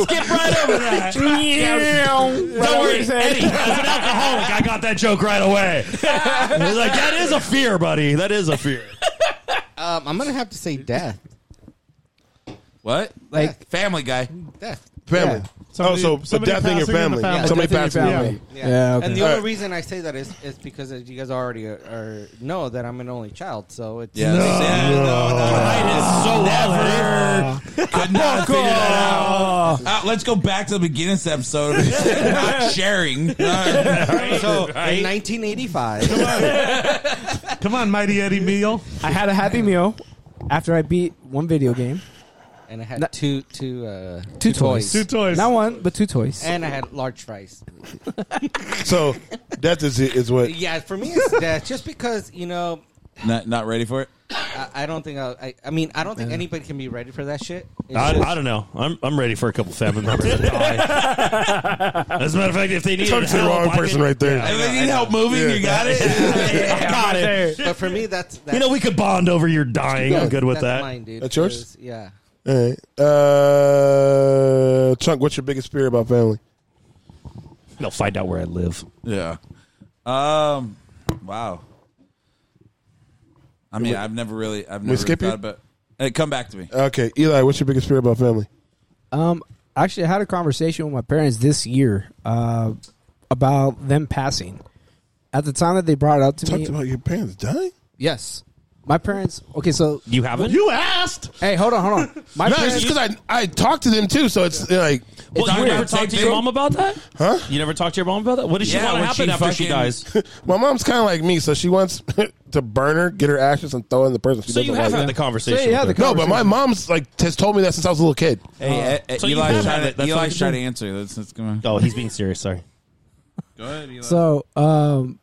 S3: Skip right over *laughs* that. Don't worry, Eddie. As an alcoholic, I got that joke right *laughs* away. He's like, that is a fear, buddy. That is a fear.
S6: um, I'm gonna have to say death.
S8: What?
S7: Like-
S8: Family Guy.
S6: Death.
S2: Family. oh,
S1: Somebody-
S2: so so
S1: somebody
S2: death in your
S1: passing in the
S2: family.
S1: family.
S2: Somebody
S7: Death
S2: passing
S7: in
S2: in
S7: your
S2: your
S1: family.
S2: family.
S6: Yeah.
S7: Yeah, okay.
S6: And the
S2: All
S6: only
S2: right.
S6: reason I say that is is because as you guys already are, are know that I'm an only child, so it's
S8: Yes. Yeah, no, no, no.
S3: Height is so well.
S8: Could not figure that out. Uh, let's go back to the beginning of this episode. *laughs* not *laughs* sharing.
S6: So
S3: Right.
S6: in 1985,
S1: Come on, Mighty Eddie Meal.
S7: I had a happy meal after I beat one video game,
S6: and I had two two uh,
S7: two, toys.
S1: Two toys.
S7: not one, but two toys.
S6: and I had large fries.
S2: So death is is what
S6: Yeah, for me it's death, just because you know
S8: not not ready for it.
S6: I, I don't think I'll, I. I mean, I don't think anybody can be ready for that shit. It's
S3: I,
S6: just-
S3: I don't know. I'm, I'm ready for a couple family members to die. *laughs* As a matter of fact, if they need
S2: Talk to the
S3: help,
S2: wrong
S3: I
S2: person
S3: could-
S2: right there.
S8: If they need help moving, you got it.
S3: *laughs* I got it.
S6: but for me, that's, that's
S3: You know, we could bond over your dying. I'm good with
S6: that's
S3: that.
S6: Mine, dude,
S2: That's yours?
S6: 'cause, Yeah.
S2: All right. Uh Chunk, what's your biggest fear about family?
S3: They'll find out where I live.
S8: *laughs* Yeah. Um. Wow. I mean, I've never really, I've never
S2: skip
S8: thought
S2: you? Uh,
S8: about. Hey, come back to me.
S2: Okay, Eli, what's your biggest fear about family?
S7: Um, actually, I had a conversation with my parents this year uh, about them passing. At the time that they brought it up to me,
S2: Talked about your parents dying?
S7: yes, my parents. Okay, so
S3: You haven't?
S1: You asked.
S7: hey, hold on, hold on. My
S2: No, it's
S7: parents.
S2: just because I I talked to them too, so it's like
S3: Well,
S8: It's
S3: you
S8: weird.
S3: never
S8: Same
S3: talked to your
S8: thing.
S3: mom about that? Huh? You never talked to your mom about that? What does she
S8: Yeah,
S3: want to
S8: when
S3: happen
S8: she
S3: after she
S8: fucking-
S3: dies?
S2: my mom's kind of like me, so she wants *laughs* to burn her, get her ashes, and throw it in the person
S3: *laughs*
S2: she
S3: So
S2: doesn't
S3: you have
S2: like.
S3: had the conversation.
S7: So you
S3: with
S7: had
S3: her.
S7: the
S2: No, but my mom's like has told me that since I was a little kid.
S8: Hey, uh,
S3: So you
S8: Eli's
S3: have
S8: trying
S3: it.
S8: to,
S3: That's what
S8: Eli's
S3: you
S8: trying
S3: do.
S8: to answer. Let's, let's come on.
S3: Oh, he's being serious. Sorry.
S8: Go ahead, Eli.
S7: So, um,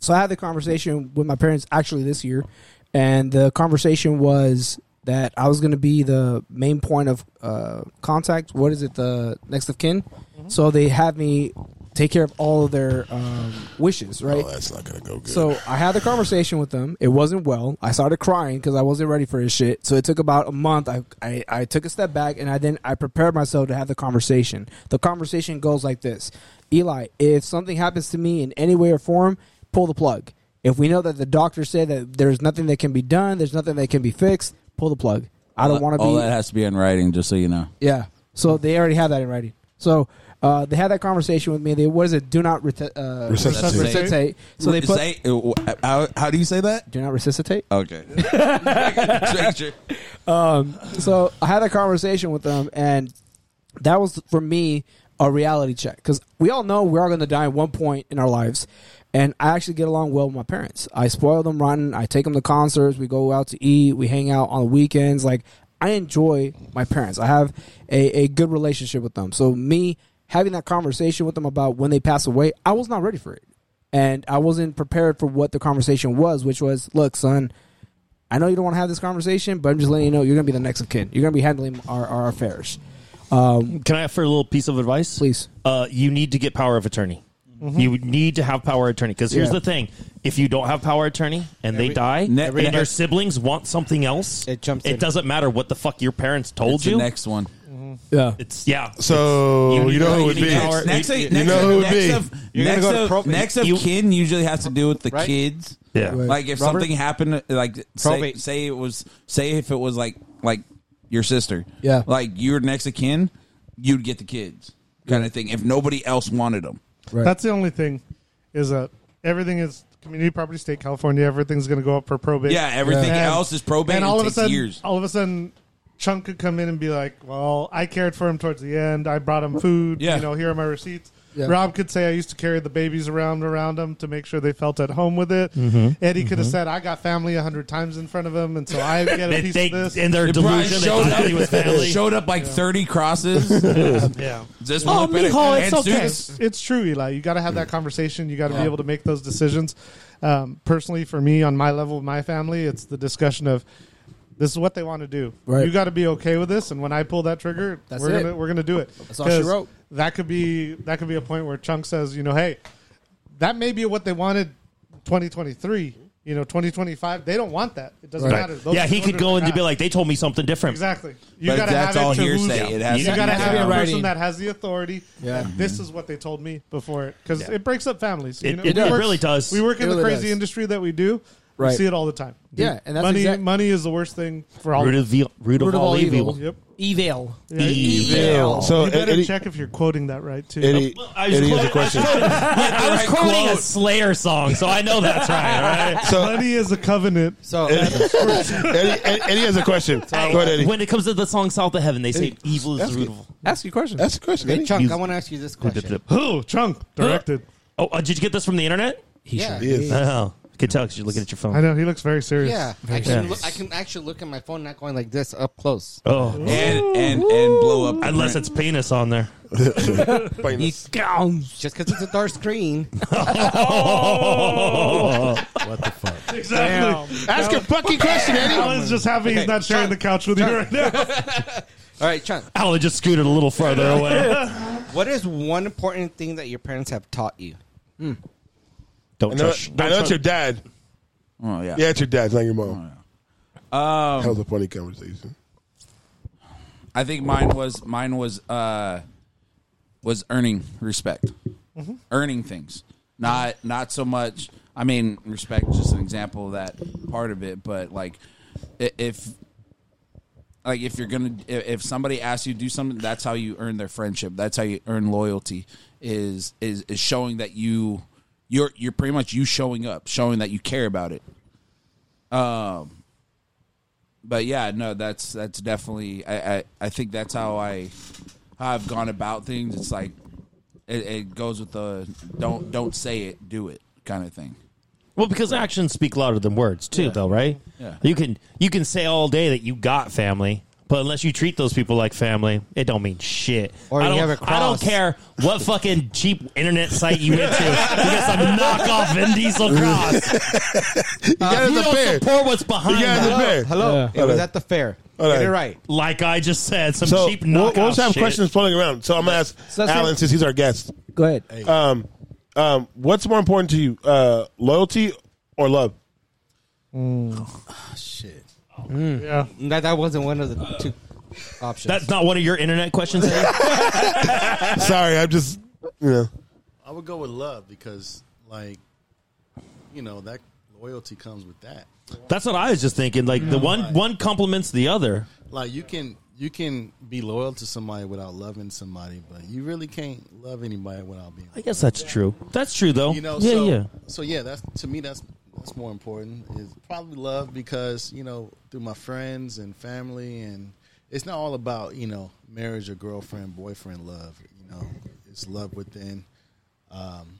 S7: so I had the conversation with my parents actually this year, and the conversation was that I was going to be the main point of uh, contact. What is it? The next of kin. So they had me take care of all of their um, wishes, right?
S2: that's not gonna go good.
S7: So I had the conversation with them. It wasn't well. I started crying because I wasn't ready for his shit. So it took about a month. I, I, I took a step back and I then I prepared myself to have the conversation. The conversation goes like this: Eli, if something happens to me in any way or form, pull the plug. If we know that the doctor said that there's nothing that can be done, there's nothing that can be fixed, pull the plug. I don't want to be.
S8: All that has to be in writing, just so you know.
S7: Yeah. So they already have that in writing. So uh, they had that conversation with me. They what is it? Do not reta- uh,
S8: Resuscitate.
S7: resuscitate. So they put
S8: Say- uh, how, how do you say that?
S7: Do not resuscitate.
S8: Okay.
S7: um, so I had a conversation with them, and that was for me a reality check because we all know we're all going to die at one point in our lives. And I actually get along well with my parents. I spoil them rotten. I take them to concerts. We go out to eat. We hang out on the weekends. Like I enjoy my parents. I have a, a good relationship with them. So me having that conversation with them about when they pass away, I was not ready for it. And I wasn't prepared for what the conversation was, which was, look, son, I know you don't want to have this conversation, but I'm just letting you know you're going to be the next of kin. You're going to be handling our, our affairs. Um,
S3: Can I offer a little piece of advice?
S7: Please.
S3: Uh, you need to get power of attorney.
S7: Mhm.
S3: You need to have power of attorney because here's
S7: Yeah.
S3: the thing: if you don't have power of attorney and they
S6: Every-
S3: die,
S6: every-
S3: and your siblings want something else, it
S6: jumps.
S3: It doesn't matter what the fuck your parents told
S8: It's the
S3: you.
S8: next one.
S7: Yeah.
S3: It's yeah.
S2: So
S3: It's-
S2: you know who it
S3: you
S2: would
S3: need
S2: be.
S3: power-
S8: Next,
S3: you-
S8: thing-
S3: you
S8: next,
S2: know who it
S8: next
S2: be.
S8: of,
S2: You're gonna
S8: next,
S2: go to
S8: of,
S2: probate.
S8: next of
S2: You-
S8: kin usually has to do with the
S2: Right?
S8: kids.
S3: Yeah.
S2: Right.
S8: Like if
S2: Robert?
S8: something happened, like say,
S2: Probate.
S8: say it was say if it was like like your sister.
S7: Yeah.
S8: Like you were next of kin, you'd get the kids kind of thing. If nobody else wanted them.
S1: That's the only thing is that everything is community property state California. Everything's going to go up for probate.
S8: Yeah, everything
S1: And-
S8: else is probate and
S1: And all of a
S8: takes
S1: sudden,
S8: years.
S1: all of a sudden, Chunk could come in and be like, "Well, I cared for him towards the end. I brought him food.
S8: Yeah.
S1: You know, here are my receipts."
S8: Yeah.
S1: Rob could say, "I used to carry the babies around around them to make sure they felt at home with it."
S3: Mhm.
S1: Eddie could have
S3: Mhm.
S1: said, "I got family a hundred times in front of him, and
S8: *laughs*
S1: so I get a
S3: They-
S1: piece
S3: they-
S1: of this."
S3: in their
S8: It probably
S3: delusion, they
S8: showed
S3: thought
S8: up-
S3: he was *laughs* family.
S8: Showed up like thirty crosses.
S1: *laughs* Yeah.
S8: Just
S3: Oh,
S8: one look better. And students-
S1: Oh, It's, it's true, Eli. You got to have that conversation. You got to be able to make those decisions. Um, personally, for me, on my level, with my family, it's the discussion of this is what they want to do.
S7: Right.
S1: You got to be okay with this, and when I pull that trigger,
S7: That's
S1: we're
S7: it.
S1: gonna we're gonna do it.
S7: That's all she
S1: 'Cause
S7: wrote.
S1: That could be that could be a point where Chunk says, you know, hey, that may be what they wanted, twenty twenty three. You know, twenty twenty five. They don't want that. It doesn't
S3: Right.
S1: matter. Those
S3: yeah, he
S1: children
S3: could go
S1: are
S3: in to
S1: not.
S3: be like, they told me something different.
S1: Exactly. You
S8: But
S1: gotta
S8: that's
S1: have it
S8: all
S1: to who's-
S8: hearsay. It has
S1: you
S8: to
S1: gotta
S8: be
S1: have a
S8: down.
S1: person
S8: Writing.
S1: that has the authority.
S8: Yeah.
S1: and This is what they told me before it because
S3: Yeah.
S1: it breaks up families.
S3: It- it
S1: we
S3: really does.
S1: We work
S3: It
S1: in the
S3: really
S1: crazy
S3: does.
S1: industry that we do. We
S3: Right.
S1: see it all the time.
S7: Yeah, and that's
S1: money.
S7: exact-
S1: money is the worst thing for all.
S3: Root
S1: of
S3: of the- root of Root of all all evil. evil.
S1: Yep.
S7: Evil.
S1: Yeah,
S3: Evil.
S2: So,
S1: you better
S2: Eddie-
S1: check if you're quoting that right too.
S2: Eddie-
S1: Well,
S3: I was
S2: Eddie has a
S3: quoting-
S2: question.
S3: I was quoting a Slayer song, so I know that's right. all right?
S1: money is a covenant.
S6: So
S2: Eddie, Eddie, Eddie has a question.
S3: Hey,
S2: *laughs* Go ahead, Eddie.
S3: When it comes to the song South of Heaven, they say evil is the root of all.
S7: Ask your question.
S2: That's a question.
S6: Hey,
S2: Eddie.
S6: Chunk, I want to ask you this question.
S1: Who? Chunk. Directed.
S3: Oh, uh, did you get this from the internet?
S7: He
S6: Yeah.
S2: He is.
S3: Oh, I could tell because you're looking at your phone.
S1: I know he looks very serious.
S6: Yeah, I can, look, I can actually look at my phone, not going like this up close.
S3: Oh,
S8: and and and blow up. the
S3: unless
S8: print.
S3: it's penis on there.
S6: Just because it's a dark screen.
S2: Oh.
S10: What the fuck?
S1: Exactly.
S2: *laughs* Ask a fucking
S6: *laughs*
S2: question, Eddie.
S1: Alan's just happy he's not sharing the couch with you right now.
S6: All right, Chunk.
S3: *laughs* Alan just scooted a little farther away.
S6: What is one important thing that your parents have taught you?
S3: Don't
S2: I know,
S3: trust.
S2: I
S3: Don't
S2: know it's
S3: trust.
S2: your dad.
S8: Oh yeah.
S2: Yeah, it's your dad. It's not your mom.
S8: Um,
S2: That was a funny conversation.
S8: I think mine was mine was uh was earning respect, earning things. Not not so much. I mean, respect is just an example of that part of it, but like i- if like if you're gonna i- if somebody asks you to do something, that's how you earn their friendship. That's how you earn loyalty. Is is is showing that you you're you're pretty much you showing up, showing that you care about it. Um but yeah, no, that's that's definitely. I, I I think that's how I how I've gone about things. It's like it, it goes with the don't don't say it, do it kind of thing.
S3: Well, because actions speak louder than words, too, though, right?
S8: Yeah.
S3: You can you can say all day that you got family, but unless you treat those people like family, it don't mean shit.
S6: Or
S3: I
S6: you
S3: don't,
S6: have a
S3: I don't
S6: cross.
S3: care what fucking cheap internet site you went
S6: *laughs*
S3: to. You got some knockoff Vin Diesel cross.
S2: You gotta
S3: you don't
S2: defend.
S3: support what's behind
S2: You gotta
S3: that.
S2: defend.
S6: Hello, it
S2: Hello.
S6: was at the fair.
S2: Hello.
S6: Get it right.
S3: Like I just said, some
S2: So
S3: cheap
S2: we'll,
S3: knockoff
S2: we'll just have
S3: shit.
S2: questions floating around. So I'm gonna ask
S7: So that's
S2: Alan
S7: not-
S2: since he's our guest.
S7: Go ahead.
S2: Um, um, what's more important to you, uh, loyalty or love?
S10: Shit.
S1: Yeah.
S6: That, that wasn't one of the two options.
S3: That's not one of your internet questions. Eddie?
S6: *laughs*
S2: Sorry, I'm just you know.
S10: I would go with love because, like, you know, that loyalty comes with that.
S3: That's what I was just thinking. Like the one one complements the other.
S10: like you can you can be loyal to somebody without loving somebody, but you really can't love anybody without being.
S3: I guess that's true. That's true, though.
S10: You know,
S3: Oh, yeah,
S10: so,
S3: yeah.
S10: So yeah, that's to me that's that's more important is probably love because you know through my friends and family and it's not all about you know marriage or girlfriend boyfriend love. You know, it's love within um,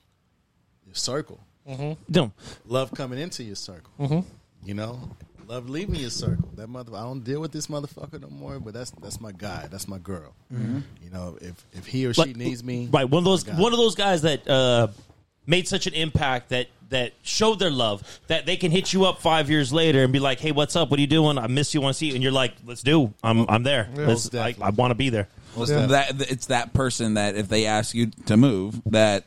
S10: your circle.
S3: Mhm. No.
S10: love coming into your circle.
S3: Mhm.
S10: You know, love leaving your circle. That mother, I don't deal with this motherfucker no more. But that's that's my guy. That's my girl.
S3: Mhm.
S10: You know, if if he or she
S3: Like-
S10: needs me,
S3: Right, one of
S13: Oh
S3: those
S10: I got
S3: one of those guys that uh, made such an impact that that showed their love that they can hit you up five years later and be like, "Hey, what's up? What are you doing? I miss you. Want to see you?" And you're like, "Let's do. I'm I'm there.
S8: Yeah.
S3: Let's, I, I want to be there."
S8: Well, it's that it's that person that if they ask you to move, *laughs* that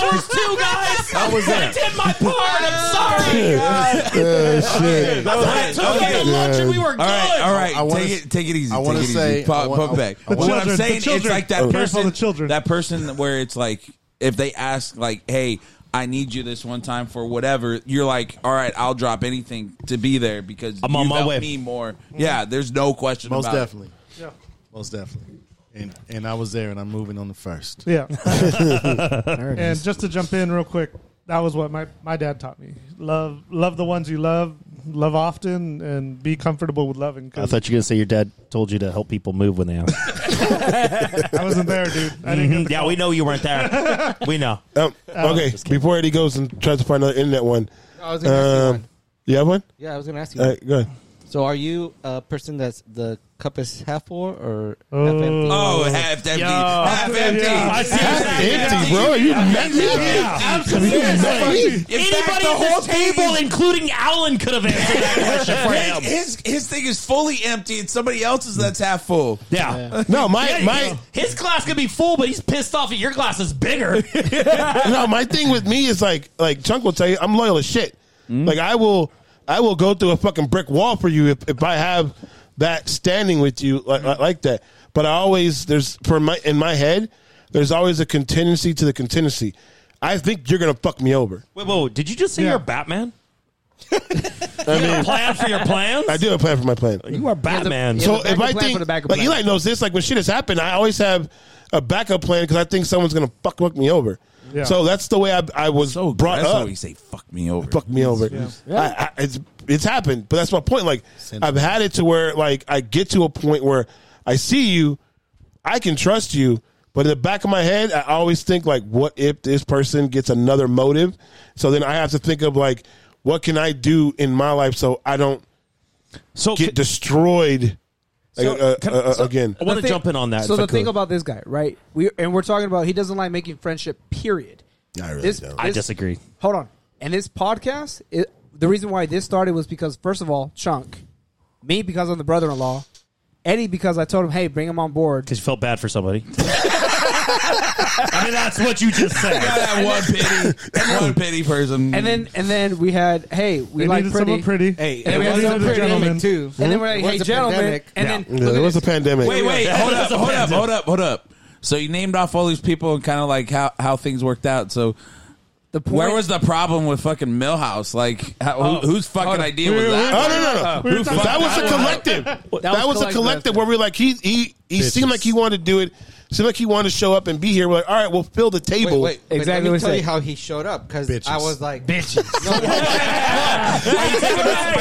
S5: I was there. I
S3: did my part. I'm
S6: Oh,
S5: sorry.
S6: *laughs*
S2: Um,
S8: shit. That was
S5: I took
S8: it.
S5: it to lunch and we were
S8: All right,
S5: good.
S8: all right.
S5: I wanna
S8: take
S5: s-
S8: it, take it easy.
S5: I
S8: want
S5: wanna
S8: to
S5: say- I
S8: pop,
S5: wa- I-
S8: pop back.
S5: The
S8: what
S5: children,
S8: I'm
S5: the
S8: saying, it's
S5: children.
S8: like that
S5: Careful,
S8: person,
S5: the
S8: that person where it's like if they ask, like, "Hey, I need you this one time for whatever," you're like, "All right, I'll drop anything to be there because
S10: I'm on
S8: you've
S10: my
S8: helped
S10: way."
S8: Me more, yeah. There's no question
S10: Most
S8: about it.
S10: definitely. Yeah. Most definitely. And and I was there, and I'm moving on the first.
S1: Yeah.
S10: There it
S1: and
S10: is.
S1: just to jump in real quick, that was what my, my dad taught me. Love love the ones you love, love often, and be comfortable with loving.
S13: I thought you were going to say your dad told you to help people move when they asked.
S1: I wasn't there, dude.
S2: Mm-hmm.
S1: I didn't get
S3: Mhm. *laughs* Yeah, we know you
S13: *laughs*
S3: weren't there. we know.
S6: Oh,
S2: Um, okay, before Eddie goes and tries to find another internet one. um,
S6: I was gonna ask you one.
S2: You have one?
S6: Yeah, I was gonna ask you
S2: All
S6: that.
S2: right, go ahead.
S6: So, are you a person that's the cup is half full or half
S2: Oh.
S6: empty?
S2: Oh, half
S8: empty. Half empty. I see
S2: Half empty, bro. You met me. You met me.
S3: Anybody at this table, including Alan, could have answered that question
S5: *laughs*
S3: for him.
S8: His his thing is fully empty, and somebody else's that's half full.
S3: Yeah.
S2: No, my-
S3: Yeah,
S2: my-
S3: his glass could be full, but he's pissed off that your glass is
S2: *laughs*
S3: bigger.
S2: no, my thing with me is like like Chunk will tell you, I'm loyal as shit.
S3: Hmm?
S2: Like I will I will go through a fucking brick wall for you if, if I have that standing with you like, like- like that. But I always there's for my in my head there's always a contingency to the contingency. I think you're gonna fuck me over.
S3: Wait, whoa! Did you just say you're *laughs* Batman?
S2: I
S3: mean, plan for your plans.
S2: I do have a plan for my plan.
S3: You are Batman.
S2: so if I think like Eli knows this, like when shit has happened, I always have a backup plan because I think someone's gonna fuck, fuck me over.
S8: Yeah.
S2: So that's the way I, I was brought
S8: that's
S2: up.
S8: how you say "fuck me over."
S2: Fuck me over.
S8: Yeah.
S2: I, I, it's it's happened, but that's my point. Like I've had it to where like I get to a point where I see you, I can trust you, but in the back of my head, I always think like, what if this person gets another motive? So then I have to think of like, what can I do in my life so I don't get destroyed like,
S7: So,
S2: uh,
S7: can-
S2: uh, uh,
S7: so-
S2: again.
S3: I wanna jump in on that
S7: So
S3: if I
S7: the thing
S3: could.
S7: about this guy, right? We and we're talking about he doesn't like making friendship. Period.
S2: I really
S7: This-
S2: don't.
S3: I
S7: this-
S3: disagree.
S7: Hold on. And this podcast, it, the reason why this started was because first of all, Chunk, me because I'm the brother-in-law, Eddie because I told him, hey, bring him on board
S3: because you felt bad for *laughs* somebody. I mean, that's what you just said.
S8: that *laughs* one pity, that one pity person.
S7: And then and then we had hey we
S8: They
S7: like
S8: needed
S7: pretty
S8: someone pretty.
S7: Hey,
S8: it
S7: and we had
S8: was
S7: someone
S8: a
S7: pretty
S8: gentleman.
S7: too. And then we're like
S8: It was
S7: hey
S8: a
S7: gentleman,
S8: pandemic.
S7: and
S8: Yeah.
S7: then
S2: Yeah, there was a pandemic.
S8: Wait, *laughs* wait, hold up, hold up, hold up, hold up. So you named off all these people and kind of like how how things worked out. So.
S7: The
S8: Where was the problem with fucking Millhouse? Like, how,
S2: Oh.
S8: who, whose fucking
S2: Hold on.
S8: idea
S2: We
S8: was
S2: were-
S8: that?
S2: we were- Oh, no, no, no. we were
S8: Who
S2: talking-
S8: fucked
S2: that was a
S8: up?
S2: collective. That, was, a collective where we were like, he he he
S8: Bitches.
S2: seemed like he wanted to do it. Seemed like he wanted to show up and be here. We're like, all right, we'll fill the table.
S6: Wait, wait, Let me tell you how he showed up because I was like, *laughs*
S3: bitches. Are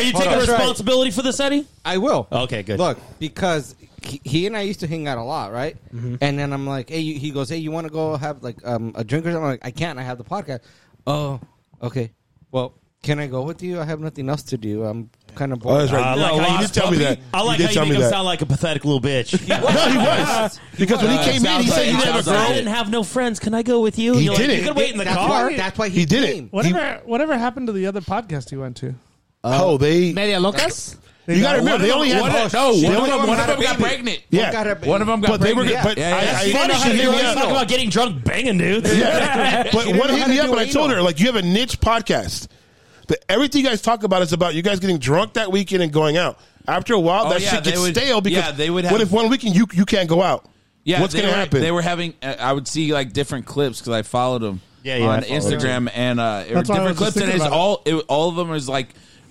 S3: you
S6: Hold
S3: taking
S6: on.
S3: responsibility for this, Eddie?
S6: I will.
S3: Okay, good.
S6: Look, because he, he and I used to hang out a lot, right?
S3: Mhm.
S6: And then I'm like, hey, you, he goes, hey, you want to go have like um, a drink or something? I'm like, I can't. I have the podcast. Oh, okay. Well, can I go with you? I have nothing else to do. I'm kind of bored.
S2: Oh, that's right. I like how you did tell me that.
S3: I like
S2: You did
S3: how you
S2: tell
S3: make
S2: me
S3: him
S2: that.
S3: sound like a pathetic little
S2: *laughs*
S3: bitch.
S2: no, he was because when he came in, he said he didn't have a
S3: I
S2: girl.
S3: didn't have no friends. Can I go with you?
S2: He
S3: And you're like,
S2: didn't.
S3: you could wait in the
S2: That's
S3: car.
S2: why- that's why he He did it. came.
S1: Whatever, whatever happened to the other podcast you went to?
S2: oh, they
S7: Media Locas.
S2: You got to remember, they only had
S8: no,
S2: they
S8: one
S2: only-
S8: of them, one of them got pregnant.
S2: Yeah,
S8: one of them got
S2: But they were.
S8: pregnant.
S2: But I- I-
S3: It's funny
S2: she
S3: how
S2: hit
S3: you're
S2: me
S3: always
S2: up.
S3: talking about getting drunk banging dudes. *laughs*
S2: Yeah. *laughs* but what hit me up and I told her, like, you have a niche podcast. That everything you guys talk about is about you guys getting drunk that weekend and going out. After a while,
S8: Oh,
S2: that
S8: yeah,
S2: shit
S8: they
S2: gets
S8: would-
S2: stale because
S8: yeah, they would have-
S2: what if one weekend you you can't go out?
S8: Yeah,
S2: what's
S8: they
S2: going to
S8: were-
S2: happen?
S8: They were having. uh, I would see like different clips because I followed them,
S13: Yeah, yeah,
S8: on
S13: I follow
S8: Instagram,
S13: that.
S8: and uh, it
S13: That's
S8: was
S13: why I was
S8: different
S13: just
S8: clips, and
S13: thinking
S8: it's
S13: about it.
S8: all it, all of them is like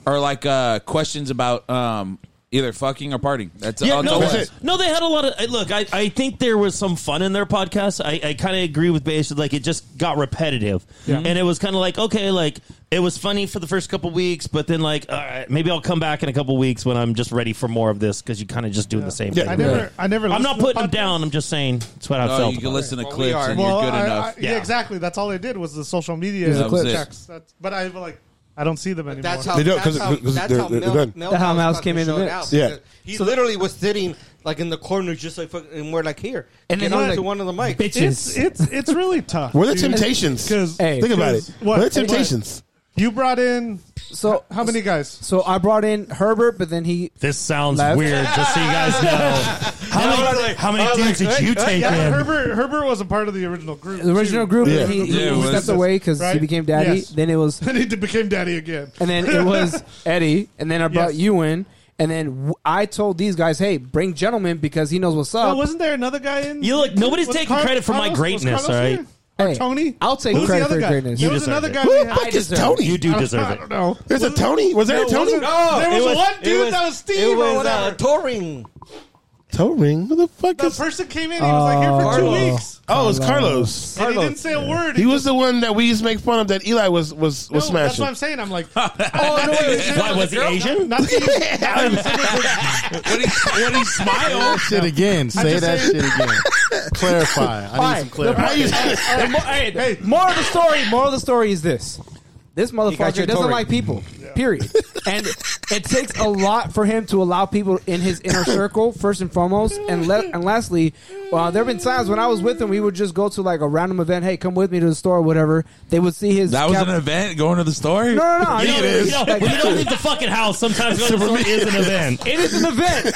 S8: are like uh, questions about um, either fucking or partying. That's all. Oh,
S3: no,
S8: that's it.
S3: no, they had a lot of. I- Look, I, I think there was some fun in their podcast. I, I kind of agree with Bass. Like, it just got repetitive.
S13: Yeah.
S3: And it was kind of like, okay, like, it was funny for the first couple weeks, but then, like, all right, maybe I'll come back in a couple weeks when I'm just ready for more of this because you kind of just doing the same thing.
S1: I never, I never.
S3: I'm not
S1: listened to
S3: putting them down. I'm just saying it's what I
S8: No,
S3: felt.
S8: you can listen to
S3: about it.
S8: clips and you're good
S1: I- I-
S8: enough.
S1: yeah. exactly. That's all I did was the social media
S8: Here's the clips.
S1: checks. That's, but I like, I don't see them anymore.
S6: That's how that's how, that's how Mel, Mel
S1: That's how
S6: House
S1: Mouse
S6: fucking
S1: came in the
S6: showed
S1: mix.
S6: out.
S1: Yeah.
S6: he literally was sitting like in the corner, just like fucking, and we're like here,
S1: And
S6: and
S1: then
S6: get
S1: they're
S6: onto
S1: like,
S6: one of the mics.
S1: It's it's it's really tough.
S2: We're the
S1: dude.
S2: Temptations.
S1: 'Cause-
S2: Hey. Think about
S1: 'cause
S2: it. We're the Temptations.
S1: You brought in
S7: so
S1: how many guys?
S7: So I brought in Herbert, but then he.
S3: This sounds
S7: left.
S3: weird. Just so you guys know. How many- how many dudes did you take in?
S1: Uh, Herbert Herbert was a part of the original group.
S7: The original
S1: too.
S7: group, Yeah. he- he- Yeah, he it was. stepped away 'cause he became daddy.
S1: *laughs*
S7: Then it was
S1: then he d- became daddy again.
S7: And then it was Eddie, and then I brought
S1: Yes.
S7: you in, and then w- I told these guys, "Hey, bring gentlemen because he knows what's up."
S1: Oh, wasn't there another guy in?
S7: You look, nobody's
S1: Was
S7: taking credit for my greatness,
S1: Carlos
S7: all right?
S1: in? Or
S7: Hey,
S1: Tony?
S7: I'll take
S1: Who's
S7: credit
S1: the other
S7: for
S1: guy?
S7: greatness. You
S1: There was
S7: deserve
S1: another
S7: it.
S1: guy.
S7: Who
S1: we
S7: the
S1: had.
S7: fuck is Tony?
S3: You do
S1: I don't-
S3: deserve
S1: I
S3: it.
S1: don't know.
S2: There's a Tony? Was there
S1: No,
S2: a Tony?
S1: wasn't- there was, one dude that was Steve
S6: It was
S1: or whatever.
S6: uh, touring.
S2: Toe ring? Who the fuck
S1: the
S2: is?
S1: person came in. He was like here for two
S2: Carlos.
S1: weeks.
S2: Oh, it was Carlos.
S1: And he didn't say a word.
S2: He was the one that we used to make fun of that Eli was was was
S1: No, That's
S2: smashing.
S1: what I'm saying. I'm like, *laughs*
S2: no, wait, why, was he
S3: Asian?
S1: Not the
S8: when he when he
S10: That
S8: smiled,
S10: shit again. Say that
S2: *laughs*
S10: shit again. Clarify. I need some clarification.
S7: The mo- *laughs* hey, the moral of the story. Moral of the story is this: This
S10: got your
S7: motherfucker doesn't
S10: Tory.
S7: like people.
S10: *laughs*
S7: Period. and it takes a lot for him to allow people in his inner circle first and foremost, and le- and lastly, uh, there have been times when I was with him, we would just go to like a random event. Hey, come with me to the store, or whatever. They would see his.
S8: that was
S7: cap-
S8: an event going to the store.
S7: No,
S8: Yeah,
S7: no, no. I
S8: it
S7: know-
S8: is.
S7: you know,
S3: When you don't leave the fucking house, sometimes going to the store is an event.
S7: It is an
S8: *laughs*
S7: event.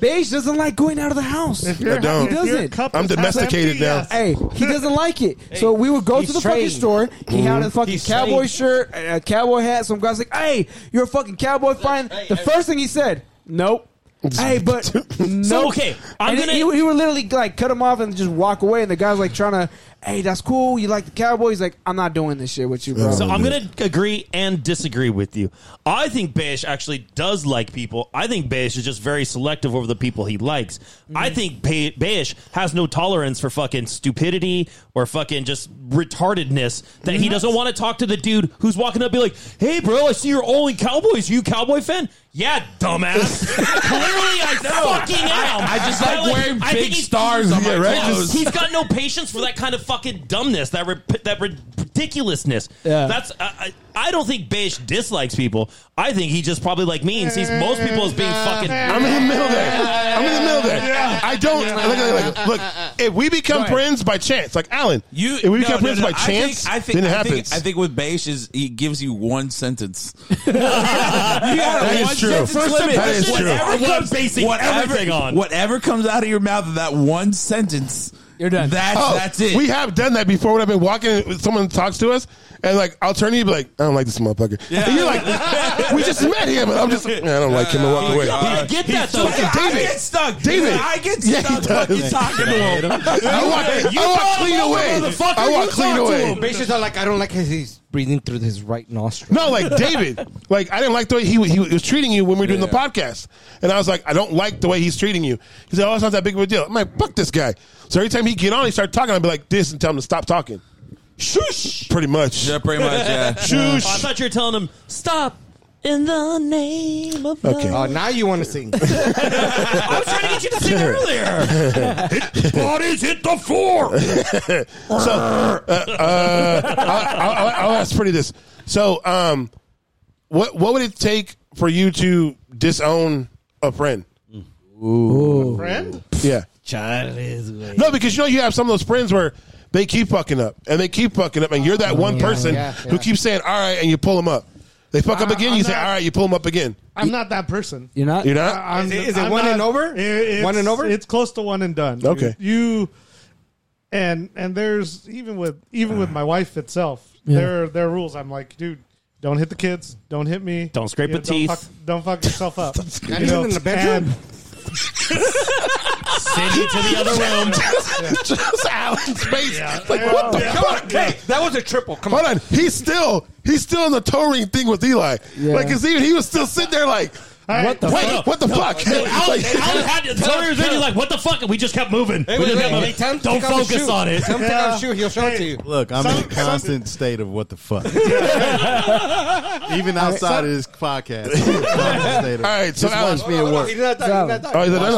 S7: Beige doesn't like going out of the house.
S2: I don't.
S7: He doesn't.
S2: I'm domesticated now.
S7: *laughs* Hey, he doesn't like it. so we would go to
S6: he's
S7: the fucking
S6: trained.
S7: store. He had a
S6: Mhm.
S7: fucking
S6: He's
S7: cowboy
S6: trained.
S7: shirt, a a cowboy hat. Some guy's like, "Hey, you're a fucking cowboy." Fine. The first thing he said, "Nope."
S6: *laughs*
S7: hey, but no.
S3: okay, I'm
S7: And
S3: gonna-
S7: He, he would literally like cut him off and just walk away. And the guy's like trying to, "Hey, that's cool. You like the cowboy?" He's like, "I'm not doing this shit with you, bro."
S3: So I'm going to agree and disagree with you. I think Beish actually does like people. I think Beish is just very selective over the people he likes.
S8: Mm-hmm.
S3: I think Pe- Beish has no tolerance for fucking stupidity or fucking just retardedness that
S8: Mm-hmm.
S3: he doesn't want to talk to the dude who's walking up and be like, hey, bro, I see you're only Cowboys. You Cowboy fan? Yeah,
S8: *laughs*
S3: dumbass. Clearly, I fucking am.
S8: I just like wearing
S3: I think
S8: big
S3: he's-
S8: stars on my
S3: Yeah, right?
S8: clothes.
S3: He's got no patience for that kind of fucking dumbness, that rep- that ri- ridiculousness.
S7: Yeah.
S3: That's I, I I don't think Beish dislikes people. I think he just probably like me and sees most people as being fucking.
S2: I'm in the middle there. I'm in the middle there. I don't look, look, look, look.
S8: Uh,
S2: If we become friends by chance, like Alan,
S8: You
S2: if we
S8: no,
S2: become
S8: no,
S2: friends
S8: no.
S2: by
S8: I
S2: chance,
S8: think, I think,
S2: then it
S8: I think-
S2: happens.
S8: I think with Beish is he gives you one sentence.
S2: That is true. First impression is true.
S3: Whatever comes- whatever-
S8: Whatever comes out of your mouth in that one sentence,
S7: you're done.
S8: That's
S2: Oh,
S8: that's it.
S2: We have done that before when I've been walking, someone talks to us, and like, I'll turn to you and be like, I don't like this motherfucker.
S8: Yeah.
S2: And you're like, we just met him, and I'm just, like, "Yeah, I don't like him, and walk away.
S3: I get that though.
S2: Fucking
S8: Oh I
S2: David.
S8: get stuck.
S2: David.
S8: I get
S2: Yeah, he
S8: stuck
S2: does.
S8: fucking talking to him.
S2: I walk, I walk clean away. I walk clean away.
S6: Bitches are like, I don't like his. He's breathing through his
S2: *laughs*
S6: right nostril.
S2: No, like David. Like I didn't like the way he, he was treating you when we were doing the
S8: Yeah.
S2: podcast, and I was like, I don't like the way he's treating you. He said, "Oh, it's not that big of a deal." I'm like, "Fuck this guy." So every time he get on, he start talking. I'd be like, "This," and tell him to stop talking. Shush. Pretty
S8: *laughs*
S2: much.
S8: Yeah, pretty much. *laughs* Yeah.
S3: I
S2: Shush.
S3: thought you were telling him stop. In the name of
S2: Okay.
S6: Oh,
S3: love.
S6: now you want to sing? *laughs*
S3: I was trying to get you to sing earlier. *laughs* Hit, bodies hit the floor.
S2: So uh, uh, I'll, I'll, I'll ask Pretty this. So, um, what what would it take for you to disown a friend?
S1: friend.
S6: Mm.
S2: Yeah.
S11: Charles, güey.
S2: No, because you know you have some of those friends where they keep fucking up and they keep fucking up, and you're that one person
S1: yeah,
S2: who
S1: yeah.
S2: keeps saying "all right" and you pull them up. They fuck up
S1: I-
S2: again,
S1: I'm
S2: you say
S1: not-
S2: "all right," you pull them up again.
S1: I'm not that person.
S7: You're not.
S2: You're not. *laughs*
S1: I'm-
S6: Is it- is it
S1: I'm
S6: one
S1: not-
S6: and over?
S1: It- it's-
S6: One and over?
S1: It's close to one and done. dude.
S2: Okay.
S1: You and and there's even with even with my wife itself,
S7: Yeah.
S1: there are, there are rules. I'm like, dude, don't hit the kids, don't hit me,
S3: Don't scrape
S1: You know,
S3: the
S1: don't
S3: *laughs* teeth.
S1: Fuck, don't fuck yourself up.
S6: Not even in the bedroom?
S1: and-
S3: Send you to the *laughs* other room.
S2: Just out in space.
S3: Yeah.
S2: Like, what the
S3: Yeah.
S2: fuck?
S3: Yeah.
S2: Hey, that was a triple. Come Hold on. He's still he's still in the toe ring thing with Eli.
S5: Yeah.
S2: Like, cause even he was still sitting there like,
S3: What the
S2: wait,
S3: fuck?
S2: what the fuck?
S3: Alan,
S2: Like-
S3: Alan had to tell her really like, what the fuck? And we just kept moving.
S10: Hey,
S3: we
S10: wait,
S3: just
S10: wait,
S3: kept
S10: wait.
S3: moving.
S10: Tell him to
S3: Don't
S10: take off his
S3: focus
S10: shoe.
S3: on it.
S10: Tell him to take off his
S6: shoe. He'll show it to you.
S10: Look, I'm in a constant state of what the
S2: *laughs*
S10: fuck. Even outside of this podcast. I'm in a constant state of-
S2: *laughs* All right, so
S10: just
S2: Alan-
S10: watch me at work.
S2: Oh, he's not done?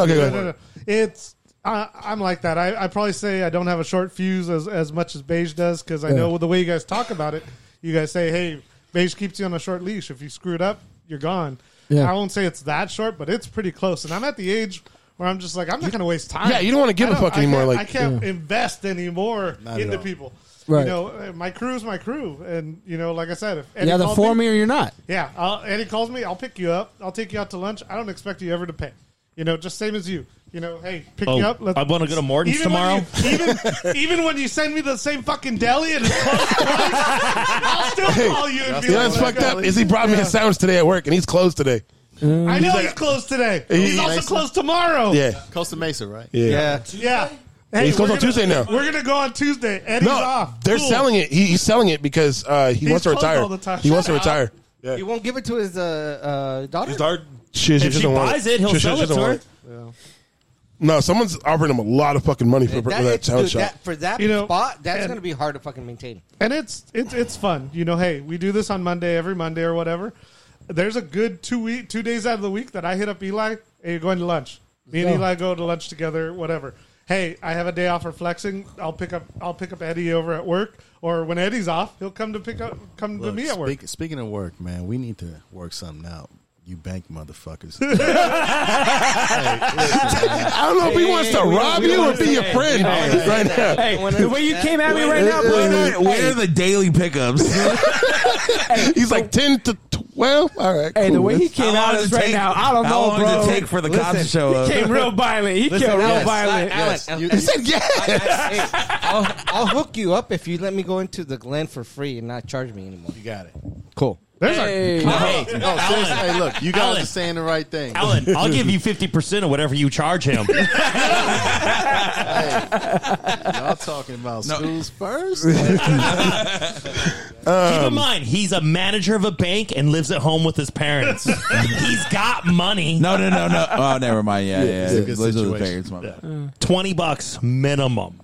S2: Okay, go ahead.
S1: It's I, I'm like that. I, I probably say I don't have a short fuse as as much as Beige does because I know the way you guys talk about it. You guys say, "Hey, Beige keeps you on a short leash. If you screw it up, you're gone."
S2: Yeah.
S1: I won't say it's that short, but it's pretty close. And I'm at the age where I'm just like, I'm not going to waste time.
S2: Yeah, you don't wanna give
S1: I
S2: a fuck
S1: I
S2: anymore,
S1: can't-
S2: like-
S1: I can't
S2: Yeah.
S1: invest anymore
S2: Not at
S1: into
S2: all.
S1: people. You
S7: Right.
S1: know, uh, my crew is my crew, and you know, like I said, if
S7: You're either
S1: called
S7: for me or you're not.
S1: yeah, I'll, Eddie calls me. I'll pick you up. I'll take you out to lunch. I don't expect you ever to pay. You know, just same as you. You know, hey, pick
S3: Oh,
S1: you up.
S3: I wanna go to Morton's
S1: Even when
S3: tomorrow.
S1: you- even,
S3: *laughs*
S1: even when you send me the same fucking deli and it's closed twice, I'll still
S2: Hey,
S1: call you. And
S2: you
S1: be
S2: know
S1: like,
S2: what's
S1: "Oh my
S2: fucked
S1: God."
S2: up? Is he brought me
S1: Yeah.
S2: his sandwich today at work, and he's closed today.
S1: I know
S2: He's
S1: he's,
S2: like-
S1: closed today.
S2: He-
S1: he's also
S2: Mesa?
S1: closed tomorrow.
S2: Yeah.
S10: Costa Mesa, right?
S2: Yeah. Yeah.
S1: Yeah.
S2: He's closed
S1: we're
S2: on
S1: gonna-
S2: Tuesday now.
S1: We're gonna go on Tuesday. Eddie's
S2: no,
S1: off.
S2: they're
S1: Cool.
S2: selling it. He, he's selling it because uh, he
S1: He's
S2: wants to
S1: closed
S2: retire.
S1: all the time.
S2: He wants to
S1: Shut up.
S2: retire.
S6: He won't give it to his uh, uh, daughter.
S2: His daughter. She, she
S6: If she
S2: doesn't want
S6: buys it, he'll
S2: She- she
S6: sell it
S2: doesn't
S6: to
S2: want
S6: her.
S2: No, someone's offering him a lot of fucking money for, for
S6: That,
S2: that,
S6: it's-
S2: challenge
S6: dude,
S2: shop.
S6: that- for that
S1: You know,
S6: spot, that's
S1: and-
S6: going to be hard to fucking maintain.
S1: and it's it's it's fun. You know, hey, we do this on Monday every Monday or whatever. There's a good two week two days out of the week that I hit up Eli. Hey, you're going to lunch. Me and
S5: Yeah.
S1: Eli go to lunch together. Whatever. Hey, I have a day off for flexing. I'll pick up I'll pick up Eddie over at work, or when Eddie's off, he'll come to pick up come to
S10: Look,
S1: me at work.
S10: speak- speaking of work, man, we need to work something out. You bank motherfuckers.
S2: I don't know if he wants to rob you or be your friend right now.
S10: the way you came at me right now,
S2: boy.
S10: boy.
S2: Hey.
S8: Where are the daily pickups?
S2: *laughs* He's like ten to twelve. All right.
S8: Hey,
S2: cool.
S8: the way he came
S2: How
S8: at
S2: long
S8: us
S2: does it
S8: right
S2: take-
S8: now, I don't
S2: how
S8: know,
S2: long does
S8: bro.
S2: it take for the
S8: Listen,
S2: cops to show
S8: he
S2: up?
S8: came real violent. He came real violent. Yes.
S6: Alex, Alex,
S8: You-
S6: I
S8: you- said yes.
S6: I'll, I'll hook you up if you let me go into the Glen for free and not charge me anymore. You
S10: got it.
S6: Cool.
S1: There's
S10: Hey,
S6: no,
S10: no, no, seriously, hey, look, you guys are saying the right thing.
S3: Alan, I'll give you fifty percent of whatever you charge him.
S10: Y'all talking about schools first?
S3: Keep in mind, he's a manager of a bank and lives at home with his parents. he's got money.
S8: No, no, no, no. Oh, never mind. Yeah, yeah. yeah.
S3: it's a good
S8: Those are the
S3: situation.
S8: parents, my bad.
S3: Twenty bucks minimum.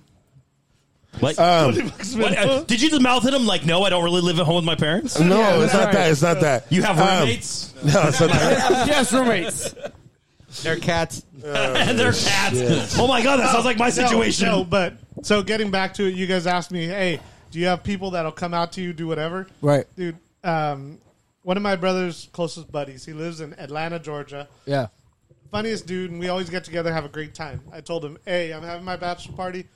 S3: Like,
S2: Um,
S3: 20 bucks minimum. What, uh, did you just mouth at him like, no, I don't really live at home with my parents?
S2: No, it's not that. It's not that.
S3: You have
S2: Um,
S3: roommates?
S2: no, it's not that.
S6: yes, roommates. They're cats.
S3: *laughs* and they're cats. Oh my god, that sounds like my
S1: No,
S3: situation.
S1: No, but so getting back to it, you guys asked me, hey, do you have people that'll come out to you, do whatever?
S7: Right.
S1: Dude, um, one of my brother's closest buddies, he lives in Atlanta, Georgia.
S7: Yeah.
S1: Funniest dude, and we always get together, have a great time. I told him, hey, I'm having my bachelor party.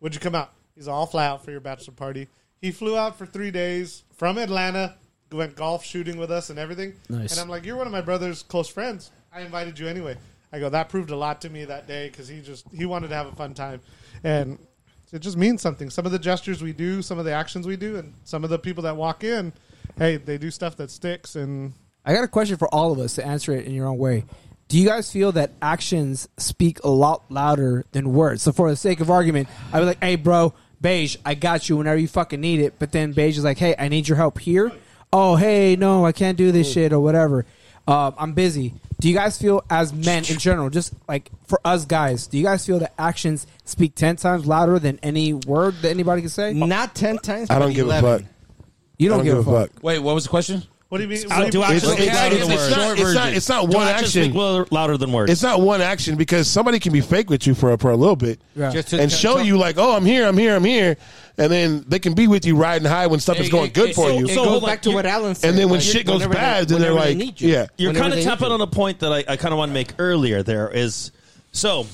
S1: Would you come out? He's all fly out for your bachelor party. He flew out for three days from Atlanta, went golf shooting with us and everything.
S7: Nice.
S1: And I'm like, you're one of my brother's close friends. I invited you anyway. I go, that proved a lot to me that day because he just he wanted to have a fun time, and it just means something. Some of the gestures we do, some of the actions we do, and some of the people that walk in, hey, they do stuff that sticks. And
S7: I got a question for all of us to answer it in your own way. Do you guys feel that actions speak a lot louder than words? So, for the sake of argument, I'd be like, hey, bro, Beige, I got you whenever you fucking need it. But then Beige is like, hey, I need your help here. Oh, hey, no, I can't do this shit or whatever. Um, I'm busy. Do you guys feel, as men in general, just like for us guys, do you guys feel that actions speak 10 times louder than any word that anybody can say?
S6: Not 10 times.
S2: I don't give a fuck.
S7: You don't, give, a fuck.
S8: Wait, what was the question?
S1: What do you mean?
S3: Uh, do actions
S2: It's-
S3: speak
S2: it's-
S3: louder
S2: it's
S3: than words?
S2: not- it's not- it's not
S3: Do
S2: one
S3: actions
S2: action.
S3: speak lo- louder than words.
S2: It's not one action because somebody can be fake with you for for a little bit
S3: Yeah. Just to-
S2: and show you like, oh, I'm here, I'm here, I'm here, and then they can be with you riding high when stuff is
S6: It-
S2: going
S6: it-
S2: good
S6: it-
S2: for
S6: so-
S2: you.
S6: it goes back to what Alan said.
S2: And then when
S6: Like,
S2: shit goes
S6: whenever they-
S2: bad, then they're
S6: whenever they
S2: like,
S6: need you.
S2: yeah,
S3: You're
S6: Whenever
S3: kind of
S6: they
S3: tapping on a point that I, I kind of want to make earlier. There is so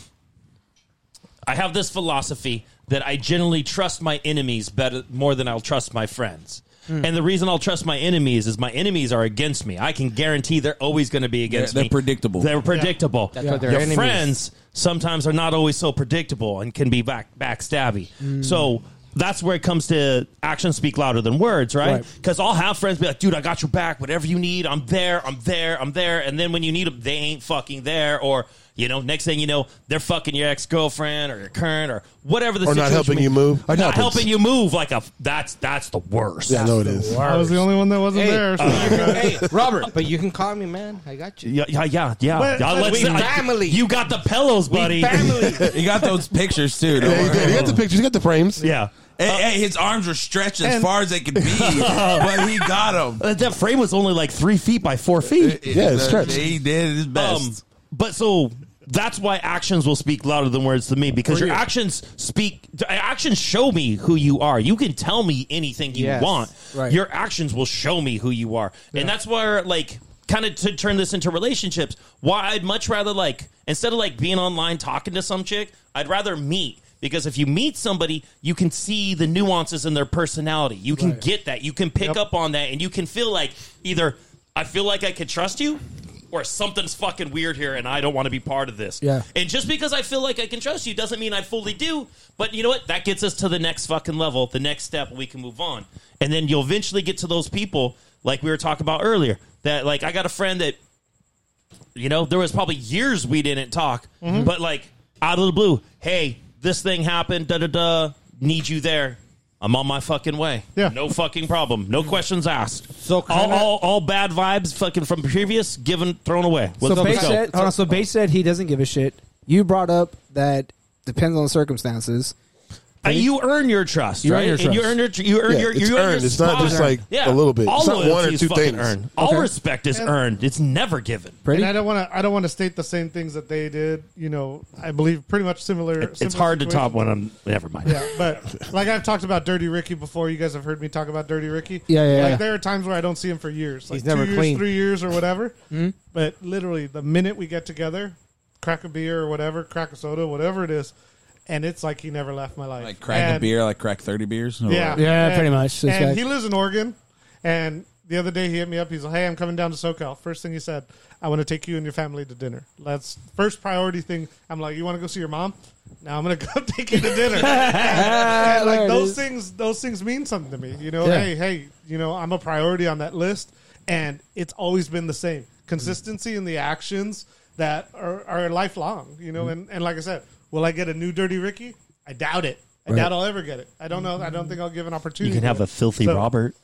S3: I have this philosophy that I generally trust my enemies better more than I'll trust my friends.
S8: Hmm.
S3: And the reason I'll trust my enemies is my enemies are against me. I can guarantee they're always going to be against
S8: they're
S3: me.
S8: predictable.
S3: They're predictable.
S8: That's why they're
S3: Your
S8: enemies.
S3: friends sometimes are not always so predictable and can be back backstabby.
S8: Hmm.
S3: So that's where it comes to actions speak louder than words, right?
S8: Right.
S3: Because I'll have friends be like, dude, I got your back. Whatever you need, I'm there, I'm there, I'm there. And then when you need them, they ain't fucking there. Or, You know, next thing you know, they're fucking your ex girlfriend or your current or whatever the
S2: Or not
S3: situation
S2: helping
S3: may-
S2: you move.
S3: Or not
S2: Happens.
S3: helping you move. Like a that's that's the worst.
S2: Yeah, I know
S3: That's
S2: it
S3: the
S2: is.
S3: worst.
S1: I was the only one that wasn't there. So
S8: uh,
S6: Robert, but you can call me, man. I got you.
S3: Yeah, yeah, yeah. yeah.
S6: But-
S3: Y'all
S6: but
S3: let's-
S6: we
S3: I-
S6: family.
S3: You got the pillows, buddy.
S2: *laughs*
S8: family. you got those pictures too.
S2: Yeah, he did. He got the pictures. He got the
S3: *laughs*
S2: frames.
S3: Yeah.
S8: Hey, hey, his arms were stretched as
S3: and-
S8: far as they could be, but he got them.
S3: Uh, that frame was only like three feet by four feet.
S8: Yeah, it's stretched. He did his
S3: Um,
S8: best.
S3: but so that's why actions will speak louder than words to me because your actions speak. Actions show me who you are. You can tell me anything you
S6: Yes.
S3: want.
S6: Right.
S3: Your actions will show me who you are, and that's where like kind of to turn this into relationships. Why I'd much rather like instead of like being online talking to some chick, I'd rather meet. Because if you meet somebody, you can see the nuances in their personality. You can get that. You can pick up on that, and you can feel like either I feel like I could trust you, or something's fucking weird here, and I don't want to be part of this.
S7: Yeah.
S3: And just because I feel like I can trust you doesn't mean I fully do. But you know what? That gets us to the next fucking level, the next step. We can move on, and then you'll eventually get to those people, like we were talking about earlier. That like I got a friend that, you know, there was probably years we didn't talk,
S1: Mm-hmm.
S3: but like out of the blue, hey, this thing happened, da da da, need you there. I'm on my fucking way. Yeah. No fucking problem.
S1: Mm-hmm.
S3: No questions asked. So all, all, all bad vibes fucking from previous given thrown away. Let's
S7: so Bates
S3: go.
S7: said, hold on, so Bates said he doesn't give a shit. You brought up that depends on the circumstances.
S3: Uh, you earn your trust,
S7: You earn
S3: right?
S7: your
S3: And you
S7: trust.
S3: earn your you earn
S7: Yeah,
S3: your
S7: it's
S3: you earn
S7: earned.
S3: Your
S7: It's not
S3: spot.
S7: just like
S3: yeah.
S2: a little bit.
S3: All
S2: It's not one or
S3: loyalty is
S2: two
S3: fucking
S2: things.
S3: Earned. All
S2: Okay.
S3: respect is
S1: And-
S3: earned. It's never given.
S1: And I don't want to. I don't want to state the same things that they did. You know, I believe pretty much similar.
S3: It's
S1: similar
S3: hard to
S1: situations.
S3: top when I'm. Never mind.
S1: Yeah, but like I've talked about Dirty Ricky before. You guys have heard me talk about Dirty Ricky.
S3: Yeah, yeah,
S1: Like
S3: yeah.
S1: there are times where I don't see him for years. Like
S6: He's never
S1: two years,
S6: clean.
S1: three years or whatever.
S8: Mm-hmm.
S1: But literally, the minute we get together, crack a beer or whatever, crack a soda, whatever it is, and it's like he never left my life.
S8: Like crack a
S1: And-
S8: beer, like crack thirty beers. or
S1: Yeah,
S8: whatever.
S1: And- And he lives in Oregon. And the other day he hit me up. He's like, "Hey, I'm coming down to SoCal." First thing he said, "I want to take you and your family to dinner." That's first priority thing. I'm like, "You want to go see your mom?" Now I'm gonna *laughs* go take you to dinner. And,
S7: There
S1: like
S7: it
S1: those
S7: is.
S1: things, those things mean something to me. You know,
S7: Yeah.
S1: hey, hey, you know, I'm a priority on that list, and it's always been the same consistency in the actions that are, are lifelong. You know, and and like I said, will I get a new Dirty Ricky? I doubt it. I
S3: Right.
S1: doubt I'll ever get it. I don't know. I don't think I'll give an opportunity.
S3: You can have a
S1: to it.
S3: filthy
S1: So-
S3: Robert.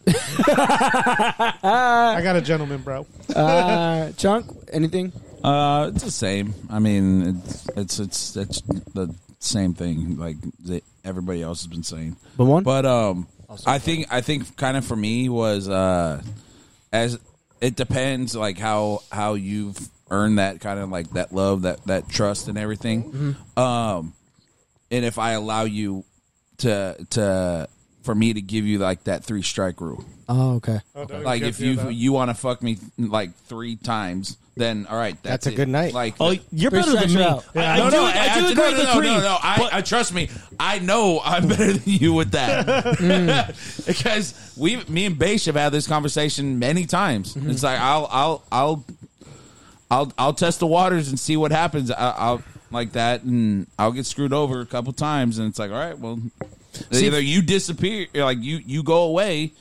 S1: I got a gentleman, bro.
S7: Uh, Chunk, anything?
S8: Uh, it's the same. I mean, it's it's it's, it's the same thing. Like that everybody else has been saying.
S7: But one.
S8: But um, I think I think kind of for me was uh, as it depends like how how you've earned that kind of like that love that that trust and everything. Um, and if I allow you to to for me to give you like that three strike rule
S7: Oh, okay.
S8: like if you you want to fuck me like three times, then all right, that's,
S6: That's a
S8: it.
S6: good night.
S8: Like,
S6: Oh, you're Three better than strikes me. you're out.
S8: I,
S6: Yeah.
S8: I
S6: No,
S8: do,
S6: no,
S8: I do
S6: I-
S8: agree
S6: no,
S8: with
S6: no,
S8: the
S6: no,
S8: three.
S6: no, no.
S8: I, I trust me. I know I'm *laughs* better than you with that Mm. *laughs* because we, me and Beish have had this conversation many times. It's like I'll, I'll, I'll, I'll, I'll test the waters and see what happens. I, I'll like that, and I'll get screwed over a couple times, and it's like, all right, well,
S9: See,
S8: either you disappear, like you, you go away,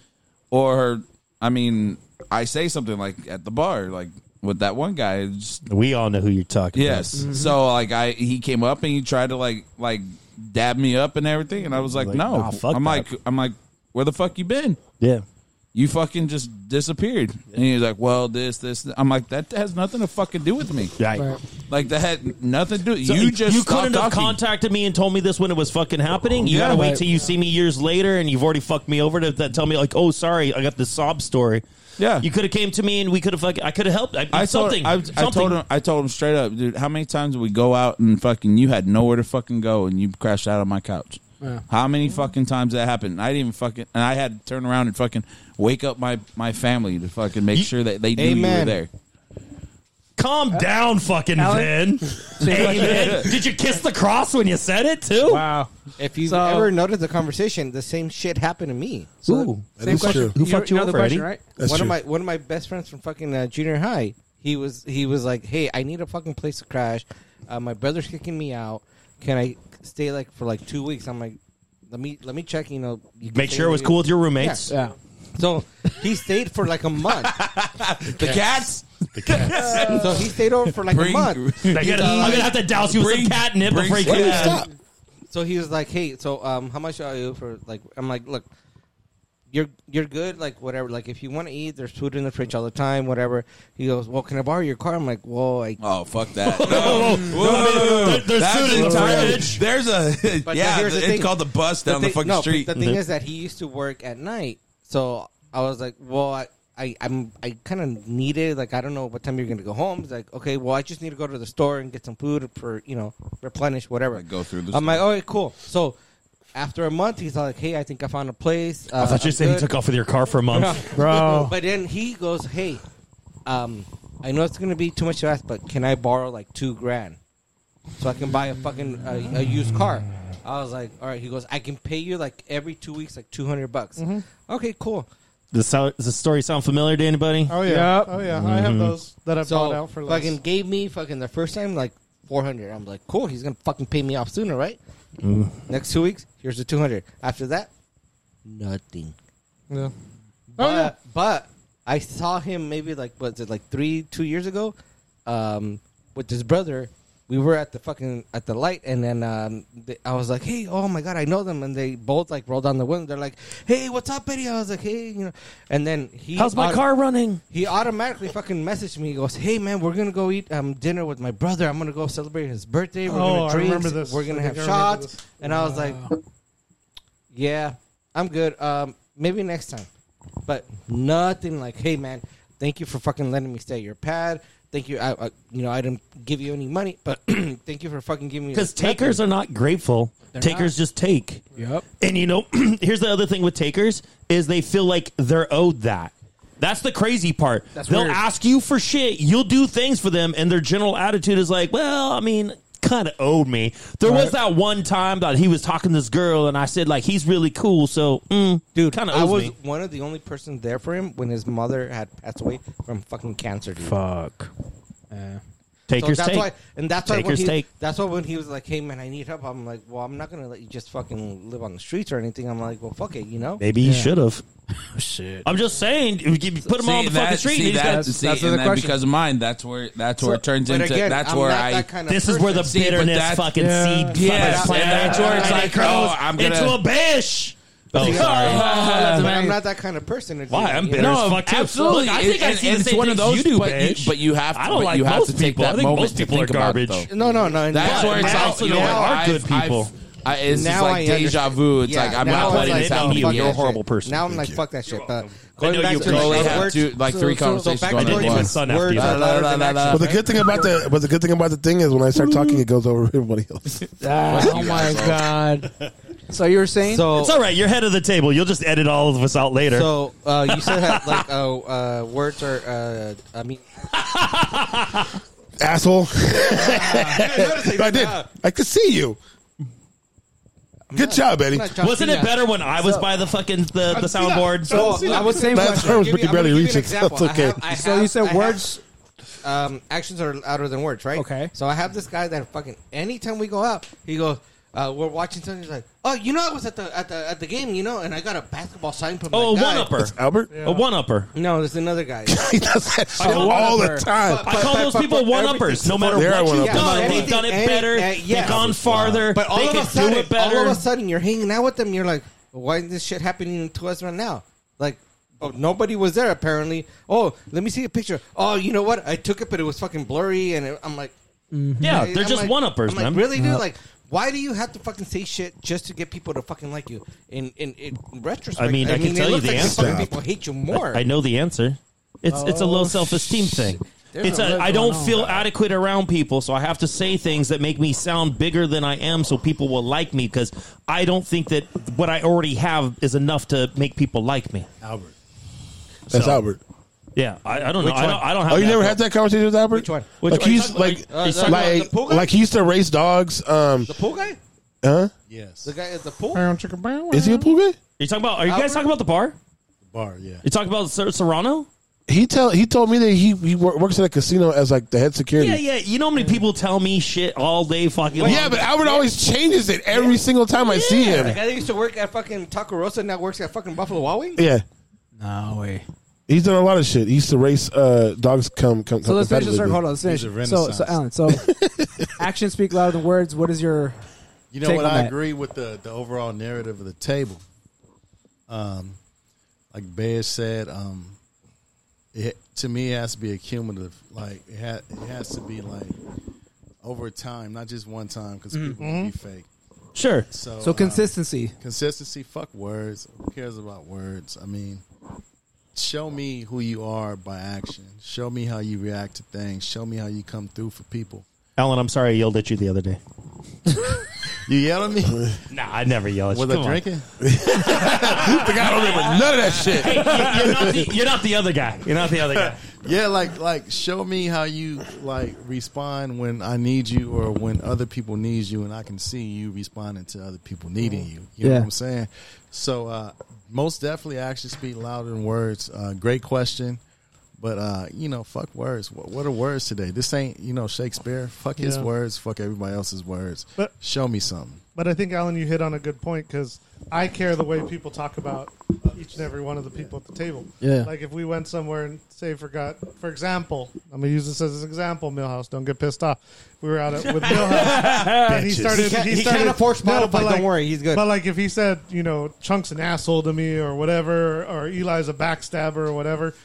S8: or I mean, I say something like at the bar, like with that one guy. it's Just,
S3: We all know who you're talking
S8: yes.
S3: about.
S8: So like I, he came up and he tried to like like dab me up and everything, and I was like,
S3: Like,
S8: no,
S3: nah, fuck
S8: I'm
S3: that.
S8: like, I'm like, where the fuck you been?
S3: Yeah.
S8: You fucking just disappeared. And he's like, well, this, this. I'm like, that has nothing to fucking do with me.
S3: Right.
S8: Like that had nothing to do.
S3: So
S8: you just
S3: you
S8: stopped
S3: couldn't have
S8: talking.
S3: contacted me and told me this when it was fucking happening. You
S8: Yeah.
S3: gotta wait
S8: Right.
S3: till you see me years later, and you've already fucked me over to, to tell me like, oh, sorry, I got this sob story.
S8: Yeah,
S3: you could have came to me and we could have fucking. I could have helped. I,
S8: I told,
S3: something.
S8: I,
S3: something.
S8: I told him. I told him straight up, dude. How many times did we go out and fucking? You had nowhere to fucking go, and you crashed out on my couch.
S3: Yeah.
S8: How many fucking times that happened? I didn't even fucking. And I had to turn around and fucking wake up my my family to fucking make sure that they knew you were
S3: Amen.
S8: there.
S3: Calm down, fucking Vin. Hey, man, did you kiss the cross when you said it too? Wow.
S6: If you ever noticed the conversation, the same shit happened to me.
S3: Ooh,
S6: that
S3: Same is question. true. Who fucked you over, Eddie? That's
S6: one
S3: true.
S6: of my one of my best friends from fucking uh, junior high. He was he was like, hey, I need a fucking place to crash. Uh, my brother's kicking me out. Can I stay like for like two weeks? I'm like, let me let me check. You know, you can
S3: Make
S6: stay
S3: sure it was
S6: maybe-
S3: cool with your roommates.
S6: Yeah. So he stayed for like
S3: *laughs*
S6: a month.
S9: The cats?
S6: The cats. so he stayed over for like a month.
S3: I'm gonna, I'm gonna have to douse you with some catnip before you come out.
S6: So he was like, "Hey, so um, how much are you for like?" I'm like, "Look, you're you're good, like whatever. Like if you want to eat, there's food in the fridge all the time, whatever." He goes, "Well, can I borrow your car?" I'm like, "Well, I
S9: Oh fuck that!
S6: Whoa, whoa, whoa. There- there's
S9: That's
S6: food in the
S9: entirely-
S6: fridge.
S9: There's a
S6: But
S9: yeah.
S6: here's the
S9: it's
S6: thing.
S9: called the bus down the,
S6: thi-
S9: fucking
S6: no, but
S9: street.
S6: The
S3: Mm-hmm.
S6: thing is that he used to work at night, so I was like, "Well, I, I I'm I kind of need it. Like, I don't know what time you're gonna go home." He's like, "Okay, well, I just need to go to the store and get some food for you know replenish whatever."
S9: go through the
S6: I'm like, "Okay, cool." So. After a month, he's like, "Hey, I think I found a place." Uh,
S3: I thought you
S6: I'm
S3: said he
S6: good."
S3: took off with your car for a month.
S6: No.
S3: Bro. *laughs*
S6: *laughs* But then he goes, "Hey, um, I know it's gonna be too much to ask, but can I borrow like two grand so I can buy a fucking a, a used car?" I was like, "All right." He goes, "I can pay you like every two weeks, like two hundred bucks."
S1: Mm-hmm.
S6: Okay, cool.
S13: Does, sou- does the story sound familiar to anybody?
S1: Oh yeah. Oh yeah. I
S3: Mm-hmm.
S1: have
S13: Mhm.
S1: those that I
S6: so
S1: bought out for less.
S6: fucking gave me fucking the first time like four hundred. I'm like, "Cool, he's gonna fucking pay me off sooner, right?"
S13: Mm.
S6: Next two weeks, here's the two hundred. After that, nothing.
S1: Yeah. Oh,
S6: But, but I saw him maybe like was it like three two years ago, um, with his brother. We were at the fucking at the light, and then um, th- I was like, "Hey, oh my god, I know them!" And they both like rolled down the window. They're like, "Hey, what's up, Eddie?" I was like, "Hey, you know." And then he
S3: How's my
S6: auto-
S3: car running?
S6: He automatically fucking messaged me. He goes, "Hey man, we're gonna go eat um, dinner with my brother. I'm gonna go celebrate his birthday. We're
S1: Oh,
S6: gonna
S1: I
S6: drink.
S1: remember this.
S6: We're gonna
S1: I
S6: have
S1: think I remember
S6: shots." And I was like, yeah, I'm good. Um, maybe next time. But nothing like, hey man, thank you for fucking letting me stay at your pad. Thank you. I, I you know I didn't give you any money, but *clears throat* thank you for fucking giving me.
S3: Because takers are not grateful.
S6: They're
S3: takers
S6: not.
S3: just take.
S6: Yep.
S3: And you know, *clears throat* here's the other thing with takers is they feel like they're owed that. That's the crazy part.
S13: That's
S3: They'll
S13: weird.
S3: ask you for shit. You'll do things for them, and their general attitude is like, "Well, I mean, kind of owed me." There was that one time that he was talking to this girl, and I said like, "He's really cool." So, mm, dude, kind of
S6: I
S3: owes
S6: was
S3: me.
S6: one of the only persons there for him when his mother had passed away from fucking cancer. Dude.
S3: Fuck.
S6: Yeah.
S3: Takers
S6: that's
S3: take.
S6: why, and that's why when
S3: Takers
S6: he,
S3: take.
S6: that's why when he was like, "Hey man, I need help," I'm like, "Well, I'm not gonna let you just fucking live on the streets or anything." I'm like, "Well, fuck it, you know."
S3: Maybe he
S6: Yeah.
S3: should have.
S13: Shit.
S3: I'm just saying, you give- put him
S9: See,
S3: on the
S9: that-
S3: fucking street.
S9: See,
S3: and he's
S9: that,
S3: got-
S9: see, and that because of mine, that's where that's where
S3: So-
S9: it turns
S3: but
S9: into.
S3: again,
S9: that's
S3: I'm
S9: where
S3: not
S9: I.
S3: that kind of This is where the
S9: See, but
S3: bitterness
S9: that-
S3: fucking seed fucking
S9: Yes,
S3: plant.
S9: and that's where it's
S3: And it
S9: like,
S3: grows
S9: oh, I'm gonna
S3: into a bish. Oh,
S6: See,
S3: sorry.
S6: I'm not- I'm not that kind of person. It's-
S3: *laughs* Why? I'm
S6: you
S3: bitter
S6: know?
S3: as fuck too.
S9: absolutely.
S3: Look, I think
S9: And-
S3: I see
S9: and
S3: the
S9: it's
S3: same
S9: one of
S3: things
S9: those,
S3: you do,
S9: but you-
S3: bitch.
S9: but you have to-
S3: I don't
S9: but
S3: like
S9: you have
S3: most
S9: to take
S3: people.
S9: that
S3: I think
S9: moment
S3: most
S9: to
S3: people
S9: think
S3: are
S9: about it,
S3: garbage.
S9: though.
S6: No, no, no.
S9: That's
S6: now-
S9: where it's
S6: now-
S9: all. You know,
S6: now
S9: what?
S6: I-
S9: I've- I've- I, it's just like
S6: I
S9: deja
S6: understand.
S9: vu. It's like I'm
S6: now
S9: not
S6: it's
S9: letting
S6: like,
S9: this
S6: fuck
S9: happen to
S6: that
S9: me.
S6: shit. Now I'm like, fuck that shit. But
S3: I know
S6: going back
S3: you
S6: to like,
S9: totally
S6: the
S9: have
S6: words-
S9: two- like three conversations
S6: back
S9: going
S6: to
S9: on at
S6: George's
S9: once.
S6: son
S9: Words
S6: after
S9: are
S6: you.
S9: louder than
S2: But the good thing about the but the good thing about the thing is when I start talking, it goes over everybody else.
S7: oh my god. So you were saying?
S6: So
S3: It's all right. You're head of the table. You'll just edit all of us out later.
S6: So uh, you said that like uh, uh, words are. Uh, I *laughs* mean,
S2: Asshole! I did. I could see you. Good job, Eddie.
S6: not
S3: Wasn't it better when I was by the fucking the,
S9: Uh,
S3: the soundboard?
S6: So I would say
S2: That's terms, but you barely reach it.
S6: example.
S2: That's okay.
S6: so you said words. um, actions are louder than words, right? Okay. So I have this guy that fucking anytime we go out, he goes, uh, "We're watching something." He's like, "Oh, you know, I was at the at the at the game, you know, and I got a basketball sign from
S3: Oh, a
S6: that guy."
S3: one upper.
S2: It's Albert.
S3: A one upper.
S6: No, there's another guy.
S2: *laughs* he does that
S3: I
S2: shit
S3: call
S2: all
S3: one
S2: the
S3: upper.
S2: time.
S3: *laughs* I call those people one uppers. No matter
S2: They are
S3: what
S2: one
S3: you've
S2: uppers.
S3: done,
S6: Yeah,
S3: they've done it
S6: anything,
S3: better.
S6: any- uh, yeah.
S3: They've gone farther.
S6: But all
S3: they
S6: of
S3: can
S6: a sudden,
S3: do it better.
S6: all of a sudden, you're hanging out with them. You're like, why is this shit happening to us right now? Like, oh, nobody was there apparently. Oh, let me see a picture. Oh, you know what? I took it, but it was fucking blurry, and it, I'm like,
S3: Yeah,
S6: Hey,
S3: they're
S6: I'm
S3: just
S6: like-
S3: one-uppers,
S6: I'm like,
S3: man.
S6: really, dude?
S3: Yeah.
S6: Like, why do you have to fucking say shit just to get people to fucking like you? In in, in retrospect,
S3: I mean, I, can
S6: it
S3: tell you
S6: looks
S3: the
S6: like
S3: answer.
S6: fucking people hate you more.
S3: I, I know the answer. It's it's a low
S6: Oh,
S3: self esteem thing.
S6: There's
S3: it's
S6: a
S3: a
S6: lot
S3: I don't
S6: going on.
S3: feel adequate around people, so I have to say things that make me sound bigger than I am, so people will like me because I don't think that what I already have is enough to make people like me.
S10: Albert.
S2: That's
S3: So-
S2: Albert.
S3: Yeah, I, I don't know.
S2: Which
S3: I
S2: one?
S3: don't, I don't have.
S2: Oh, you never
S3: that
S2: had that conversation with Albert? Which
S6: one?
S3: Which
S2: like
S3: one?
S2: he's like
S6: Uh, he's talking about the
S2: like
S6: pool guy?
S2: like he used to race dogs. Um,
S6: the pool guy,
S2: huh?
S10: Yes.
S6: the guy at the pool.
S2: Is he a pool guy?
S3: Are you talking about? Are you guys talking about the bar?
S10: Bar, yeah.
S3: You talking about Ser- Serrano?
S2: He tell he told me that he he wor- works at a casino as like the head security.
S3: Yeah, yeah. You know how many people tell me shit all day, fucking. long?
S2: Yeah, but Albert always changes it every single time I see
S6: The
S2: him.
S6: guy that used to work at fucking Taco Rosa now works at fucking Buffalo Wild Wings.
S2: Yeah.
S7: No way.
S2: He's done a lot of shit. He used to race uh, dogs. Come, come.
S7: So let's finish the
S2: competitively.
S7: circle. Hold on, let's finish. So, so Alan, so actions speak louder than words. What is your
S10: You know
S7: take
S10: what?
S7: on
S10: I
S7: that?
S10: agree with the, the overall narrative of the table. Um, like Bez said, um, it, to me, it has to be accumulative. Like it, ha- it has to be like over time, not just one time, because
S7: Mm.
S10: people
S7: Mhm.
S10: be fake.
S7: Sure.
S10: So, uh,
S7: So consistency.
S10: consistency. Fuck words. Who cares about words? I mean, show me who you are by action. Show me how you react to things. Show me how you come through for people.
S13: Alan, I'm sorry I yelled at you the other day.
S10: you yelled at me?
S13: nah, I never yell at
S10: Was
S13: you.
S10: I
S13: Come on.
S10: drinking?
S13: The guy don't remember none of that shit. Hey, you- *laughs* you're not the- you're not the other guy. You're not the other guy.
S10: yeah, like like show me how you like respond when I need you or when other people need you, and I can see you responding to other people needing you. You know
S7: Yeah.
S10: what I'm saying? So uh, most definitely, actions speak louder than words. Uh, great question. But uh, you know, fuck words. What, what are words today? This ain't you know Shakespeare. Fuck his
S1: Yeah.
S10: words. Fuck everybody else's words.
S1: But-
S10: Show me something.
S1: But I think Alan, you hit on a good point because I care the way people talk about each and every one of the people at the table.
S11: Yeah.
S1: Like if we went somewhere and say forgot, for example, I'm gonna use this as an example. Millhouse, don't get pissed off. We were out at, with Millhouse, and he
S6: Bitches.
S1: started.
S6: He can't- he
S1: started,
S6: can't afford Spotify,
S1: but
S6: don't worry, he's good.
S1: But like if he said, you know, Chunk's an asshole to me or whatever, or Eli's a backstabber or whatever.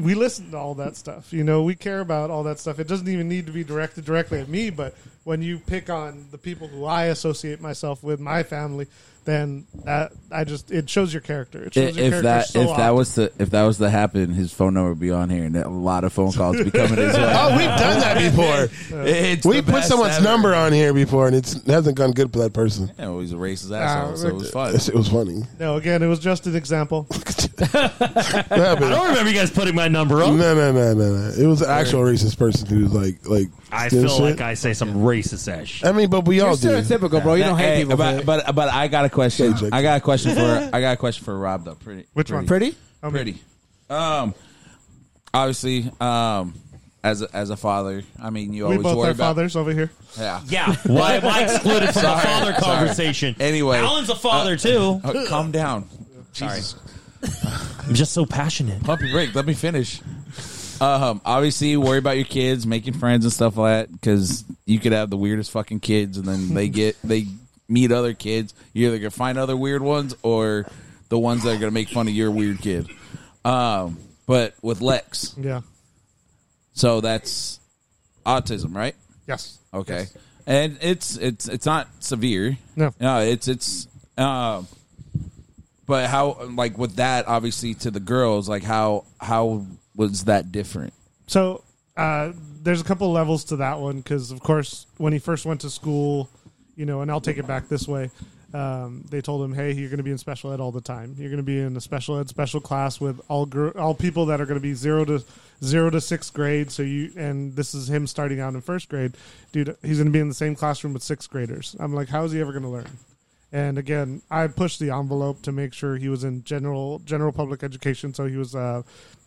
S1: We listen to all that stuff, you know. We care about all that stuff. It doesn't even need to be directed directly at me, but when you pick on the people who I associate myself with, my family, then that I just it shows your character. It shows
S8: If,
S1: your
S8: if
S1: character
S8: that
S1: so
S8: if that
S1: often.
S8: was to if that was to happen, his phone number would be on here, and a lot of phone calls be coming his *laughs* way.
S2: Oh, we've done that before.
S8: It's
S2: we
S8: the
S2: put
S8: best
S2: someone's
S8: ever.
S2: number on here before, and it's, it hasn't gone good for that person.
S8: Yeah, well, he's a racist asshole, so it was fun.
S2: It was funny.
S1: No, again, it was just an example.
S2: I
S3: *laughs*
S2: don't
S13: remember you guys putting my number
S2: No, no, no, no, no. It was an actual racist person who was like, like.
S13: I
S2: doing
S13: feel
S2: shit.
S13: like I say some racist ass shit.
S2: I mean, but *laughs* we all do.
S8: Hey, But, but but I got a question. I got a question for I got a question for Rob though. Pretty.
S1: Which
S8: pretty.
S1: one? Pretty? Okay.
S8: Pretty. Um, obviously, um, as a, as a father, I mean, you
S1: we
S8: always
S1: both
S8: worry
S1: are
S8: about
S1: fathers over here.
S8: Yeah.
S13: Yeah. Why am *laughs* I excluded from the father conversation?
S8: Anyway,
S13: Alan's a father, too.
S8: uh, calm
S1: *laughs*
S8: down. Sorry.
S13: I'm just so passionate.
S8: Pump your brake. Let me finish. Um, obviously, worry about your kids, making friends and stuff like that, because you could have the weirdest fucking kids, and then they
S1: *laughs*
S8: get they meet other kids. You're either gonna find other weird ones or the ones that are gonna make fun of your weird kid. Um, but with Lex,
S1: Yeah.
S8: so that's autism, right?
S1: Yes.
S8: Okay.
S1: Yes.
S8: And it's it's it's not severe.
S1: No.
S8: No, it's it's um but how like with that obviously to the girls like how how was that different?
S1: So uh, there's a couple levels to that one because, of course, when he first went to school, you know, and I'll take it back this way. Um, they told him, "Hey, you're going to be in special ed all the time. You're going to be in a special ed special class with all gr- all people that are going to be zero to zero to sixth grade. So you and this is him starting out in first grade, dude. He's going to be in the same classroom with sixth graders. I'm like, how is he ever going to learn? And again, I pushed the envelope to make sure he was in general general public education, so he was uh,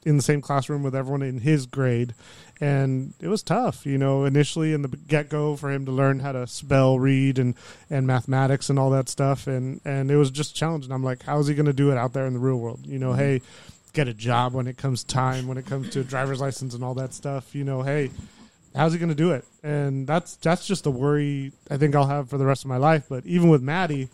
S1: in the same classroom with everyone in his grade. And it was tough, you know, initially in the get go for him to learn how to spell, read, and and mathematics and all that stuff. And and it was just challenging. I'm like, how is he going to do it out there in the real world? You know, hey, get a job when it comes time, when it comes to a driver's license and all that stuff. You know, hey, how's he going to do it? And that's that's just a worry I think I'll have for the rest of my life. But even with Maddie,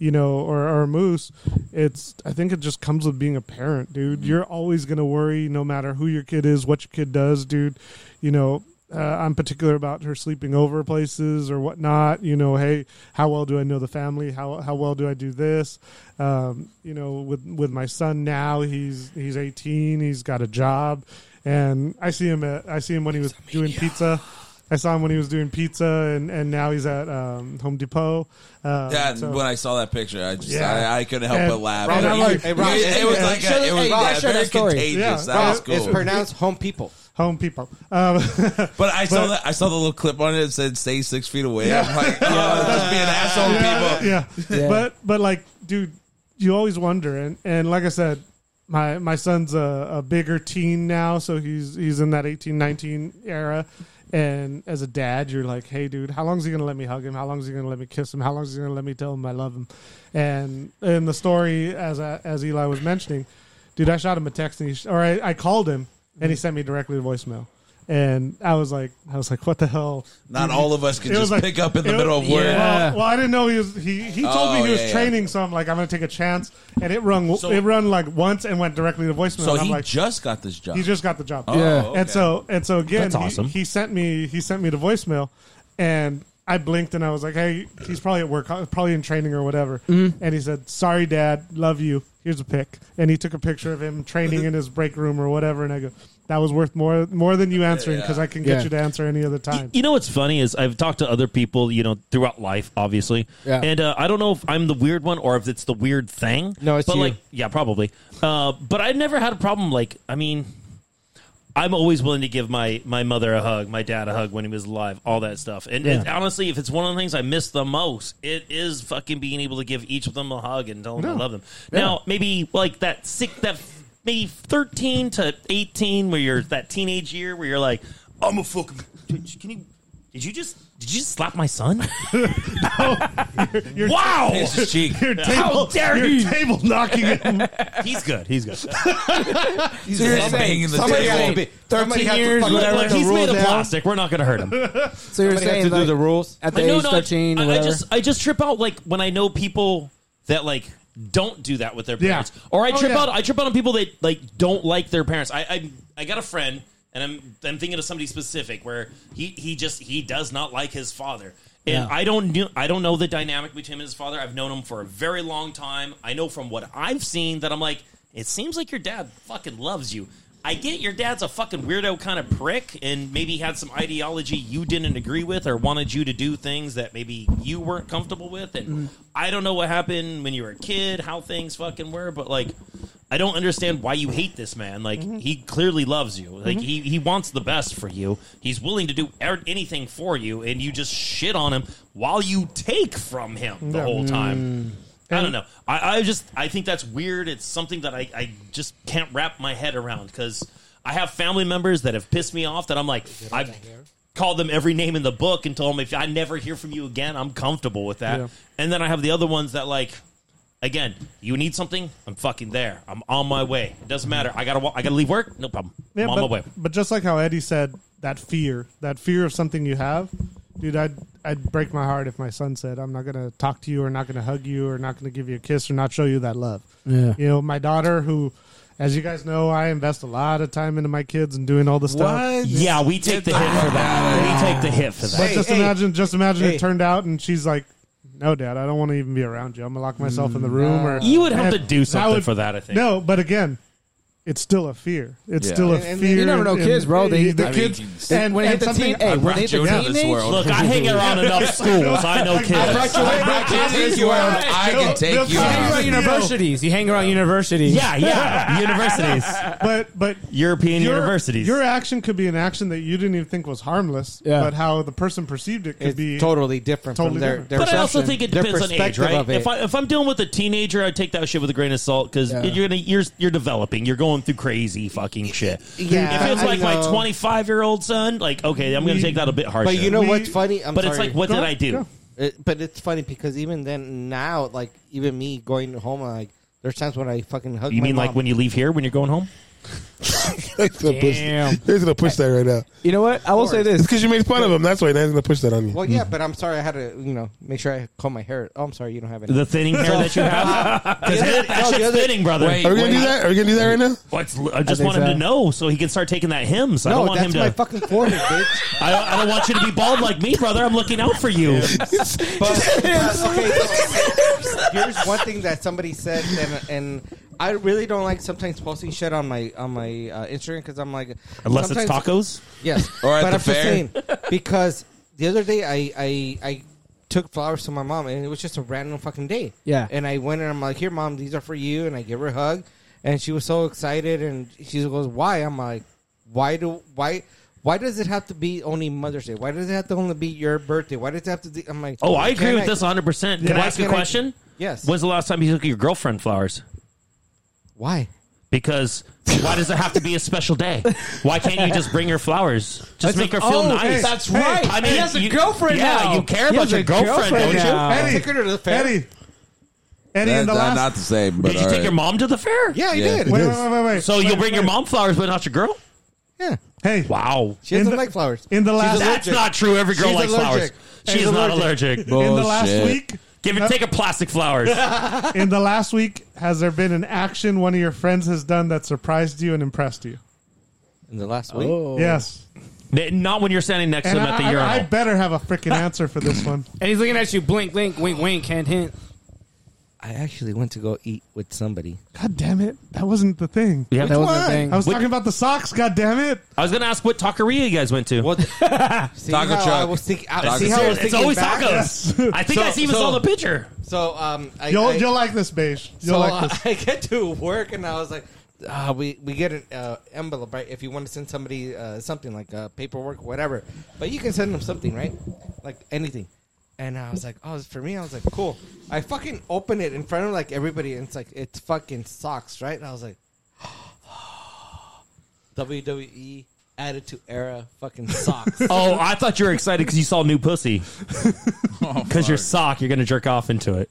S1: you know, or, or Moose, it's I think it just comes with being a parent, dude. You're always going to worry, no matter who your kid is, what your kid does, dude. You know. Uh, I'm particular about her sleeping over places or whatnot. You know, hey, how well do I know the family? How how well do I do this? Um, you know, with with my son now, he's he's 18. He's got a job and I see him at I see him when he was doing pizza. I saw him when he was doing pizza, and, and now he's at um, Home Depot. Uh,
S8: Yeah,
S1: so-
S8: when I saw that picture, I just
S1: Yeah.
S8: I, I couldn't help
S1: And-
S8: but laugh.
S1: and I'm like-
S8: it, it was like a, it was yeah, very contagious.
S1: Yeah.
S8: That was cool.
S6: It's pronounced home people.
S1: Home People. Um,
S8: But I saw that I saw the little clip on it that said "Stay six feet away." I'm like, oh, just be an asshole,
S1: yeah,
S8: people.
S1: yeah.
S8: Yeah.
S1: But but like, dude, you always wonder, and and like I said, my my son's a, a bigger teen now, so he's he's in that 18, 19 era. And as a dad, you're like, hey, dude, how long is he gonna let me hug him? How long is he gonna let me kiss him? How long is he gonna let me tell him I love him? And in the story, as I, as Eli was mentioning, dude, I shot him a text and he, sh- or I, I called him and he sent me directly to voicemail. And I was like, I was like, what the hell?
S8: Not all of us can
S1: It was
S8: just pick up in the
S1: it
S8: middle of work.
S1: Well, well, I didn't know he was. He, he told
S8: Oh,
S1: me he was
S8: yeah, yeah.
S1: training, so I'm like, I'm gonna take a chance. And it rung, it rung like once and went directly to voicemail.
S8: So
S1: and I'm
S8: he
S1: like,
S8: just got this job.
S1: He just got the job.
S8: Oh, Yeah. okay.
S1: And so and so again,
S8: That's
S1: he-
S8: awesome.
S1: He, sent me he sent me the voicemail, and I blinked and I was like, hey, he's probably at work, probably in training or whatever.
S7: Mhm.
S8: Mm-hmm.
S1: And he said, sorry, Dad, love you. Here's a pic. And he took a picture of him training in his break room or whatever. And I go, that was worth more more than you answering because I can get
S3: Yeah.
S1: you to answer any other time.
S3: You know what's funny is I've talked to other people, you know, throughout life, obviously,
S1: Yeah.
S3: and uh, I don't know if I'm the weird one or if it's the weird thing. No,
S11: it's
S3: but
S11: you.
S3: like, yeah, probably. Uh, but I never had a problem. Like, I mean, I'm always willing to give my my mother a hug, my dad a hug when he was alive, all that stuff. And, and
S13: Yeah.
S3: honestly, if it's one of the things I miss the most, it is fucking being able to give each of them a hug and tell them I
S13: Yeah.
S3: love them. Now, maybe like that sick that maybe 13 to 18 where you're that teenage year where you're like i'm a fucking can you did you just did you just slap my *laughs* son wow
S13: Hits his
S1: *laughs*
S13: cheek.
S3: Your
S13: How dare
S2: *laughs*
S1: your
S13: you.
S1: table knocking him.
S3: he's good he's good
S13: So you're saying somebody has to be- somebody has to fucking let the
S3: he's
S13: rule
S3: made of
S13: down.
S3: plastic we're not gonna hurt him
S7: So you're saying like, at the
S3: I know,
S7: age
S3: no, I-
S7: thirteen,
S3: I,
S7: or
S3: I
S7: whatever.
S3: just I just trip out like when I know people that like don't do that with their parents, or I
S13: Oh,
S3: trip
S13: yeah.
S3: out. I trip out on people that like don't like their parents. I I, I got a friend, and I'm I'm thinking of somebody specific where he he just he does not like his father. And
S13: Yeah.
S3: I don't knew, I don't know the dynamic between him and his father. I've known him for a very long time. I know from what I've seen that I'm like, it seems like your dad fucking loves you. I get your dad's a fucking weirdo kind of prick and maybe had some ideology you didn't agree with or wanted you to do things that maybe you weren't comfortable with.
S13: Mm.
S3: And I don't know what happened when you were a kid, how things fucking were, but like, I don't understand why you hate this man. Like,
S13: Mm-hmm.
S3: he clearly loves you. Like,
S13: Mhm.
S3: he, he wants the best for you. He's willing to do er- anything for you, and you just shit on him while you take from him the
S13: Yeah.
S3: whole time.
S13: Mm.
S3: I don't know. I, I just I think that's weird. It's something that I, I just can't wrap my head around because I have family members that have pissed me off that I'm like I've called them every name in the book and told them if I never hear from you again, I'm comfortable with that.
S13: Yeah.
S3: And then I have the other ones that like again, you need something, I'm fucking there. I'm on my way. It doesn't matter. I gotta wa- I gotta leave work, no problem.
S1: Yeah,
S3: I'm on
S1: but,
S3: my way.
S1: but just like how Eddie said, that fear, that fear of something you have, dude, I'd I'd break my heart if my son said, "I'm not gonna talk to you, or not gonna hug you, or not gonna give you a kiss, or not show you that love."
S7: Yeah.
S1: you know, my daughter, who, as you guys know, I invest a lot of time into my kids and doing all the stuff.
S3: What? Yeah, we take the hit for that. We take the hit for that.
S1: But
S3: Hey,
S1: just
S3: hey.
S1: imagine, just imagine
S3: Hey.
S1: it turned out, and she's like. No, Dad, I don't want to even be around you. I'm gonna lock myself
S3: Mm,
S1: in the room, or
S3: You would have
S1: and
S3: to do something for that, I think.
S1: no, but again, it's still a fear. It's
S3: Yeah.
S1: still a
S3: And- and-
S1: fear.
S7: you never know
S1: and-
S7: kids, bro. They-
S1: the
S7: I mean,
S1: kids
S7: geez.
S1: and
S7: When they hit
S1: and
S7: the
S1: something-
S7: teen- hey, I when they brought hit the you into this teenage- world.
S3: Look, I hang around enough schools. I know kids.
S7: I brought you in, bro.
S3: kids.
S7: Kids, you are- I can take you
S3: out.
S7: hang around universities. You hang around universities.
S6: *laughs*
S3: Yeah, yeah, universities.
S1: But but
S3: European
S1: your-
S3: universities.
S1: Your action could be an action that you didn't even think was harmless,
S6: Yeah.
S1: but how the person perceived it could
S6: It's
S1: be
S6: totally different from their- their
S3: but I also think it
S6: their
S3: depends on age,
S6: perspective
S3: right?
S6: of it.
S3: If, I, if I'm dealing with a teenager, I take that shit with a grain of salt because
S6: Yeah.
S3: you're gonna you're you're developing, you're going through crazy fucking shit.
S6: Yeah,
S3: if it's
S6: I
S3: like my
S6: know.
S3: 25 year old son, like okay, I'm gonna
S6: We-
S3: take that a bit harsher.
S6: But you know what's funny? I'm
S3: but it's
S6: sorry.
S3: like, what did I do?
S6: It- Uh, but it's funny because even then, now, like even me going home, like there's times when I fucking hug.
S3: You
S6: my
S3: mean like
S6: mom.
S3: when you leave here when you're going home?
S2: He's gonna push, he's gonna push that right now.
S7: You know what? I will say this.
S2: It's
S7: *laughs*
S2: because you made fun of him. That's why he's gonna push that on you.
S6: Well, yeah, but I'm sorry. I had to, you know, make sure I comb my hair. Oh, I'm sorry, you don't have any.
S2: The thinning hair that you have?
S6: *laughs* The other-
S3: That
S6: no, the
S3: shit's
S6: other-
S3: fitting, brother.
S2: Are we gonna do that? Are we gonna do that right now?
S3: What's, I
S2: I
S3: just
S2: think
S3: want him
S2: so.
S3: to know so he can start taking that hymns. I
S6: No,
S3: don't want him
S6: that's
S3: to.
S6: my fucking forehead,
S7: *laughs*
S6: bitch.
S3: I, don't, I don't want you to be bald like me, brother. I'm looking out for
S6: *laughs*
S3: you.
S6: Here's one thing that somebody said, and, and I really don't like sometimes posting shit on my on my uh, Instagram because I'm like,
S3: Unless it's tacos?
S6: sometimes- yes,
S3: *laughs* Or at
S6: but
S3: the
S6: I'm just
S3: fair.
S6: saying because the other day I I I took flowers to my mom, and it was just a random fucking day.
S7: Yeah.
S6: and I went and I'm like, here, mom, these are for you, and I give her a hug, and she was so excited, and she goes, why? I'm like, why do why. Why does it have to be only Mother's Day? Why does it have to only be your birthday? Why does it have to? Be, I'm like,
S3: Oh, I agree
S6: can
S3: with this 100. percent Can
S6: Why
S3: I ask a
S6: can't
S3: question?
S6: Yes.
S3: When's the last time you took your girlfriend flowers?
S6: Why?
S3: Because why does it have to be a special day? Why can't you just bring her flowers? Just
S13: That's
S3: make her
S13: a-
S3: feel
S13: oh,
S3: nice.
S13: that's Hey, right.
S3: I mean,
S13: he has a
S3: you-
S13: girlfriend
S3: yeah,
S13: now.
S3: you care
S13: He
S3: about
S13: has
S3: your
S13: a
S3: girlfriend,
S13: girlfriend
S3: don't you?
S13: now. Eddie,
S6: Take her to the fair.
S1: Eddie, Eddie
S8: That-
S1: in the
S8: that-
S1: last.
S8: Not the same. But
S3: Did you
S8: all
S3: take
S8: right.
S3: your mom to the fair?
S8: Yeah, I Yeah. did.
S1: Wait, wait, wait, wait, wait.
S3: So you'll
S1: Wait,
S3: bring your
S1: wait.
S3: mom flowers, but not your girl?
S6: Yeah.
S1: Hey.
S3: Wow.
S6: She doesn't like flowers.
S1: In the last,
S3: That's not true. Every girl
S6: She's
S3: likes flowers.
S6: allergic.
S3: She
S6: She's
S3: is not
S6: allergic.
S3: allergic.
S1: In the last Bullshit. week-
S3: give it, take a plastic flowers.
S1: in the last week, has there been an action one of your friends has done that surprised you and impressed you?
S6: In the last week?
S1: Oh.
S7: Oh.
S1: Yes.
S3: N- Not when you're standing next
S1: And
S3: to them at the
S1: I,
S3: urinal.
S1: I, I better have a freaking answer for this one.
S7: And he's looking at you, blink, blink, wink, wink, hint, hint.
S6: I actually went to go eat with somebody.
S1: God damn it! That wasn't the thing.
S3: Yeah, that
S1: Which
S3: wasn't the
S1: one?
S3: thing.
S1: I was
S3: Which-
S1: talking about the socks. God damn it!
S3: I was going to ask what taqueria you guys went to. What? *laughs*
S6: Taco how I truck. was think- I- Taco see how I truck. was
S3: it's
S6: thinking
S3: always
S6: back?
S3: tacos.
S6: Yes.
S3: I think I
S6: So-
S3: even
S6: so-
S3: saw the picture.
S6: So um, I,
S1: you'll
S6: I-
S1: you'll like this, beige. You'll
S6: so uh,
S1: like this.
S6: *laughs* I get to work and I was like, ah, we we get an uh, envelope, right? If you want to send somebody uh, something like uh, paperwork, whatever, but you can send them something, right? Like anything. And I was like, oh, it's for me. I was like, cool. I fucking open it in front of like everybody, and it's like it's fucking socks, right? And I was like, *gasps* WWE E Attitude Era fucking socks.
S3: Oh, I thought you were excited because you saw new *laughs* pussy. Because your sock, you're going to jerk off into it.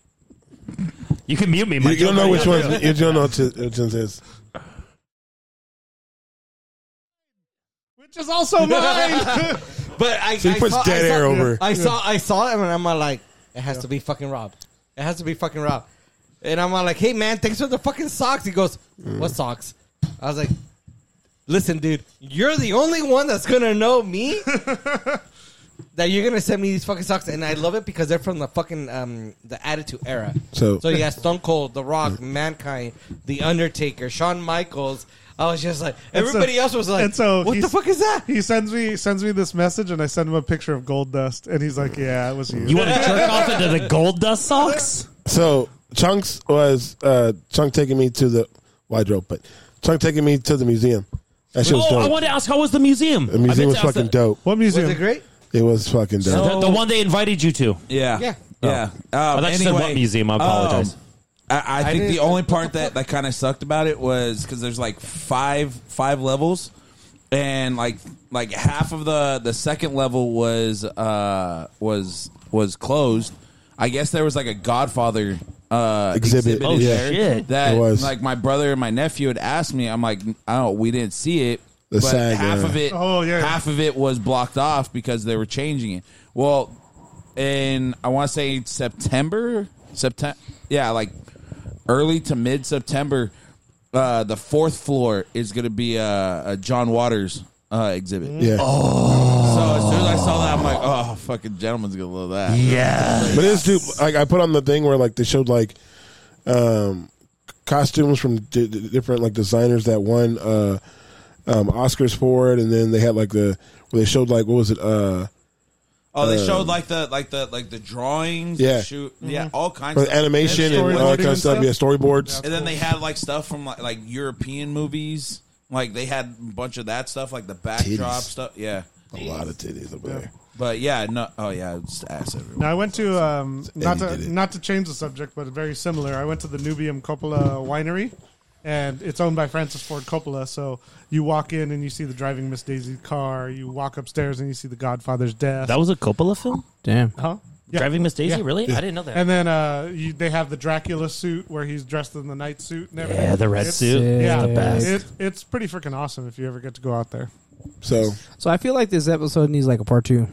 S3: You can mute me.
S2: You,
S3: My
S2: you don't know which
S3: joke-
S2: one. You don't know which which one is.
S1: Which is also
S6: *laughs*
S1: mine.
S6: But I,
S2: So he
S6: I
S2: puts
S6: saw,
S2: dead
S6: I saw,
S2: air over.
S6: I saw I saw him and I'm uh, like, it has to be fucking Rob. It has to be fucking Rob. And I'm uh, like, hey man, thanks for the fucking socks. He goes,
S2: Mm.
S6: what socks? I was like, listen, dude, you're the only one that's gonna know
S1: *laughs*
S6: me. That you're gonna send me these fucking socks, and I love it because they're from the fucking um, the Attitude Era.
S2: So-
S6: so yeah, Stone Cold, The Rock, Mankind, The Undertaker, Shawn Michaels. I was just like,
S1: And
S6: everybody
S1: so-
S6: else was like,
S1: and so
S6: "What the
S1: he's-
S6: fuck is that?"
S1: He sends me sends me this message, and I send him a picture of gold dust, and he's like, "Yeah, it was you."
S3: You want to jerk off into the gold dust *laughs* socks?
S2: So chunks was uh, chunk taking me to the wide rope, but chunk taking me to the museum. That shit was
S3: Oh, I
S2: dope.
S3: wanted to ask, how was the museum?
S2: the museum was fucking dope.
S1: What museum?
S6: it great?
S2: It was fucking dope.
S3: the, the one they invited you to.
S8: Yeah.
S6: Yeah.
S8: Yeah. Um,
S3: I thought you said what museum. I apologize.
S8: um, I, I
S3: I
S8: think the
S3: didn't-
S8: only
S2: *laughs*
S8: part that, that kind of sucked about it was because there's like five five levels, and like like half of the the second level was uh was was closed. I guess there was like a Godfather uh,
S2: Exhibit,
S8: exhibit in
S2: yeah.
S8: there
S2: Oh, shit.
S8: that
S2: It was.
S8: like my brother and my nephew had asked me. I'm like, oh, we didn't see it.
S2: The
S8: but
S2: SAG,
S8: half
S2: yeah.
S8: of it,
S1: Oh, yeah.
S8: half of it was blocked off because they were changing it. Well, in I want to say September, September, yeah, like early to mid September, uh, the fourth floor is going to be a, a John Waters uh, exhibit.
S2: Yeah.
S3: Oh,
S8: So as soon as I saw that, I'm like, oh, fucking gentleman's gonna love that.
S3: Yeah.
S2: But it's dope. Like I put on the thing where like they showed like um, costumes from di- di- different like designers that won uh, um, Oscars for it, and then they had like the where they showed like what was it? Uh,
S8: Oh, they
S2: uh,
S8: showed like the like the like the drawings.
S2: Yeah.
S8: the shoot, yeah, all kinds
S2: for
S8: of
S2: animation and all that kind of stuff. Yeah, storyboards.
S8: and then they had like stuff from like, like European movies. Like they had a bunch of that stuff, like the backdrop
S2: Titties.
S8: stuff. Yeah,
S2: a lot of titties over there.
S8: but yeah, no, oh yeah, it's ass everywhere.
S1: Now I went to um, not to
S2: did it.
S1: not to change the subject, but very similar. I went to the Nubium Coppola Winery, and it's owned by Francis Ford Coppola. So you walk in and you see the driving Miss Daisy car. You walk upstairs and you see the Godfather's death.
S3: That was a Coppola film?
S7: Damn.
S1: huh?
S3: Driving Miss Daisy? Really? I didn't know that.
S1: And then uh, you, they have the Dracula suit where he's dressed in the night suit and everything.
S3: Yeah, the red suit.
S1: Yeah,
S3: It's the best.
S1: It, it's pretty freaking awesome if you ever get to go out there.
S2: So
S7: So I feel like this episode needs like a part two.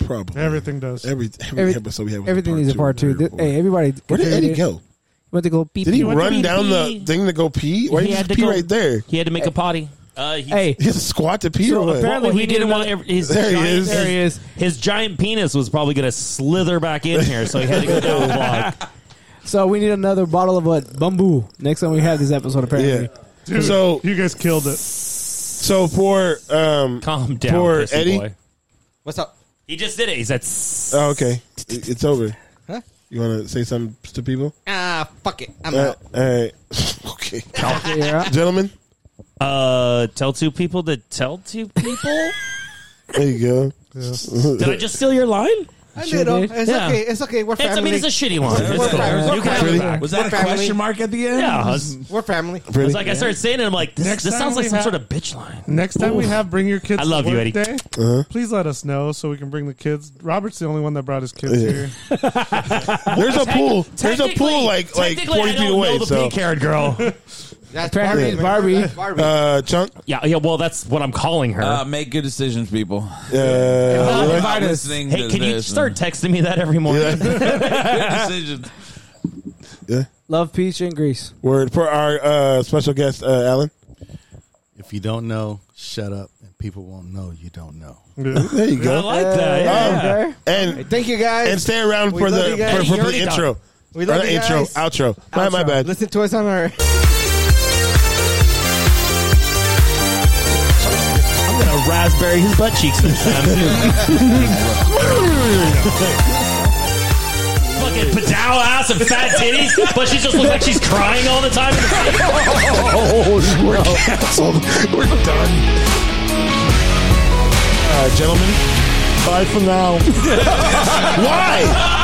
S2: probably
S1: Everything does.
S2: every every,
S7: Every-
S2: episode we have was
S7: everything needs a part two. Th- hey, everybody.
S2: Where did Eddie
S7: contributed.
S2: go?
S7: He went to go pee.
S2: Did he
S7: pee.
S2: run down the thing to go pee? Why did he
S3: had
S2: just
S3: to
S2: pee
S3: go-
S2: right there?
S3: He had to make a potty. Uh, he,
S7: Hey,
S2: He has to squat to pee.
S7: So
S2: or what?
S7: apparently-
S3: he,
S7: He
S3: didn't
S7: needed
S3: want
S7: a-
S3: every- his
S2: There he
S3: giant,
S2: is.
S7: there he is.
S3: His giant penis was probably going to slither back in here, so he had to go down the block.
S7: So we need another bottle of what? Bamboo. Next time we have this episode, apparently.
S2: yeah.
S1: Dude,
S2: So
S1: you guys killed it.
S2: so for
S3: *laughs*
S2: um
S3: Calm down,
S2: Poor
S3: pussy
S2: Eddie.
S3: boy.
S6: What's up?
S3: He just did it. He said,
S2: oh, okay, It- it's over.
S6: Huh?
S2: You want to say something to people?
S6: Ah, fuck it. I'm
S2: Uh,
S6: out.
S2: all right. *laughs* okay.
S7: Yeah. *laughs* yeah.
S2: Gentlemen,
S3: uh, "Tell two people *laughs* to tell two people."
S2: there you go. *laughs*
S3: did I just steal your line?
S6: A
S7: Sure
S6: little.
S7: did.
S6: It's
S7: Yeah.
S6: okay. It's okay. We're
S7: It's- I
S6: family.
S7: mean, it's a shitty one.
S6: We're,
S7: It's
S6: we're
S7: cool.
S6: family.
S7: You can have
S6: We're
S7: it
S6: family.
S7: back. Was that
S6: We're
S7: a
S6: family.
S7: question mark at the end? Yeah, it's-
S6: We're family.
S3: It's like I started saying it. I'm like, this,
S1: Next
S3: this
S1: time
S3: sounds like
S1: we
S3: some
S1: have-
S3: sort of bitch line.
S1: Next time we
S3: Oof.
S1: have bring your kids.
S3: I love
S1: to
S3: you,
S1: work
S3: Eddie.
S1: Day,
S2: Uh-huh.
S1: Please let us know so we can bring the kids. Robert's the only one that brought his kids
S2: Yeah. *laughs*
S1: here.
S2: There's a pool. There's a pool like like
S1: technically,
S2: forty
S1: I don't
S2: feet away.
S1: know the
S2: so.
S1: pink haired girl.
S6: That's
S2: Apparently
S6: Barbie. That's Barbie.
S2: Uh, Chunk.
S3: *laughs* Yeah, yeah. Well, that's what I'm calling her.
S8: Uh, make good decisions, people.
S2: Uh,
S8: If
S3: Invite
S8: I'm
S3: us.
S8: listening
S3: Hey,
S8: to
S3: can you
S8: this,
S3: start texting me that every morning?
S2: *laughs*
S8: good decisions.
S7: Love, peach, and grease.
S2: Word for our uh, special guest, uh, Alan.
S10: If you don't know, shut up, and people won't know you don't know.
S2: There you go. Um,
S7: Uh,
S2: and
S6: thank you guys.
S2: And stay around
S6: We
S2: for
S6: love
S2: the
S6: you guys.
S2: for, for
S6: You're
S2: the
S6: already
S2: intro.
S6: done. We love
S2: Or the
S6: you
S2: intro,
S6: guys.
S2: outro. My, my
S6: Outro.
S2: bad.
S6: Listen to us on our.
S3: I'm gonna raspberry his butt cheeks this time. Fucking padow ass and fat titties, but she just looks like she's crying all the time.
S2: oh, we're canceled. We're done. Uh, gentlemen,
S1: bye for now.
S2: Why?